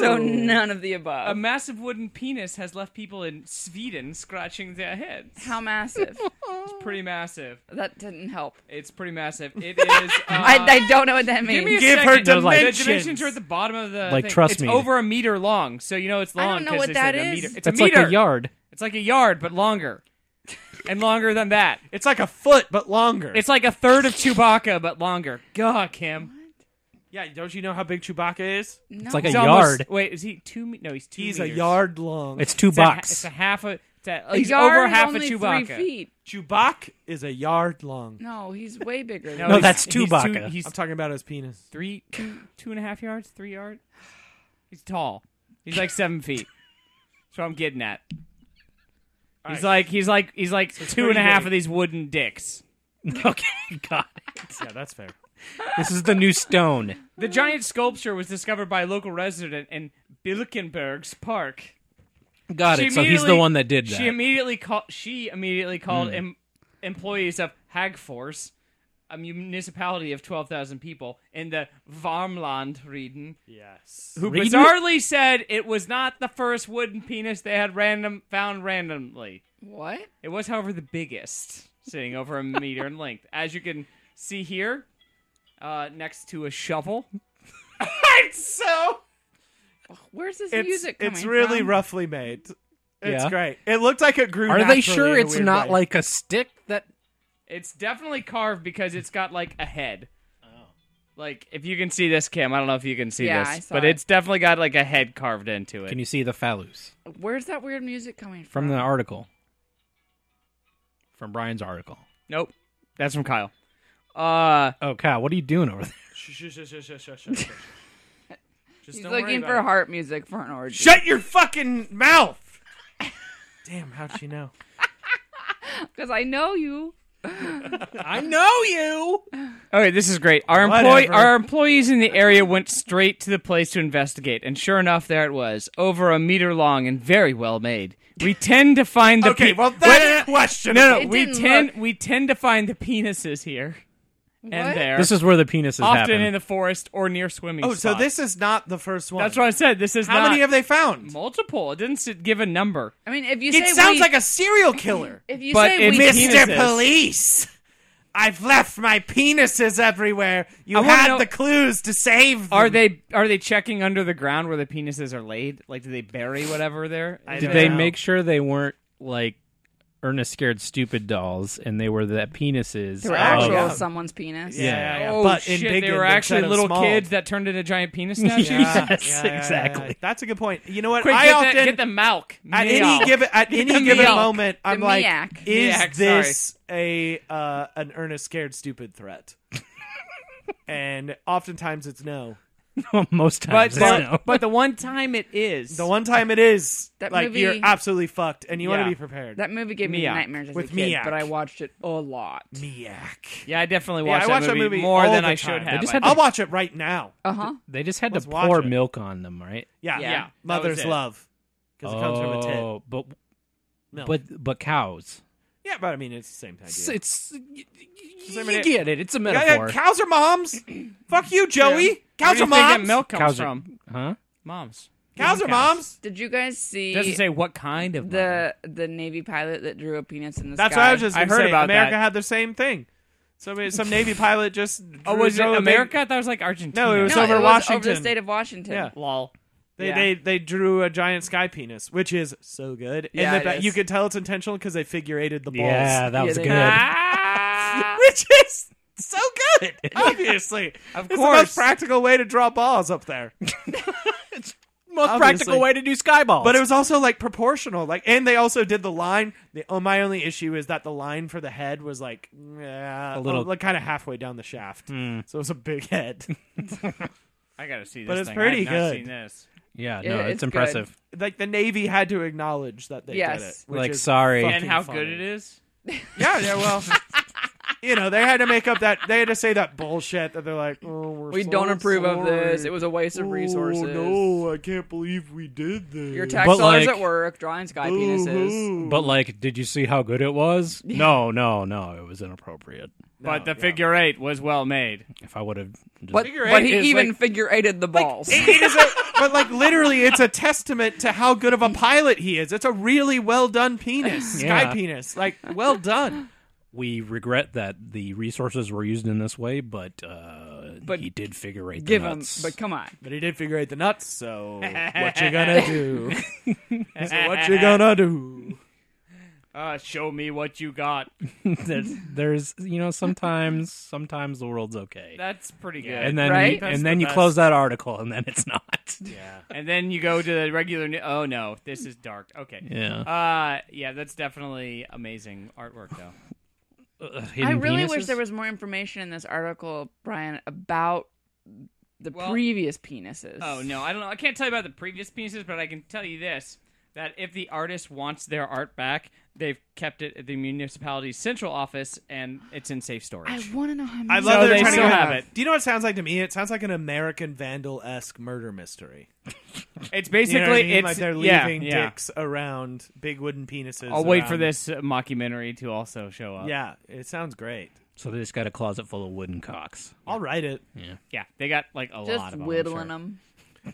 [SPEAKER 2] So none of the above.
[SPEAKER 4] Um,
[SPEAKER 3] A massive wooden penis has left people in Sweden scratching their heads.
[SPEAKER 2] How massive?
[SPEAKER 3] It's pretty massive.
[SPEAKER 2] that didn't help.
[SPEAKER 3] It's pretty massive. It is. Uh,
[SPEAKER 2] I, I don't know what that
[SPEAKER 3] give me a
[SPEAKER 2] means.
[SPEAKER 4] Give
[SPEAKER 3] second.
[SPEAKER 4] her
[SPEAKER 1] Those, like-
[SPEAKER 4] dimensions.
[SPEAKER 3] The dimensions are at the bottom of the.
[SPEAKER 1] Like,
[SPEAKER 3] thing.
[SPEAKER 1] trust
[SPEAKER 3] it's
[SPEAKER 1] me.
[SPEAKER 3] over a meter long, so you know it's
[SPEAKER 2] don't
[SPEAKER 3] long.
[SPEAKER 2] know
[SPEAKER 3] 'cause
[SPEAKER 2] what
[SPEAKER 3] they said
[SPEAKER 2] that
[SPEAKER 3] a
[SPEAKER 2] is.
[SPEAKER 3] meter. It's
[SPEAKER 1] That's
[SPEAKER 3] a
[SPEAKER 1] like
[SPEAKER 3] meter.
[SPEAKER 1] a yard.
[SPEAKER 3] It's like a yard, but longer, and longer than that.
[SPEAKER 4] It's like a foot, but longer.
[SPEAKER 3] It's like a third of Chewbacca, but longer. God, Kim.
[SPEAKER 4] yeah. Don't you know how big Chewbacca is?
[SPEAKER 1] It's like a
[SPEAKER 3] He's almost-
[SPEAKER 1] yard.
[SPEAKER 3] Wait, is he two? me- No, he's two.
[SPEAKER 4] He's a
[SPEAKER 3] meters.
[SPEAKER 4] yard long.
[SPEAKER 1] It's two
[SPEAKER 3] It's a, ha-
[SPEAKER 1] bucks.
[SPEAKER 3] it's a half a. It's a,
[SPEAKER 2] A
[SPEAKER 3] he's
[SPEAKER 2] yard
[SPEAKER 3] over half
[SPEAKER 2] only
[SPEAKER 3] a
[SPEAKER 2] three
[SPEAKER 3] Chewbacca.
[SPEAKER 2] feet.
[SPEAKER 4] Chewbacca is a yard long.
[SPEAKER 2] No, he's way bigger.
[SPEAKER 1] No,
[SPEAKER 2] than
[SPEAKER 3] he's-
[SPEAKER 2] that.
[SPEAKER 1] that's
[SPEAKER 3] he's
[SPEAKER 1] Chewbacca.
[SPEAKER 3] Two, he's
[SPEAKER 4] I'm talking about his penis.
[SPEAKER 3] three, two, two and a half yards, three yard. He's tall. He's like seven feet. That's what I'm getting at. He's
[SPEAKER 4] right.
[SPEAKER 3] like he's like he's like two and a
[SPEAKER 4] pretty
[SPEAKER 3] half
[SPEAKER 4] big.
[SPEAKER 3] of these wooden dicks.
[SPEAKER 1] okay, got it.
[SPEAKER 4] Yeah, that's fair.
[SPEAKER 1] This is the new stone.
[SPEAKER 3] The giant sculpture was discovered by a local resident in Bilkenberg's park.
[SPEAKER 1] Got
[SPEAKER 3] She
[SPEAKER 1] it. So he's the
[SPEAKER 3] immediately-
[SPEAKER 1] one that did that. Hmm.
[SPEAKER 3] She immediately called. She immediately called em- employees of Hagfors, a municipality of twelve thousand people in the Varmland region,
[SPEAKER 4] Yes.
[SPEAKER 3] who
[SPEAKER 1] Region?
[SPEAKER 3] bizarrely said it was not the first wooden penis they had random found randomly.
[SPEAKER 2] What?
[SPEAKER 3] It was, however, the biggest, sitting over a meter in length, as you can see here, uh, next to a shovel.
[SPEAKER 4] so
[SPEAKER 2] Where's this
[SPEAKER 4] it's
[SPEAKER 2] music coming
[SPEAKER 4] it's really
[SPEAKER 2] from?
[SPEAKER 4] roughly made. It's
[SPEAKER 1] Yeah.
[SPEAKER 4] great. It looked like it grew.
[SPEAKER 1] Are
[SPEAKER 4] naturally
[SPEAKER 1] they sure
[SPEAKER 4] in a
[SPEAKER 1] it's
[SPEAKER 4] weird
[SPEAKER 1] not
[SPEAKER 4] way.
[SPEAKER 1] like a stick that?
[SPEAKER 3] It's definitely carved because it's got like a head.
[SPEAKER 4] Oh.
[SPEAKER 3] Like if you can see this, Kim, I don't know if you can see
[SPEAKER 2] Yeah,
[SPEAKER 3] this,
[SPEAKER 2] I saw
[SPEAKER 3] but
[SPEAKER 2] it.
[SPEAKER 3] it's definitely got like a head carved into it.
[SPEAKER 1] Can you see the phallus
[SPEAKER 2] Where's that weird music coming
[SPEAKER 1] from
[SPEAKER 2] from?
[SPEAKER 1] the article? From Brian's article.
[SPEAKER 3] Nope, that's from Kyle. Uh,
[SPEAKER 1] Oh, Kyle, what are you doing over there?
[SPEAKER 4] Shh, shh, shh, shh, shh, shh, shh, shh. Just
[SPEAKER 2] He's
[SPEAKER 4] don't worry
[SPEAKER 2] looking
[SPEAKER 4] about
[SPEAKER 2] for
[SPEAKER 4] it.
[SPEAKER 2] heart music for an orgy.
[SPEAKER 4] Shut your fucking mouth. Damn, how'd she know?
[SPEAKER 2] Because I know you.
[SPEAKER 1] I know you.
[SPEAKER 3] Okay, this is great. Our employee,
[SPEAKER 4] Whatever.
[SPEAKER 3] our employees in the area went straight to the place to investigate, and sure enough, there it was, over a meter long and very well made. We tend to find the
[SPEAKER 4] Okay,
[SPEAKER 3] pe-
[SPEAKER 4] well that's questionable.
[SPEAKER 3] no, no,
[SPEAKER 2] It
[SPEAKER 3] we
[SPEAKER 2] didn't
[SPEAKER 3] tend
[SPEAKER 2] look-
[SPEAKER 3] we tend to find the penises here and
[SPEAKER 2] What?
[SPEAKER 3] there,
[SPEAKER 1] This is where the penises
[SPEAKER 3] often
[SPEAKER 1] happen.
[SPEAKER 3] in the forest or near swimming.
[SPEAKER 4] Oh, so
[SPEAKER 3] spots.
[SPEAKER 4] this is not the first one.
[SPEAKER 3] That's what I said. This is
[SPEAKER 4] How
[SPEAKER 3] not
[SPEAKER 4] many have they found?
[SPEAKER 3] multiple. It didn't s- give a number.
[SPEAKER 2] I mean, if you
[SPEAKER 4] It
[SPEAKER 2] say
[SPEAKER 4] sounds
[SPEAKER 2] we,
[SPEAKER 4] like a serial killer.
[SPEAKER 2] if you
[SPEAKER 3] But
[SPEAKER 2] say
[SPEAKER 3] it
[SPEAKER 2] we,
[SPEAKER 3] missed
[SPEAKER 2] can't-
[SPEAKER 3] it.
[SPEAKER 4] Mr.
[SPEAKER 3] Penises.
[SPEAKER 4] Police, I've left my penises everywhere. You
[SPEAKER 3] I wanna
[SPEAKER 4] had
[SPEAKER 3] know-
[SPEAKER 4] the clues to save them.
[SPEAKER 3] Are they are they checking under the ground where the penises are laid? Like, do they bury whatever there?
[SPEAKER 4] I
[SPEAKER 3] is
[SPEAKER 4] don't
[SPEAKER 1] Did
[SPEAKER 3] there?
[SPEAKER 1] they
[SPEAKER 4] know.
[SPEAKER 1] make sure they weren't like Ernest Scared Stupid dolls and they were the penises?
[SPEAKER 2] they were
[SPEAKER 1] of-
[SPEAKER 2] actual
[SPEAKER 4] yeah.
[SPEAKER 2] someone's penis.
[SPEAKER 4] Yeah, yeah, yeah.
[SPEAKER 3] Oh
[SPEAKER 4] but
[SPEAKER 3] shit!
[SPEAKER 4] indignant
[SPEAKER 3] they were
[SPEAKER 4] instead
[SPEAKER 3] actually
[SPEAKER 4] of
[SPEAKER 3] little
[SPEAKER 4] small.
[SPEAKER 3] kids that turned into giant penis statues.
[SPEAKER 1] Yeah. Yes, exactly.
[SPEAKER 4] That's a good point. You know what?
[SPEAKER 3] Quick,
[SPEAKER 4] I
[SPEAKER 3] get,
[SPEAKER 4] often
[SPEAKER 3] that, get the milk.
[SPEAKER 4] at
[SPEAKER 3] Meow.
[SPEAKER 4] any given at any
[SPEAKER 3] the
[SPEAKER 4] given
[SPEAKER 3] meow.
[SPEAKER 4] moment, I'm like,
[SPEAKER 2] meac.
[SPEAKER 4] is
[SPEAKER 3] Meac, sorry.
[SPEAKER 4] this a uh, an earnest, scared, stupid threat? and oftentimes it's no.
[SPEAKER 1] Most
[SPEAKER 3] but
[SPEAKER 1] times, I
[SPEAKER 3] but,
[SPEAKER 1] know.
[SPEAKER 3] but the one time it is
[SPEAKER 4] The one time it is
[SPEAKER 2] That
[SPEAKER 4] like
[SPEAKER 2] movie-
[SPEAKER 4] you're absolutely fucked, and you want
[SPEAKER 3] Yeah.
[SPEAKER 4] to be prepared.
[SPEAKER 2] That movie gave me
[SPEAKER 3] Meow.
[SPEAKER 2] nightmares as
[SPEAKER 4] With
[SPEAKER 2] a kid,
[SPEAKER 4] meow.
[SPEAKER 2] but I watched it a lot.
[SPEAKER 4] Miak.
[SPEAKER 3] Yeah, I definitely
[SPEAKER 4] Yeah,
[SPEAKER 3] watched,
[SPEAKER 4] I
[SPEAKER 3] that,
[SPEAKER 4] watch
[SPEAKER 3] movie
[SPEAKER 4] that movie
[SPEAKER 3] more
[SPEAKER 4] all
[SPEAKER 3] than
[SPEAKER 4] the
[SPEAKER 3] I should
[SPEAKER 4] time.
[SPEAKER 3] have.
[SPEAKER 4] They
[SPEAKER 1] just
[SPEAKER 3] I
[SPEAKER 1] had
[SPEAKER 4] I'll
[SPEAKER 3] think.
[SPEAKER 4] watch it right now.
[SPEAKER 2] Uh huh.
[SPEAKER 1] they just had to
[SPEAKER 4] Let's watch
[SPEAKER 1] pour
[SPEAKER 4] it.
[SPEAKER 1] milk on them, right?
[SPEAKER 4] Yeah,
[SPEAKER 3] Yeah, that was
[SPEAKER 4] Mother's
[SPEAKER 3] it.
[SPEAKER 4] love because it comes from a tit.
[SPEAKER 1] Oh, but
[SPEAKER 4] Milk.
[SPEAKER 1] but but cows.
[SPEAKER 4] yeah, but I mean it's the same idea.
[SPEAKER 1] It's, it's you,
[SPEAKER 4] Same
[SPEAKER 1] you
[SPEAKER 4] idea.
[SPEAKER 1] get it. It's a
[SPEAKER 4] Yeah,
[SPEAKER 1] metaphor.
[SPEAKER 4] yeah, cows are moms. Fuck you, Joey.
[SPEAKER 3] Where
[SPEAKER 4] Cows
[SPEAKER 3] do
[SPEAKER 4] are
[SPEAKER 3] you think that
[SPEAKER 4] moms.
[SPEAKER 3] milk comes
[SPEAKER 1] cows are-
[SPEAKER 3] from?
[SPEAKER 1] huh?
[SPEAKER 3] Moms.
[SPEAKER 4] Cows are moms.
[SPEAKER 2] Did you guys
[SPEAKER 3] It
[SPEAKER 2] see
[SPEAKER 3] doesn't say what kind of mother.
[SPEAKER 2] the the Navy pilot that drew a penis in the
[SPEAKER 4] That's
[SPEAKER 2] sky?
[SPEAKER 4] what I was just.
[SPEAKER 3] I
[SPEAKER 4] gonna
[SPEAKER 3] heard
[SPEAKER 4] say.
[SPEAKER 3] about
[SPEAKER 4] America
[SPEAKER 3] that.
[SPEAKER 4] had the same thing. Some some Navy pilot just.
[SPEAKER 3] Oh, was it
[SPEAKER 4] drove a big-
[SPEAKER 3] America? I thought it was like Argentina.
[SPEAKER 4] No, it was
[SPEAKER 2] No,
[SPEAKER 4] over
[SPEAKER 2] it was over
[SPEAKER 4] Washington.
[SPEAKER 2] the state of Washington.
[SPEAKER 4] Yeah.
[SPEAKER 3] lol.
[SPEAKER 4] They,
[SPEAKER 3] Yeah.
[SPEAKER 4] they they drew a giant sky penis, which is so good.
[SPEAKER 2] Yeah,
[SPEAKER 4] and the,
[SPEAKER 2] it is.
[SPEAKER 4] you could tell it's intentional because they figurated the balls,
[SPEAKER 1] Yeah, that
[SPEAKER 2] Yeah,
[SPEAKER 1] was
[SPEAKER 2] they-
[SPEAKER 1] good.
[SPEAKER 4] which is so good. Obviously,
[SPEAKER 3] Of
[SPEAKER 4] it's the
[SPEAKER 3] course.
[SPEAKER 4] most practical way to draw balls up there.
[SPEAKER 1] Most
[SPEAKER 4] Obviously.
[SPEAKER 1] practical way to do skyballs.
[SPEAKER 4] But it was also like proportional, like, and they also did the line. The, oh, my only issue is that the line for the head was like, yeah,
[SPEAKER 1] A little-
[SPEAKER 4] like kind of halfway down the shaft, so it was a big head.
[SPEAKER 3] I gotta see this.
[SPEAKER 4] But it's
[SPEAKER 3] thing.
[SPEAKER 4] pretty
[SPEAKER 3] I have not
[SPEAKER 4] good.
[SPEAKER 3] Seen this.
[SPEAKER 1] yeah,
[SPEAKER 2] Yeah,
[SPEAKER 1] no, it's,
[SPEAKER 2] it's good.
[SPEAKER 1] impressive.
[SPEAKER 4] like the Navy had to acknowledge that they did it.
[SPEAKER 2] Yes.
[SPEAKER 4] which
[SPEAKER 1] Like,
[SPEAKER 4] is
[SPEAKER 1] sorry.
[SPEAKER 4] fucking
[SPEAKER 3] And how
[SPEAKER 4] funny.
[SPEAKER 3] good it is.
[SPEAKER 4] Yeah, yeah, well. You know, they had to make up that they had to say that bullshit that they're like, oh, we're
[SPEAKER 2] We
[SPEAKER 4] so
[SPEAKER 2] don't approve of this.
[SPEAKER 4] sorry.
[SPEAKER 2] It was a waste of resources.
[SPEAKER 4] Oh no, I can't believe we did this.
[SPEAKER 2] Your tax
[SPEAKER 1] But,
[SPEAKER 2] dollars
[SPEAKER 1] like-
[SPEAKER 2] at work, drawing sky penises.
[SPEAKER 4] Boo-hoo.
[SPEAKER 1] But like, did you see how good it was? No, no, no, it was inappropriate.
[SPEAKER 3] But the figure eight was well made.
[SPEAKER 1] If I would have, just...
[SPEAKER 2] But,
[SPEAKER 4] Figure
[SPEAKER 2] but
[SPEAKER 4] eight
[SPEAKER 2] he
[SPEAKER 4] is
[SPEAKER 2] even
[SPEAKER 4] like-
[SPEAKER 2] figure eighted the balls.
[SPEAKER 4] It- it is a- but like literally, it's a testament to how good of a pilot he is. It's a really well done penis,
[SPEAKER 1] Yeah.
[SPEAKER 4] sky penis, like well done.
[SPEAKER 1] we regret that the resources were used in this way, but uh,
[SPEAKER 2] But
[SPEAKER 1] he did figure eight.
[SPEAKER 2] Give
[SPEAKER 1] the
[SPEAKER 2] him,
[SPEAKER 1] nuts.
[SPEAKER 2] but come on.
[SPEAKER 4] But he did figure out the nuts. So what you gonna do? so what you gonna do?
[SPEAKER 3] Uh, show me what you got.
[SPEAKER 1] there's, there's, you know, sometimes, sometimes the world's okay,
[SPEAKER 3] That's pretty good.
[SPEAKER 1] and then
[SPEAKER 2] Right?
[SPEAKER 1] you,
[SPEAKER 4] That's
[SPEAKER 1] and then
[SPEAKER 4] the
[SPEAKER 1] you
[SPEAKER 4] best.
[SPEAKER 1] close that article, and then it's not.
[SPEAKER 4] Yeah.
[SPEAKER 3] and then you go to the regular. New- oh no, this is dark. Okay.
[SPEAKER 1] Yeah.
[SPEAKER 3] Uh, yeah, that's definitely amazing artwork though.
[SPEAKER 1] Uh,
[SPEAKER 2] I
[SPEAKER 1] hidden
[SPEAKER 2] really wish
[SPEAKER 1] penises?
[SPEAKER 2] there was more information in this article, Brian, about the
[SPEAKER 3] Well-
[SPEAKER 2] previous penises.
[SPEAKER 3] Oh no, I don't know. I can't tell you about the previous pieces, but I can tell you this: that if the artist wants their art back, they've kept it at the municipality's central office, and it's in safe storage.
[SPEAKER 2] I want to know how many.
[SPEAKER 4] I love that
[SPEAKER 3] they
[SPEAKER 4] they're trying
[SPEAKER 3] still
[SPEAKER 4] to get-
[SPEAKER 3] have it.
[SPEAKER 4] Do you know what it sounds like to me? It sounds like an American Vandal esque murder mystery.
[SPEAKER 3] it's
[SPEAKER 4] You know
[SPEAKER 3] basically
[SPEAKER 4] what I mean?
[SPEAKER 3] it's
[SPEAKER 4] like they're
[SPEAKER 3] yeah,
[SPEAKER 4] leaving
[SPEAKER 3] yeah.
[SPEAKER 4] dicks around, big wooden penises.
[SPEAKER 3] I'll wait for
[SPEAKER 4] around.
[SPEAKER 3] this uh, mockumentary to also show up.
[SPEAKER 4] Yeah, it sounds great.
[SPEAKER 1] So they just got a closet full of wooden cocks.
[SPEAKER 4] I'll write it.
[SPEAKER 3] Yeah, they got like a lot
[SPEAKER 2] Just
[SPEAKER 3] of them, I'm
[SPEAKER 2] whittling
[SPEAKER 3] sure.
[SPEAKER 2] them.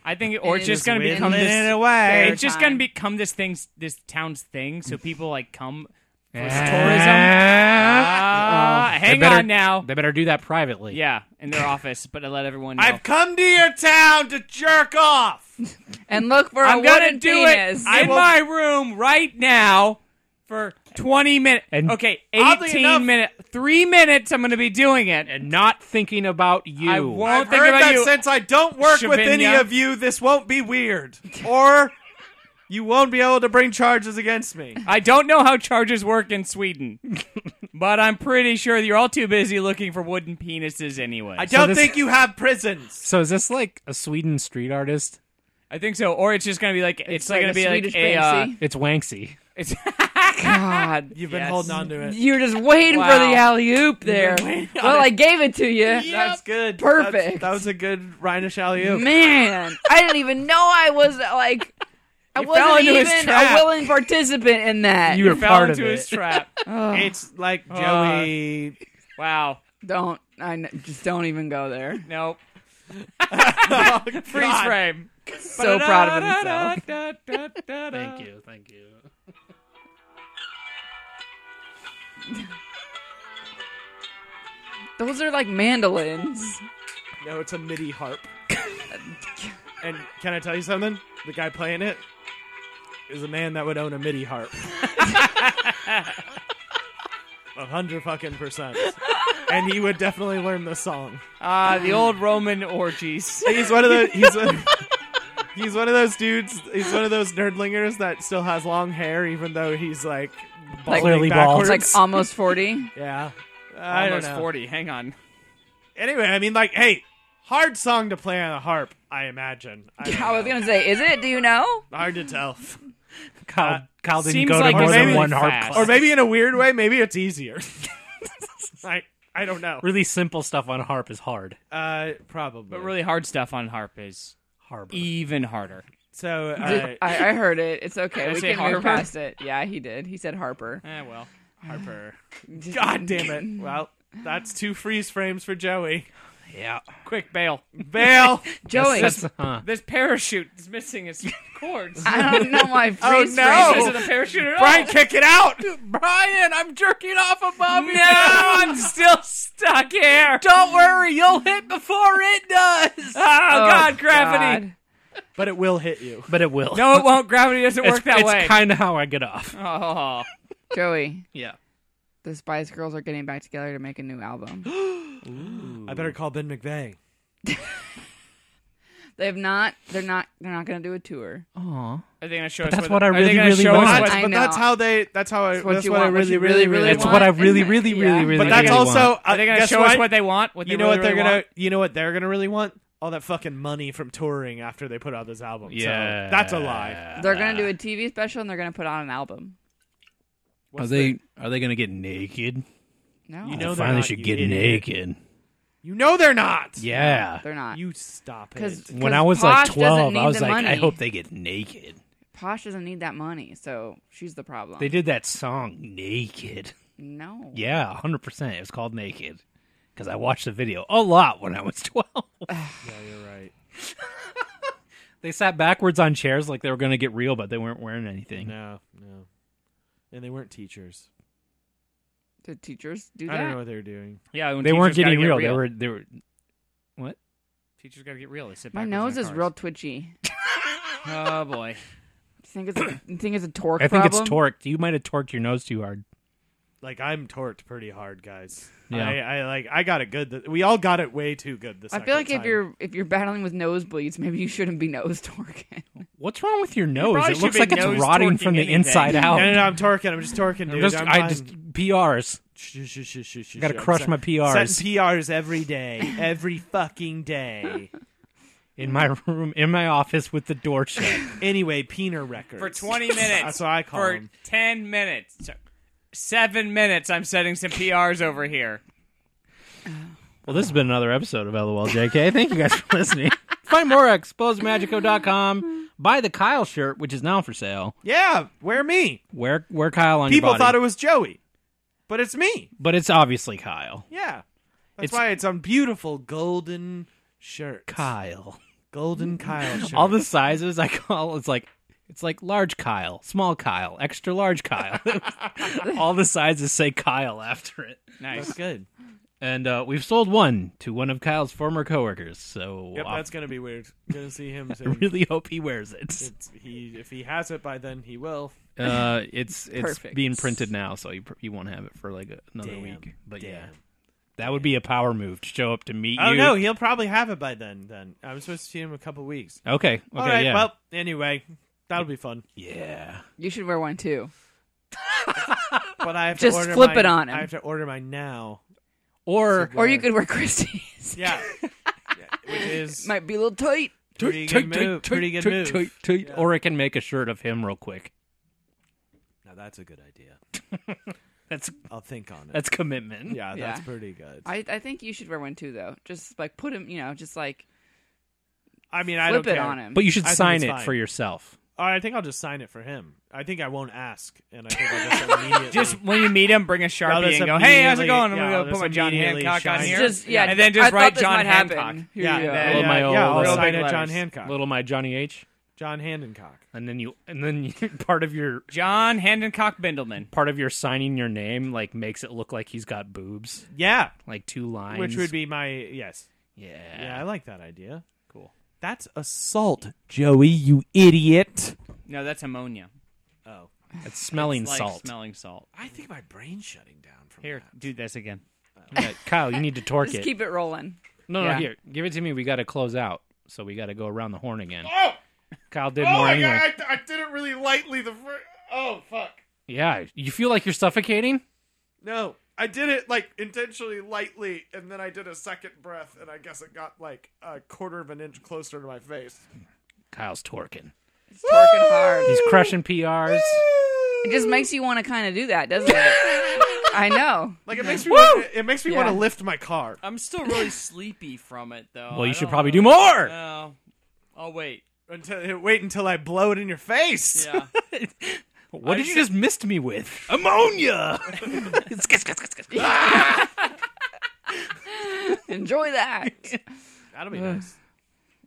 [SPEAKER 3] I think, or it's
[SPEAKER 2] It is
[SPEAKER 3] just gonna
[SPEAKER 4] Whittling
[SPEAKER 3] become this.
[SPEAKER 4] it away.
[SPEAKER 3] It's just gonna
[SPEAKER 2] time.
[SPEAKER 3] become this thing's this town's thing, so people like come for tourism.
[SPEAKER 1] Tourism.
[SPEAKER 3] Ah, hang
[SPEAKER 1] better-
[SPEAKER 3] on now.
[SPEAKER 1] Eh, They better do that privately.
[SPEAKER 3] Yeah, in their office, but I let everyone know.
[SPEAKER 4] I've come to your town to jerk off.
[SPEAKER 2] And look for
[SPEAKER 3] I'm
[SPEAKER 2] a
[SPEAKER 3] gonna
[SPEAKER 2] wooden
[SPEAKER 3] do
[SPEAKER 2] penis.
[SPEAKER 3] it in
[SPEAKER 4] will-
[SPEAKER 3] my room right now for 20 minutes.
[SPEAKER 1] And-
[SPEAKER 3] okay,
[SPEAKER 4] Oddly
[SPEAKER 3] 18
[SPEAKER 4] enough-
[SPEAKER 3] minutes. Three minutes. I'm gonna be doing it.
[SPEAKER 1] And not thinking about you.
[SPEAKER 3] I won't
[SPEAKER 4] I've
[SPEAKER 3] think
[SPEAKER 4] heard
[SPEAKER 3] about
[SPEAKER 4] that
[SPEAKER 3] you.
[SPEAKER 4] since I don't work with
[SPEAKER 3] Shabinya.
[SPEAKER 4] any of you, this won't be weird, or you won't be able to bring charges against me.
[SPEAKER 3] I don't know how charges work in Sweden, but I'm pretty sure you're all too busy looking for wooden penises anyway.
[SPEAKER 4] I don't
[SPEAKER 1] this-
[SPEAKER 4] think you have prisons.
[SPEAKER 1] So is this like a Sweden street artist?
[SPEAKER 3] I think so. Or it's just gonna be like it's,
[SPEAKER 2] like
[SPEAKER 3] gonna
[SPEAKER 2] a
[SPEAKER 3] be like
[SPEAKER 2] Swedish
[SPEAKER 3] a. Uh,
[SPEAKER 2] Banksy.
[SPEAKER 1] It's Wanksy.
[SPEAKER 3] it's
[SPEAKER 2] God.
[SPEAKER 4] You've been
[SPEAKER 3] Yes.
[SPEAKER 4] holding on to it.
[SPEAKER 2] You're just waiting for the
[SPEAKER 3] Wow.
[SPEAKER 2] alley oop there.
[SPEAKER 4] waiting on
[SPEAKER 2] Well,
[SPEAKER 4] it.
[SPEAKER 2] I gave it to you.
[SPEAKER 4] That's good.
[SPEAKER 2] Perfect.
[SPEAKER 4] That's- that was a good Rhinish alley oop.
[SPEAKER 2] Man, I didn't even know I was like, I
[SPEAKER 4] You fell
[SPEAKER 2] wasn't
[SPEAKER 4] into his
[SPEAKER 2] even a
[SPEAKER 4] trap.
[SPEAKER 2] willing participant in that.
[SPEAKER 1] You were
[SPEAKER 3] fell
[SPEAKER 1] part of
[SPEAKER 3] into his
[SPEAKER 1] it.
[SPEAKER 3] trap.
[SPEAKER 2] Ugh,
[SPEAKER 4] It's like Joey.
[SPEAKER 3] Wow.
[SPEAKER 2] don't. I kn- just don't even go there.
[SPEAKER 3] Nope. Freeze
[SPEAKER 4] freeze frame.
[SPEAKER 3] frame.
[SPEAKER 2] So proud of himself.
[SPEAKER 1] Thank
[SPEAKER 3] Thank
[SPEAKER 1] you, thank you.
[SPEAKER 2] Those are like mandolins.
[SPEAKER 4] No, it's a MIDI harp. and can I tell you something? The guy playing it is a man that would own a MIDI harp. A hundred fucking percent. And he would definitely learn the song.
[SPEAKER 3] Ah, the old Roman orgies.
[SPEAKER 4] He's one of the he's one, he's one of those dudes. He's one of those nerdlingers that still has long hair, even though he's like balding
[SPEAKER 1] Clearly bald.
[SPEAKER 4] backwards.
[SPEAKER 2] It's like uh, almost forty.
[SPEAKER 4] yeah. I don't
[SPEAKER 3] Almost
[SPEAKER 4] know.
[SPEAKER 3] forty. Hang on.
[SPEAKER 4] Anyway, I mean, like, hey, hard song to play on a harp. I imagine. I don't
[SPEAKER 2] I was
[SPEAKER 4] know.
[SPEAKER 2] gonna say, is it? Do you know?
[SPEAKER 4] Hard to tell.
[SPEAKER 1] Kyle,
[SPEAKER 4] Uh,
[SPEAKER 1] Kyle didn't
[SPEAKER 3] seems
[SPEAKER 1] go to
[SPEAKER 3] like
[SPEAKER 1] more
[SPEAKER 4] it's
[SPEAKER 1] than
[SPEAKER 4] really
[SPEAKER 1] one harp
[SPEAKER 3] fast.
[SPEAKER 1] class.
[SPEAKER 4] or maybe in a weird way, maybe it's easier. I I don't know.
[SPEAKER 1] really simple stuff on harp is hard.
[SPEAKER 4] Uh, probably.
[SPEAKER 3] But really hard stuff on harp is
[SPEAKER 1] Harbor.
[SPEAKER 3] even harder.
[SPEAKER 4] so uh,
[SPEAKER 2] Did- I, I heard it. It's okay.
[SPEAKER 3] I
[SPEAKER 2] We
[SPEAKER 3] say
[SPEAKER 2] can move
[SPEAKER 3] Harper?
[SPEAKER 2] past it. Yeah, he did. He said Harper.
[SPEAKER 3] Eh, well.
[SPEAKER 4] Harper. God damn it! Well, that's two freeze frames for Joey.
[SPEAKER 1] Yeah.
[SPEAKER 3] Quick bail.
[SPEAKER 4] Bail.
[SPEAKER 2] Joey,
[SPEAKER 1] Huh.
[SPEAKER 3] This parachute is missing its cords.
[SPEAKER 2] I don't know why.
[SPEAKER 4] Oh,
[SPEAKER 2] freeze
[SPEAKER 4] no.
[SPEAKER 2] frame
[SPEAKER 3] This
[SPEAKER 2] is-
[SPEAKER 3] isn't a parachute at
[SPEAKER 4] Brian,
[SPEAKER 3] all.
[SPEAKER 4] kick it out.
[SPEAKER 3] Brian, I'm jerking off above you. No, I'm still stuck here.
[SPEAKER 1] Don't worry, you'll hit before it does.
[SPEAKER 3] Oh, God, gravity.
[SPEAKER 4] But it will hit you.
[SPEAKER 1] But it will.
[SPEAKER 3] No, it won't. Gravity doesn't
[SPEAKER 1] it's,
[SPEAKER 3] work that
[SPEAKER 1] it's
[SPEAKER 3] way.
[SPEAKER 1] kind of how I get off.
[SPEAKER 3] oh,
[SPEAKER 2] God. Joey,
[SPEAKER 1] Yeah.
[SPEAKER 2] the Spice Girls are getting back together to make a new album.
[SPEAKER 4] I better call Ben McVeigh.
[SPEAKER 2] They have not. They're not. They're not going to do a tour.
[SPEAKER 1] Aw.
[SPEAKER 3] are they gonna show us?
[SPEAKER 1] that's
[SPEAKER 3] where
[SPEAKER 1] what
[SPEAKER 3] the,
[SPEAKER 1] I
[SPEAKER 3] are they
[SPEAKER 1] really,
[SPEAKER 3] gonna
[SPEAKER 1] really
[SPEAKER 3] show
[SPEAKER 1] want.
[SPEAKER 3] Us what-
[SPEAKER 2] I
[SPEAKER 4] but that's
[SPEAKER 2] know.
[SPEAKER 4] how they. That's how I.
[SPEAKER 2] what
[SPEAKER 4] that's
[SPEAKER 2] you
[SPEAKER 4] what I
[SPEAKER 2] want, what
[SPEAKER 4] really,
[SPEAKER 2] you
[SPEAKER 4] really,
[SPEAKER 2] really,
[SPEAKER 4] really.
[SPEAKER 2] really
[SPEAKER 1] It's
[SPEAKER 4] want.
[SPEAKER 1] what I
[SPEAKER 2] want,
[SPEAKER 1] really,
[SPEAKER 2] isn't it?
[SPEAKER 1] really, really,
[SPEAKER 2] Yeah.
[SPEAKER 1] really
[SPEAKER 4] But
[SPEAKER 1] really
[SPEAKER 4] that's
[SPEAKER 1] want.
[SPEAKER 4] also. uh,
[SPEAKER 3] are they gonna
[SPEAKER 4] guess
[SPEAKER 3] show
[SPEAKER 4] what?
[SPEAKER 3] us what they want? What
[SPEAKER 4] you
[SPEAKER 3] they
[SPEAKER 4] know what
[SPEAKER 3] really,
[SPEAKER 4] they're
[SPEAKER 3] really
[SPEAKER 4] gonna
[SPEAKER 3] want?
[SPEAKER 4] you know what they're gonna really want all that fucking money from touring after they put out this album
[SPEAKER 1] Yeah.
[SPEAKER 4] so that's a lie
[SPEAKER 2] They're going to do a TV special and they're going to put out an album.
[SPEAKER 1] Are they are they going to get naked?
[SPEAKER 2] No,
[SPEAKER 4] You know-
[SPEAKER 1] they
[SPEAKER 4] they're
[SPEAKER 1] finally
[SPEAKER 4] not,
[SPEAKER 1] should
[SPEAKER 4] you
[SPEAKER 1] get
[SPEAKER 4] idiot.
[SPEAKER 1] naked.
[SPEAKER 4] you know they're not
[SPEAKER 1] Yeah.
[SPEAKER 2] they're not.
[SPEAKER 4] you stop it
[SPEAKER 2] 'Cause-
[SPEAKER 1] when I was
[SPEAKER 2] Posh
[SPEAKER 1] like
[SPEAKER 2] doesn't
[SPEAKER 1] 12, I
[SPEAKER 2] need
[SPEAKER 1] was
[SPEAKER 2] the
[SPEAKER 1] like, I
[SPEAKER 2] money.
[SPEAKER 1] hope they get naked.
[SPEAKER 2] Posh doesn't need that money, so she's the problem.
[SPEAKER 1] They did that song, Naked.
[SPEAKER 2] No.
[SPEAKER 1] Yeah, 100%. It was called Naked. Because I watched the video a lot when I was 12.
[SPEAKER 4] yeah you're right
[SPEAKER 1] they sat backwards on chairs like they were going to get real, but they weren't wearing anything.
[SPEAKER 4] no no and they weren't teachers
[SPEAKER 2] Do teachers do
[SPEAKER 4] i don't know
[SPEAKER 2] that?
[SPEAKER 4] what they were doing
[SPEAKER 3] Yeah, when
[SPEAKER 1] They weren't
[SPEAKER 3] teachers gotta
[SPEAKER 1] getting
[SPEAKER 3] get
[SPEAKER 1] real. They were, they were,
[SPEAKER 3] Teachers gotta get real. They sit
[SPEAKER 2] My
[SPEAKER 3] backwards
[SPEAKER 2] nose
[SPEAKER 3] in
[SPEAKER 2] is
[SPEAKER 3] cars.
[SPEAKER 2] real twitchy.
[SPEAKER 3] Oh boy.
[SPEAKER 2] You think it's a, you think it's a torque
[SPEAKER 1] I think
[SPEAKER 2] problem?
[SPEAKER 1] it's torqued. You might have torqued your nose too hard.
[SPEAKER 4] like i'm torqued pretty hard guys
[SPEAKER 1] Yeah.
[SPEAKER 4] I, I like i got it good th- we all got it way too good this
[SPEAKER 2] I feel like if you're if you're battling with nosebleeds, maybe you shouldn't be nose torquing.
[SPEAKER 1] What's wrong with your nose?
[SPEAKER 3] probably
[SPEAKER 1] It looks
[SPEAKER 3] should
[SPEAKER 1] like
[SPEAKER 3] be
[SPEAKER 1] it's
[SPEAKER 3] nose
[SPEAKER 1] rotting
[SPEAKER 3] torquing
[SPEAKER 1] from the
[SPEAKER 3] anything.
[SPEAKER 1] inside out.
[SPEAKER 4] no, no, no, I'm torquing. I'm just
[SPEAKER 1] I'm
[SPEAKER 4] torquing, dude.
[SPEAKER 1] just,
[SPEAKER 4] I'm
[SPEAKER 1] Oh. I
[SPEAKER 4] fine.
[SPEAKER 1] just PRs.
[SPEAKER 4] Shh, shh, shh, shh, shh,
[SPEAKER 1] Gotta
[SPEAKER 4] shh. I'm
[SPEAKER 1] crush
[SPEAKER 4] setting-
[SPEAKER 1] my PRs.
[SPEAKER 4] Setting PRs every day, every fucking day.
[SPEAKER 1] in my room, in my office with the door shut.
[SPEAKER 4] Anyway, Peener Records
[SPEAKER 3] For 20 minutes.
[SPEAKER 4] That's what I call
[SPEAKER 3] For
[SPEAKER 4] them.
[SPEAKER 3] 10 minutes. So, 7 minutes I'm setting some PRs over here.
[SPEAKER 1] well, this has been another episode of LOLJK. Thank you guys for listening. Find more at exposemagico.com. Buy the Kyle shirt, which is now for sale.
[SPEAKER 4] Yeah, wear me.
[SPEAKER 1] Wear, wear Kyle on
[SPEAKER 4] People
[SPEAKER 1] your body.
[SPEAKER 4] thought it was Joey, but it's me.
[SPEAKER 1] but it's obviously Kyle.
[SPEAKER 4] Yeah, that's
[SPEAKER 1] It's-
[SPEAKER 4] why it's on beautiful golden shirt.
[SPEAKER 1] Kyle.
[SPEAKER 4] Golden Kyle shirt.
[SPEAKER 1] All the sizes I call, it's like, it's like large Kyle, small Kyle, extra large Kyle. All the sizes say Kyle after it.
[SPEAKER 3] Nice.
[SPEAKER 4] That's good.
[SPEAKER 1] And uh, we've sold one to one of Kyle's former coworkers, so
[SPEAKER 4] Yep,
[SPEAKER 1] I
[SPEAKER 4] that's gonna be weird. Gonna see him soon.
[SPEAKER 1] really hope he wears it.
[SPEAKER 4] It's- he, if he has it by then, he will.
[SPEAKER 1] Uh, it's it's
[SPEAKER 2] Perfect.
[SPEAKER 1] being printed now, so you pr- you won't have it for like a- another
[SPEAKER 4] Damn,
[SPEAKER 1] week. But yeah,
[SPEAKER 4] damn.
[SPEAKER 1] that would be a power move to show up to meet
[SPEAKER 4] Oh
[SPEAKER 1] you.
[SPEAKER 4] no, he'll probably have it by then. Then I'm supposed to see him in a couple weeks.
[SPEAKER 1] Okay. Okay.
[SPEAKER 4] All right.
[SPEAKER 1] yeah.
[SPEAKER 4] Well, anyway, that'll be fun.
[SPEAKER 1] yeah.
[SPEAKER 2] You should wear one too.
[SPEAKER 4] But I have
[SPEAKER 2] Just
[SPEAKER 4] to order
[SPEAKER 2] flip
[SPEAKER 4] mine-
[SPEAKER 2] it on him.
[SPEAKER 4] I have to order mine now.
[SPEAKER 1] Or
[SPEAKER 2] Or you could wear Christie's.
[SPEAKER 4] Yeah. Yeah, Which is
[SPEAKER 2] Might be a little tight.
[SPEAKER 4] pretty good move. Pretty good move.
[SPEAKER 1] or it can make a shirt of him real quick.
[SPEAKER 4] Now that's a good idea.
[SPEAKER 1] That's
[SPEAKER 4] I'll think on it.
[SPEAKER 1] that's commitment.
[SPEAKER 4] yeah, that's
[SPEAKER 2] Yeah.
[SPEAKER 4] pretty good. I,
[SPEAKER 2] I, I think you should wear one too, though. Just like put him, you know, just like
[SPEAKER 4] mean, I
[SPEAKER 2] flip
[SPEAKER 4] don't
[SPEAKER 2] it
[SPEAKER 4] care.
[SPEAKER 2] on him.
[SPEAKER 1] But you should
[SPEAKER 4] I think
[SPEAKER 1] sign
[SPEAKER 4] it's
[SPEAKER 1] it
[SPEAKER 4] fine.
[SPEAKER 1] for yourself.
[SPEAKER 4] I think I'll just sign it for him. I think I won't ask, and I think I'll just immediately.
[SPEAKER 3] Just when you meet him, bring a
[SPEAKER 4] I'll
[SPEAKER 3] sharpie
[SPEAKER 4] just
[SPEAKER 3] and go, "Hey, how's it
[SPEAKER 4] immediately-
[SPEAKER 3] going?" I'm
[SPEAKER 4] yeah,
[SPEAKER 3] gonna go
[SPEAKER 4] I'll
[SPEAKER 3] put
[SPEAKER 4] just
[SPEAKER 3] my John
[SPEAKER 4] immediately
[SPEAKER 3] Hancock on
[SPEAKER 4] shine
[SPEAKER 3] here,
[SPEAKER 4] it.
[SPEAKER 2] just yeah,
[SPEAKER 3] and then
[SPEAKER 2] I
[SPEAKER 3] just
[SPEAKER 2] thought
[SPEAKER 3] write
[SPEAKER 2] this
[SPEAKER 3] John
[SPEAKER 2] might happen.
[SPEAKER 3] Hancock.
[SPEAKER 2] Here
[SPEAKER 4] yeah,
[SPEAKER 2] you go.
[SPEAKER 4] yeah,
[SPEAKER 1] Little
[SPEAKER 4] yeah,
[SPEAKER 1] my old,
[SPEAKER 4] yeah, I'll
[SPEAKER 1] uh,
[SPEAKER 4] sign
[SPEAKER 3] big
[SPEAKER 4] it, John
[SPEAKER 3] letters.
[SPEAKER 4] Hancock.
[SPEAKER 1] Little my Johnny H,
[SPEAKER 4] John Hancock.
[SPEAKER 1] and then you, and then you, part of your
[SPEAKER 3] John Hancock Bendelman.
[SPEAKER 1] part of your signing your name like makes it look like he's got boobs,
[SPEAKER 4] Yeah,
[SPEAKER 1] like two lines,
[SPEAKER 4] which would be my yes. Yeah, I
[SPEAKER 1] yeah,
[SPEAKER 4] like that idea.
[SPEAKER 1] cool.
[SPEAKER 4] That's assault, Joey. You idiot.
[SPEAKER 3] No, that's ammonia.
[SPEAKER 4] Oh,
[SPEAKER 1] That's smelling
[SPEAKER 3] It's like
[SPEAKER 1] salt.
[SPEAKER 3] Smelling salt.
[SPEAKER 4] I think my brain's shutting down from
[SPEAKER 3] Here,
[SPEAKER 4] that.
[SPEAKER 3] do this again.
[SPEAKER 1] Yeah, Kyle, you need to torque
[SPEAKER 2] Just
[SPEAKER 1] it.
[SPEAKER 2] keep it rolling.
[SPEAKER 1] no, no,
[SPEAKER 3] Yeah.
[SPEAKER 1] here, give it to me. We got to close out, so we got to go around the horn again.
[SPEAKER 4] Oh,
[SPEAKER 1] Kyle did more anyway.
[SPEAKER 4] I, did it really lightly. The fr- oh fuck.
[SPEAKER 1] Yeah, you feel like you're suffocating.
[SPEAKER 4] No, I did it like intentionally lightly, and then I did a second breath, and I guess it got like a quarter of an inch closer to my face.
[SPEAKER 1] Kyle's torquing.
[SPEAKER 2] It's working hard.
[SPEAKER 1] He's crushing PRs.
[SPEAKER 2] It just makes you want to kind of do that, doesn't it? I know.
[SPEAKER 4] Like it makes me. Wanna, it makes me
[SPEAKER 2] Yeah.
[SPEAKER 4] want to lift my car.
[SPEAKER 3] I'm still really sleepy from it, though.
[SPEAKER 1] Well,
[SPEAKER 3] I
[SPEAKER 1] you should
[SPEAKER 3] don't
[SPEAKER 1] probably
[SPEAKER 3] know.
[SPEAKER 1] do more.
[SPEAKER 3] No, I'll wait.
[SPEAKER 4] Until wait until I blow it in your face.
[SPEAKER 3] Yeah.
[SPEAKER 1] What did you just mist me with? Ammonia.
[SPEAKER 2] Enjoy that.
[SPEAKER 4] That'll be nice.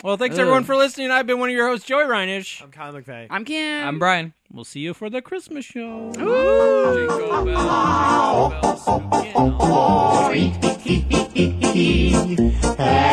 [SPEAKER 1] well, thanks everyone for listening. I've been one of your hosts, Joey Reinish.
[SPEAKER 4] I'm Kyle McVeigh.
[SPEAKER 2] I'm Kim.
[SPEAKER 3] I'm Brian.
[SPEAKER 1] We'll see you for the Christmas show.
[SPEAKER 3] Jingle bell, jingle bell, spookin' all-
[SPEAKER 5] Hee, hee, hee, hee, hee, hee.